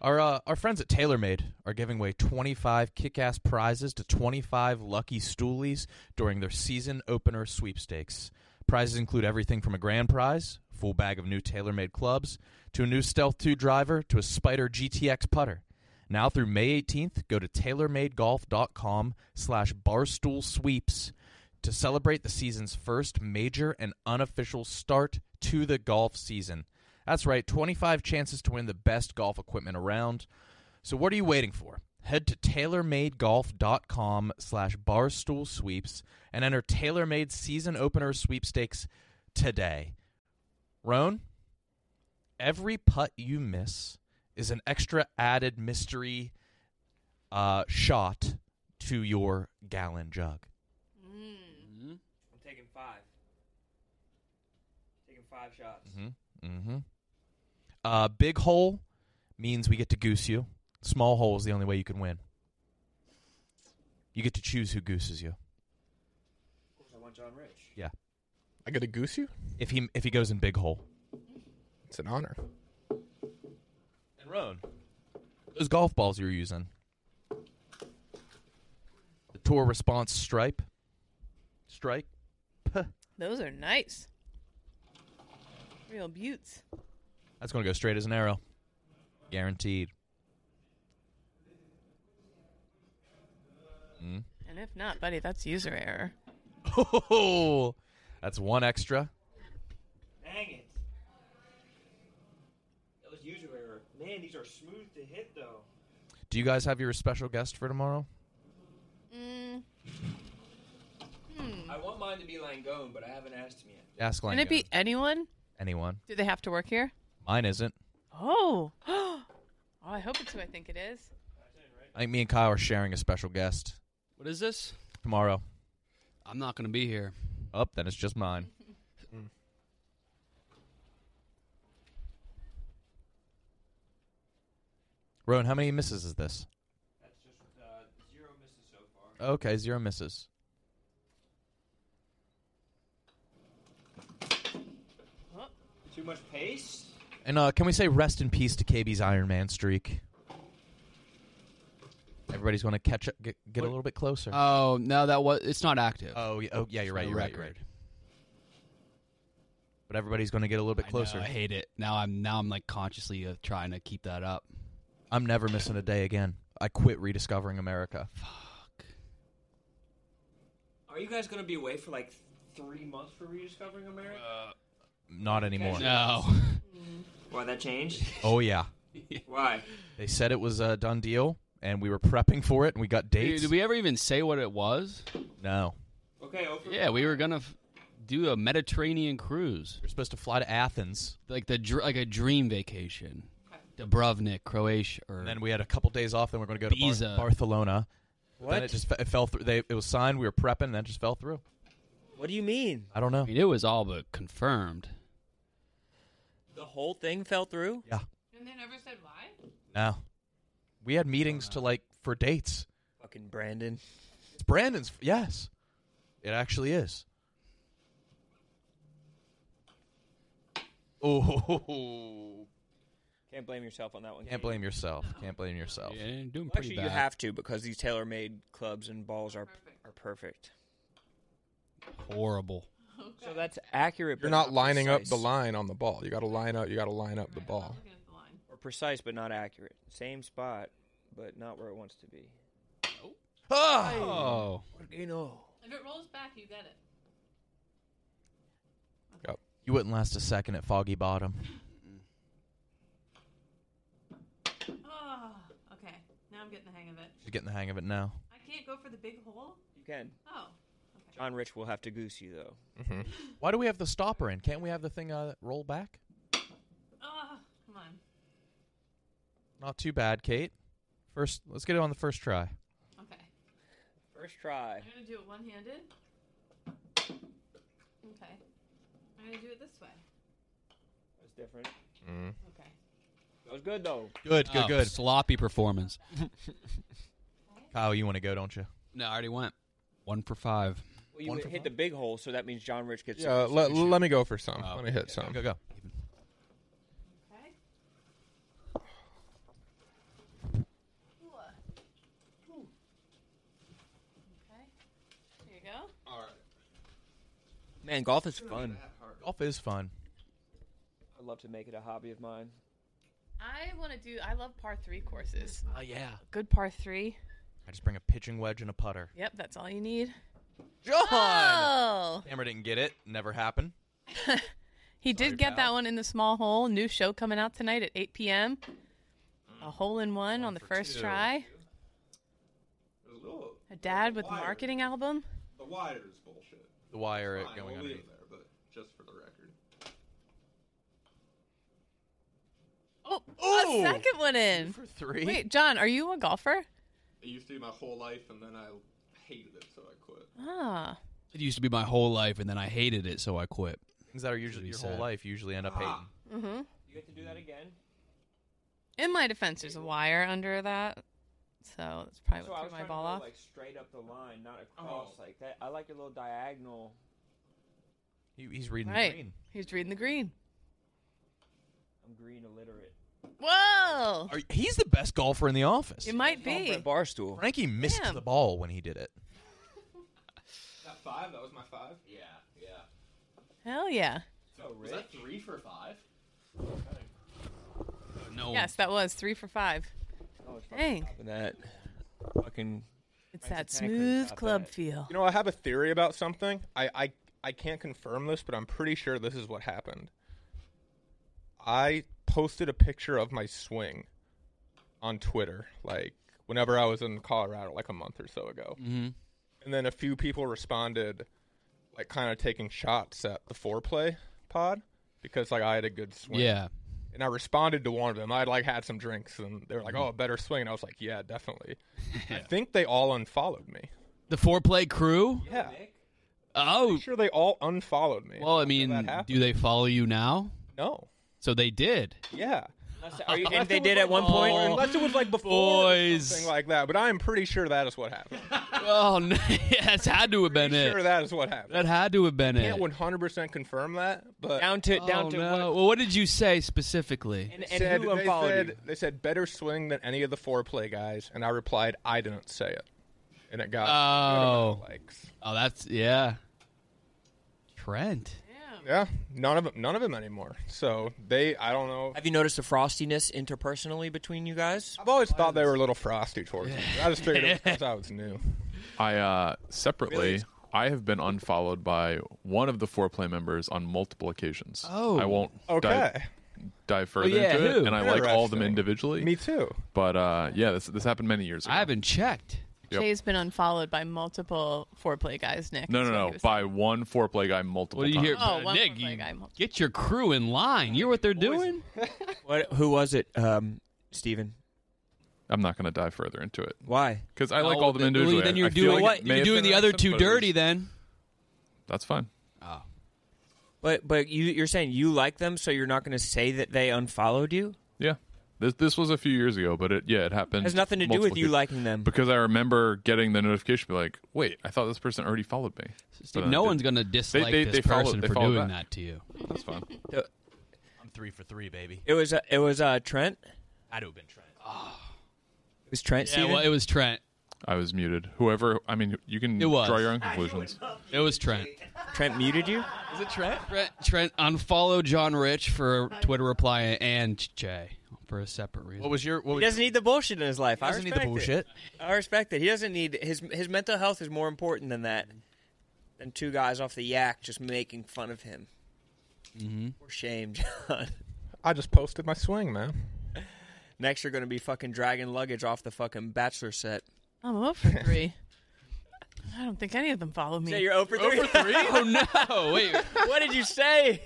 A: Our uh, our friends at TaylorMade are giving away 25 kick-ass prizes to 25 lucky stoolies during their season opener sweepstakes. Prizes include everything from a grand prize, full bag of new TaylorMade clubs, to a new Stealth 2 driver, to a Spider GTX putter. Now through May 18th, go to TaylorMadeGolf.com slash Barstool Sweeps to celebrate the season's first major and unofficial start to the golf season. That's right, 25 chances to win the best golf equipment around. So what are you waiting for? Head to TaylorMadeGolf.com slash Barstool Sweeps and enter TaylorMade Season Opener Sweepstakes today. Roan, every putt you miss is an extra added mystery uh, shot to your gallon jug.
E: Mm-hmm. I'm taking five. Taking five shots.
A: Mm-hmm. Uh, big hole means we get to goose you. Small hole is the only way you can win. You get to choose who gooses you.
E: I want John Rich.
A: Yeah.
K: I get to goose you
A: if he if he goes in big hole.
K: It's an honor.
A: And Roan, those golf balls you're using, the Tour Response Stripe, Strike.
D: Those are nice. Real buttes.
A: That's going to go straight as an arrow, guaranteed. [LAUGHS] Mm.
D: And if not, buddy, that's user error.
A: Oh, that's one extra.
E: Dang it. That was user error. Man, these are smooth to hit, though.
A: Do you guys have your special guest for tomorrow?
D: Mm.
E: Hmm. I want mine to be Langone, but I haven't asked him yet.
A: Ask
D: Can
A: Langone.
D: it be anyone?
A: anyone.
D: Do they have to work here?
A: Mine isn't.
D: Oh. [GASPS] oh, I hope it's who I think it is.
A: I think me and Kyle are sharing a special guest
C: What is this?
A: tomorrow.
C: I'm not going to be here.
A: Up, then it's just mine. Rowan, how many misses is this? That's just uh, zero misses so
E: Too much pace?
A: far. Okay, zero misses. And uh, can we say rest in peace to KB's Iron Man streak? Everybody's going to catch up, get, get a little bit closer.
C: Oh no, that was. It's not active.
A: Oh, yeah, oh, yeah, you're right.
C: It's no
A: You're right. You're right.
C: record.
A: But everybody's going to get a little bit closer.
C: I hate it. Now I'm now I'm like consciously uh, trying to keep that up.
A: I'm never missing a day again. I quit rediscovering America.
E: Are you guys going to be away for like three months for Rediscovering America?
A: Not anymore.
E: [LAUGHS]
C: [LAUGHS]
E: Why that changed?
A: Oh yeah.
E: [LAUGHS] Why?
A: They said it was a done deal, and we were prepping for it, and we got dates.
C: Did we ever even say what it was?
A: No.
E: Okay, over.
C: Yeah, we were gonna f- do a Mediterranean cruise.
A: We're supposed to fly to Athens,
C: like the dr- like a dream vacation, Dubrovnik, Croatia, or
A: And then we had a couple days off. Then we're going to go to
C: Ibiza.
A: Bar- Barcelona.
C: What?
A: Then it just fe- it fell through. They, it was signed. We were prepping. Then it just fell through.
E: What do you mean?
A: I don't know.
C: it was all but confirmed.
E: The whole thing fell through?
A: Yeah.
D: And they never said why?
A: No. We had meetings to like for dates.
E: Fucking Brandon.
A: It's Brandon's. Yes. It actually is. Oh. [LAUGHS]
E: Can't blame yourself on that one.
A: Can't blame yourself. Can't blame yourself.
C: Yeah, doing
E: Actually, you have to because these tailor-made clubs and balls are are
D: [LAUGHS]
E: perfect.
C: Horrible.
E: So that's accurate.
K: You're
E: but
K: not lining up the
E: precise.
K: line on the ball. You got to line up. You got to line up the ball.
E: Or precise, but not accurate. Same spot, but not where it wants to be.
C: Oh.
E: What do you know?
D: If it rolls back, you get it.
A: You wouldn't last a second at Foggy Bottom.
D: Oh, okay. Now I'm getting the hang of it.
A: You're getting the hang of it now.
D: I can't go for the big hole.
E: You can.
D: Oh,
E: John Rich will have to goose you though.
K: Mm-hmm.
A: Why do we have the stopper in? Can't we have the thing uh, roll back?
D: oh, come on.
A: Not too bad, Kate. First, let's get it on the first try.
D: Okay.
E: First try.
D: I'm gonna do it one-handed.
N: Okay. I'm gonna do it this way.
E: That's different. Mm-hmm.
C: Mm.
N: Okay.
E: That was good though.
C: Good, good,
A: Oh,
C: good. Sloppy performance.
A: Kyle, you want to go, don't you?
C: [LAUGHS] No, I already went. One for five.
E: Well, you hit the big hole, so that means John Rich gets.
K: Yeah,
E: some-
K: let,
E: some shit.
K: let me go for some. let me hit some.
A: Go, go.
D: There you go.
K: All right.
E: Man, golf is fun.
A: Golf is fun.
E: I'd love to make it a hobby of mine.
D: I want to do. I love par three courses.
A: Oh, yeah.
D: Good par three.
A: I just bring a pitching wedge and a putter.
D: Yep, that's all you need.
A: John.
D: Oh,
A: Hammer didn't get it. Never happened.
D: he did get that one in the small hole. New show coming out tonight at 8 p.m.
A: Mm.
D: A hole in one, on the first
O: two.
D: try. A dad with a marketing album.
O: The wire is bullshit.
A: The wire
O: Fine, we'll
A: going
O: leave
A: underneath.
O: it there, but just for the record.
D: Oh,
O: Oh!
D: a second one in.
A: for three?
D: Wait, John, are you a golfer?
O: I used to be my whole life, and then I hated it, so I quit.
K: Uh.
D: Ah,
C: It used to be my whole life, and then I hated it, so I quit.
A: Things that are usually your
C: Pretty
A: whole
C: sad.
A: life usually end up
E: Ah.
A: hating.
D: mm-hmm.
E: You get to do that again.
D: In my defense, there's a wire under that, so that's probably
E: so I
D: what
E: was
D: threw
E: trying
D: my ball
E: to go,
D: off. Oh.
E: like straight up the line, not across like that. I like a little diagonal.
A: He, he's reading
D: right,
A: the green.
D: he's reading the green.
E: I'm green illiterate.
D: Whoa!
A: Are, he's the best golfer in the office.
D: It might be.
E: Barstool.
A: Frankie missed
D: Damn.
A: the ball when he did it.
O: That five? That was my five? Oh, Yeah, yeah.
D: Hell yeah.
O: So was that three for five?
C: No.
D: Yes, that was three for five.
E: Oh,
D: Dang.
E: And that fucking.
D: It's that smooth club feel.
K: You know, I have a theory about something. I, I I can't confirm this, but I'm pretty sure this is what happened. I posted a picture of my swing on Twitter, like whenever I was in Colorado, like a month or so ago.
C: Mhm.
K: And then a few people responded, like kind of taking shots at the foreplay pod because like I had a good swing.
C: Yeah.
K: And I responded to one of them. I'd like had some drinks, and they were like, "Oh, a better swing." And I was like, "Yeah, definitely." I think they all unfollowed me.
C: The foreplay crew?
K: Yeah.
C: Oh.
K: sure they all unfollowed me.
C: Well, I mean, do they follow you now?
K: No.
C: So they did.
K: Yeah.
C: Uh,
E: Are you,
K: Unless
E: and they
K: it was
E: did
K: like-
E: at one point.
K: or unless it was like before or something like that. But I am pretty sure that is what happened.
C: Well, [LAUGHS] that's had to have been it.
K: Sure, that is what happened.
C: That had to have been
K: I can't
C: it.
K: one hundred percent confirm that, but
E: down to
C: oh, no. Well, what did you say specifically?
E: And,
K: Said- they said, They said better swing than any of the foreplay guys, and I replied, I didn't say it, and it got
C: Oh.
K: likes.
C: Oh, that's yeah. Trent.
K: yeah, none of 'em- none of them anymore. So they, I don't know.
E: Have you noticed the frostiness interpersonally between you guys?
K: I've always thought they were a little frosty towards me. I just figured
C: [LAUGHS]
K: it was 'cause I was new.
F: I uh, separately, I have been unfollowed by one of the foreplay members on multiple occasions.
K: Oh.
F: I won't
K: Okay.
F: dive, dive further
C: yeah,
F: into
C: who?
F: it, and I like all of them
K: Interesting.
F: individually.
K: Me too.
F: But uh, yeah, this this happened many years ago. I
C: haven't checked.
D: Jay's been unfollowed by multiple foreplay guys, Nick.
F: No,
D: is
F: no,
D: what he
F: no.
D: was
F: By one foreplay guy multiple
C: What do you hear?
F: times.
D: Oh, one
C: Nick, you get your crew in line. You know what they're doing?
E: What? Who was it? Um, Steven.
F: I'm not going to dive further into it
E: Why?
F: because I like
C: Oh,
F: all of them
C: then- well,
F: individually.
C: Then
F: I-
C: you're
F: I feel
C: doing
F: like it
C: what?
F: may
C: You're
F: have
C: doing
F: been
C: the
F: on
C: other
F: some
C: two
F: photos.
C: dirty then.
F: That's fine.
C: Oh.
E: But but you you're saying you like them, so you're not going to say that they unfollowed you.
F: Yeah. This this was a few years ago, but it yeah, it happened.
E: Has nothing to do
F: multiple
E: with you
F: occasions.
E: liking them.
F: Because I remember getting the notification, be like, wait, I thought this person already followed me. But, uh,
C: no
F: they-
C: one's going to
F: they-
C: dislike
F: they-
C: this
F: they followed-
C: person
F: they
C: for
F: followed
C: doing that
F: back.
C: to you.
F: That's fine.
A: I'm three for three, baby.
E: Uh, It was uh, it was uh, Trent.
A: I'd have been Trent.
E: It was Trent.
C: Yeah,
E: Steven?
C: well, it was Trent.
F: I was muted. Whoever, I mean, you can
C: It was.
F: draw your
E: Ah,
F: own conclusions.
C: It was Trent.
E: Trent muted you.
C: Is it Trent? Trent, Trent unfollowed John Rich for a Twitter reply and Jay for a separate reason.
A: What was your? What
E: He
A: was
E: doesn't need the bullshit in his life. I
A: doesn't need the
E: respect it.
A: bullshit.
E: I respect it. He doesn't need his his mental health is more important than that. Than two guys off the yak just making fun of him.
C: Mm-hmm.
E: We're shamed, [LAUGHS] John.
K: I just posted my swing, man.
E: Next, you're going to be fucking dragging luggage off the fucking bachelor set. [LAUGHS]
D: I'm 0 for 3. I don't think any of them follow me.
E: Yeah, you're 0 for 3. [LAUGHS]
C: oh, no. Wait.
E: what did you say?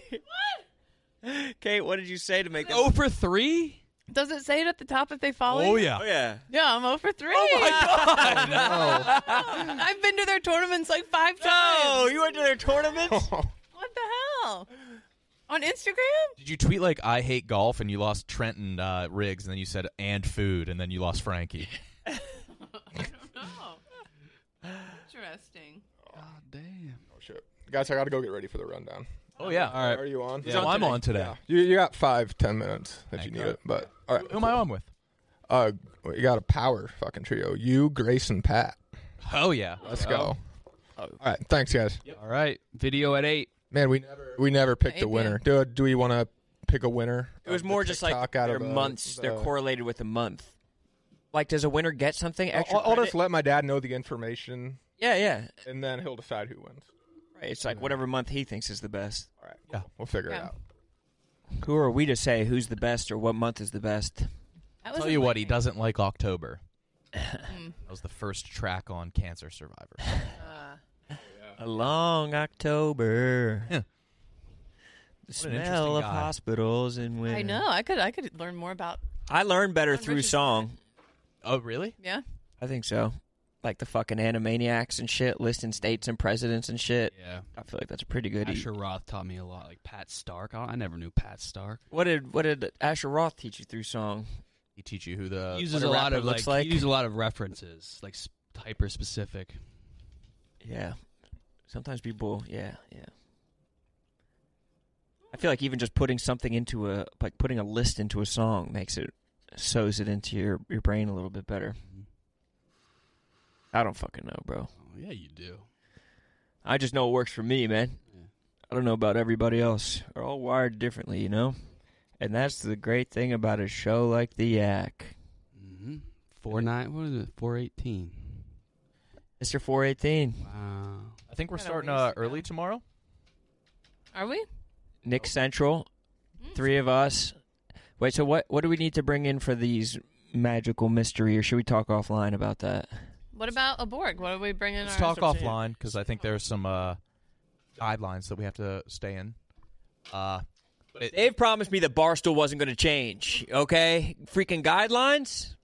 E: What? Kate, what did you say to make it?
C: Oh, for three?
D: Does it say it at the top if they follow you?
E: Oh, yeah.
D: Yeah, I'm 0 for 3. Oh, [LAUGHS] my God. [LAUGHS] I've been to their tournaments like five times.
C: [LAUGHS]
E: Oh, you went to their tournaments?
D: on Instagram?
A: Did you tweet like I hate golf and you lost Trent and uh, Riggs and then you said and food and then you lost Frankie?
D: Oh. Interesting.
K: God damn. Oh shit, guys, I gotta go get ready for the rundown.
A: Oh yeah, all right.
K: Are you on?
A: Yeah, well, I'm on today.
K: Yeah. You, you got five, ten minutes if you need it. But all right,
A: Who am I on with?
K: uh, you got a power fucking trio. You, Grace, and Pat.
A: Oh yeah,
K: Let's go. All right, thanks guys.
C: All right, video at eight.
K: Man, we never we never picked a winner. Do do we want to pick a winner?
E: It was more just like
K: TikTok out
E: their
K: of the-
E: months. They're
K: the-
E: correlated with a month. Like, does a winner get something extra?
K: I'll, I'll
E: credit?
K: just let my dad know the information.
E: Yeah, yeah.
K: And then he'll decide who wins.
E: Right, it's like whatever month he thinks is the best.
K: All right, yeah, we'll figure it
E: Yeah.
K: out.
E: Who are we to say who's the best or what month is the best?
D: That
A: Tell you what, he doesn't like October.
D: [LAUGHS]
A: that was the first track on Cancer
D: [LAUGHS]
A: Survivor.
E: A long October.
A: What an
E: The
A: interesting
E: smell of
A: guy.
E: hospitals and women.
D: I know. I could. I could learn more about.
E: I learned better through
D: Richard's-
E: song.
A: Oh, really?
D: Yeah.
E: I think so. Like the fucking Animaniacs and shit, listing states and presidents and shit.
C: Yeah.
E: I feel like that's a pretty good. e-
C: Asher Roth taught me a lot, like Pat Stark. Oh, I I never knew Pat Stark.
E: What did what did Asher Roth teach you through song?
A: He teach you who the
C: He uses uh, a, lot of like, he uses a lot of references, like sp- hyper specific.
E: Yeah. Sometimes people, yeah, yeah. I feel like even just putting something into a like putting a list into a song makes it sews it into your your brain a little bit better.
A: Mm-hmm.
E: I don't fucking know, bro.
C: Oh, yeah, you do.
E: I just know it works for me, man. I don't know about everybody else. We're all wired differently, you know? And that's the great thing about a show like The Yak.
C: Mm-hmm. Four nine. What is it? Four eighteen.
E: Mr. 418.
C: Wow.
A: I think we're
D: Got a
A: starting
D: ways
A: uh, early tomorrow.
D: Are we?
E: Nick Central, three of us. Wait, so what what do we need to bring in for these magical mystery or should we talk offline about that?
D: What about a Borg? What do we bring in?
A: Let's
D: our
A: talk offline because I think there's some uh, guidelines that we have to stay in. Uh,
E: They've promised me that Barstool wasn't going to change, okay? Freaking guidelines?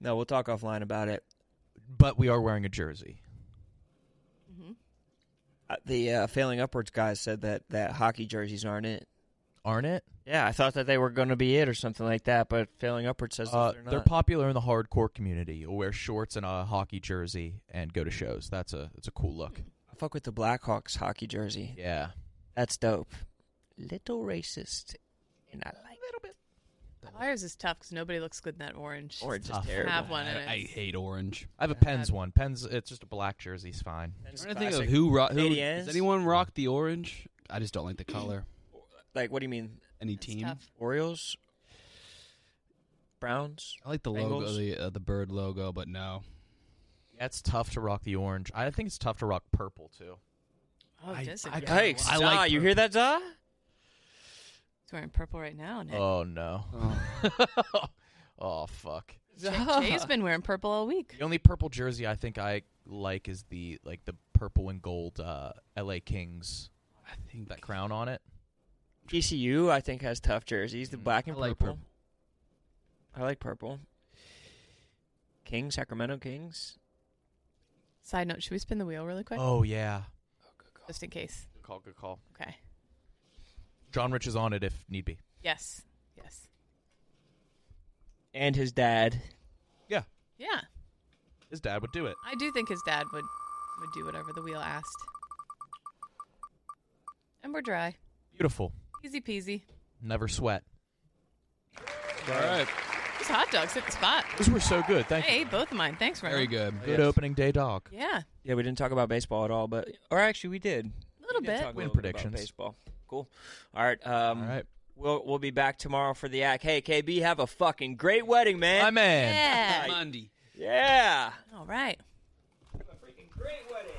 E: No, we'll talk offline about it.
A: but we are wearing a jersey.
E: Uh, The uh, Failing Upwards guys said that, that hockey jerseys aren't it.
A: Aren't it?
E: Yeah, I thought that they were going to be it or something like that, but Failing Upwards says that
A: Uh,
E: they're
A: they're
E: not.
A: popular in the hardcore community. You'll wear shorts and a hockey jersey and go to shows. That's a it's a cool look.
E: I fuck with the Blackhawks hockey jersey.
A: Yeah.
E: That's dope. Little racist, and I like it.
D: Ours is tough because nobody looks good in that orange.
E: Orange is
D: Just
E: terrible.
D: Have one. And
C: I, I
D: it's-
C: hate orange.
A: Uh, I have a Pens one. Pens, it's just a black jersey's fine.
C: I'm
E: It's
C: trying to think of
E: classic.
C: who, ro- who
E: Canadiens?
C: does anyone rock the orange? I just don't like the color.
E: Like, what do you mean?
C: Any team?
D: tough.
E: Orioles, Browns.
C: I like the logo,
E: Bengals?
C: the, uh, the bird logo, but no.
A: That's tough to rock the orange. I think it's tough to rock purple too.
D: Oh,
C: I-
D: it does.
C: I
D: I,
C: kinda-
E: Hey,
C: I
E: Zah,
C: like
E: you hear that, Zah?
D: He's wearing purple right now. Nick.
A: Oh no. [LAUGHS] Oh, fuck.
C: [LAUGHS]
D: Jay- Jay's been wearing purple all week.
A: The only purple jersey I think I like is the like the purple and gold uh, L.A. Kings
C: I think
A: that crown on it. Mm,
E: TCU, I think, has tough jerseys. The black and
C: I like
E: purple. I like purple. King, Sacramento Kings.
D: Side note: Should we spin the wheel really quick,
A: Oh yeah.
D: just in case?
A: Good call. Good call.
D: Okay.
A: John Rich is on it if need be.
D: Yes. Yes.
E: And his dad.
A: Yeah,
D: Yeah.
A: his dad would do it.
D: I do think his dad would would do whatever the wheel asked. And we're dry.
A: Beautiful.
D: Easy peasy.
A: Never sweat.
C: All right.
D: These hot dogs hit the spot.
A: Those were so good.
D: I
A: Thank you.
D: ate both of mine. Thanks, Ryan.
C: Very good.
A: Good opening day, dog.
D: Yeah.
E: Yeah, we didn't talk about baseball at all, but or actually we did.
D: A little
E: We did
D: bit.
E: talk a
A: Win
E: little bit about
A: predictions.
E: baseball. Cool. All right. Um,
A: All right.
E: We'll we'll be back tomorrow for the act. Hey, KB, have a fucking great wedding, man.
A: My man.
D: Yeah.
C: Monday.
E: yeah.
D: All right.
E: Great wedding.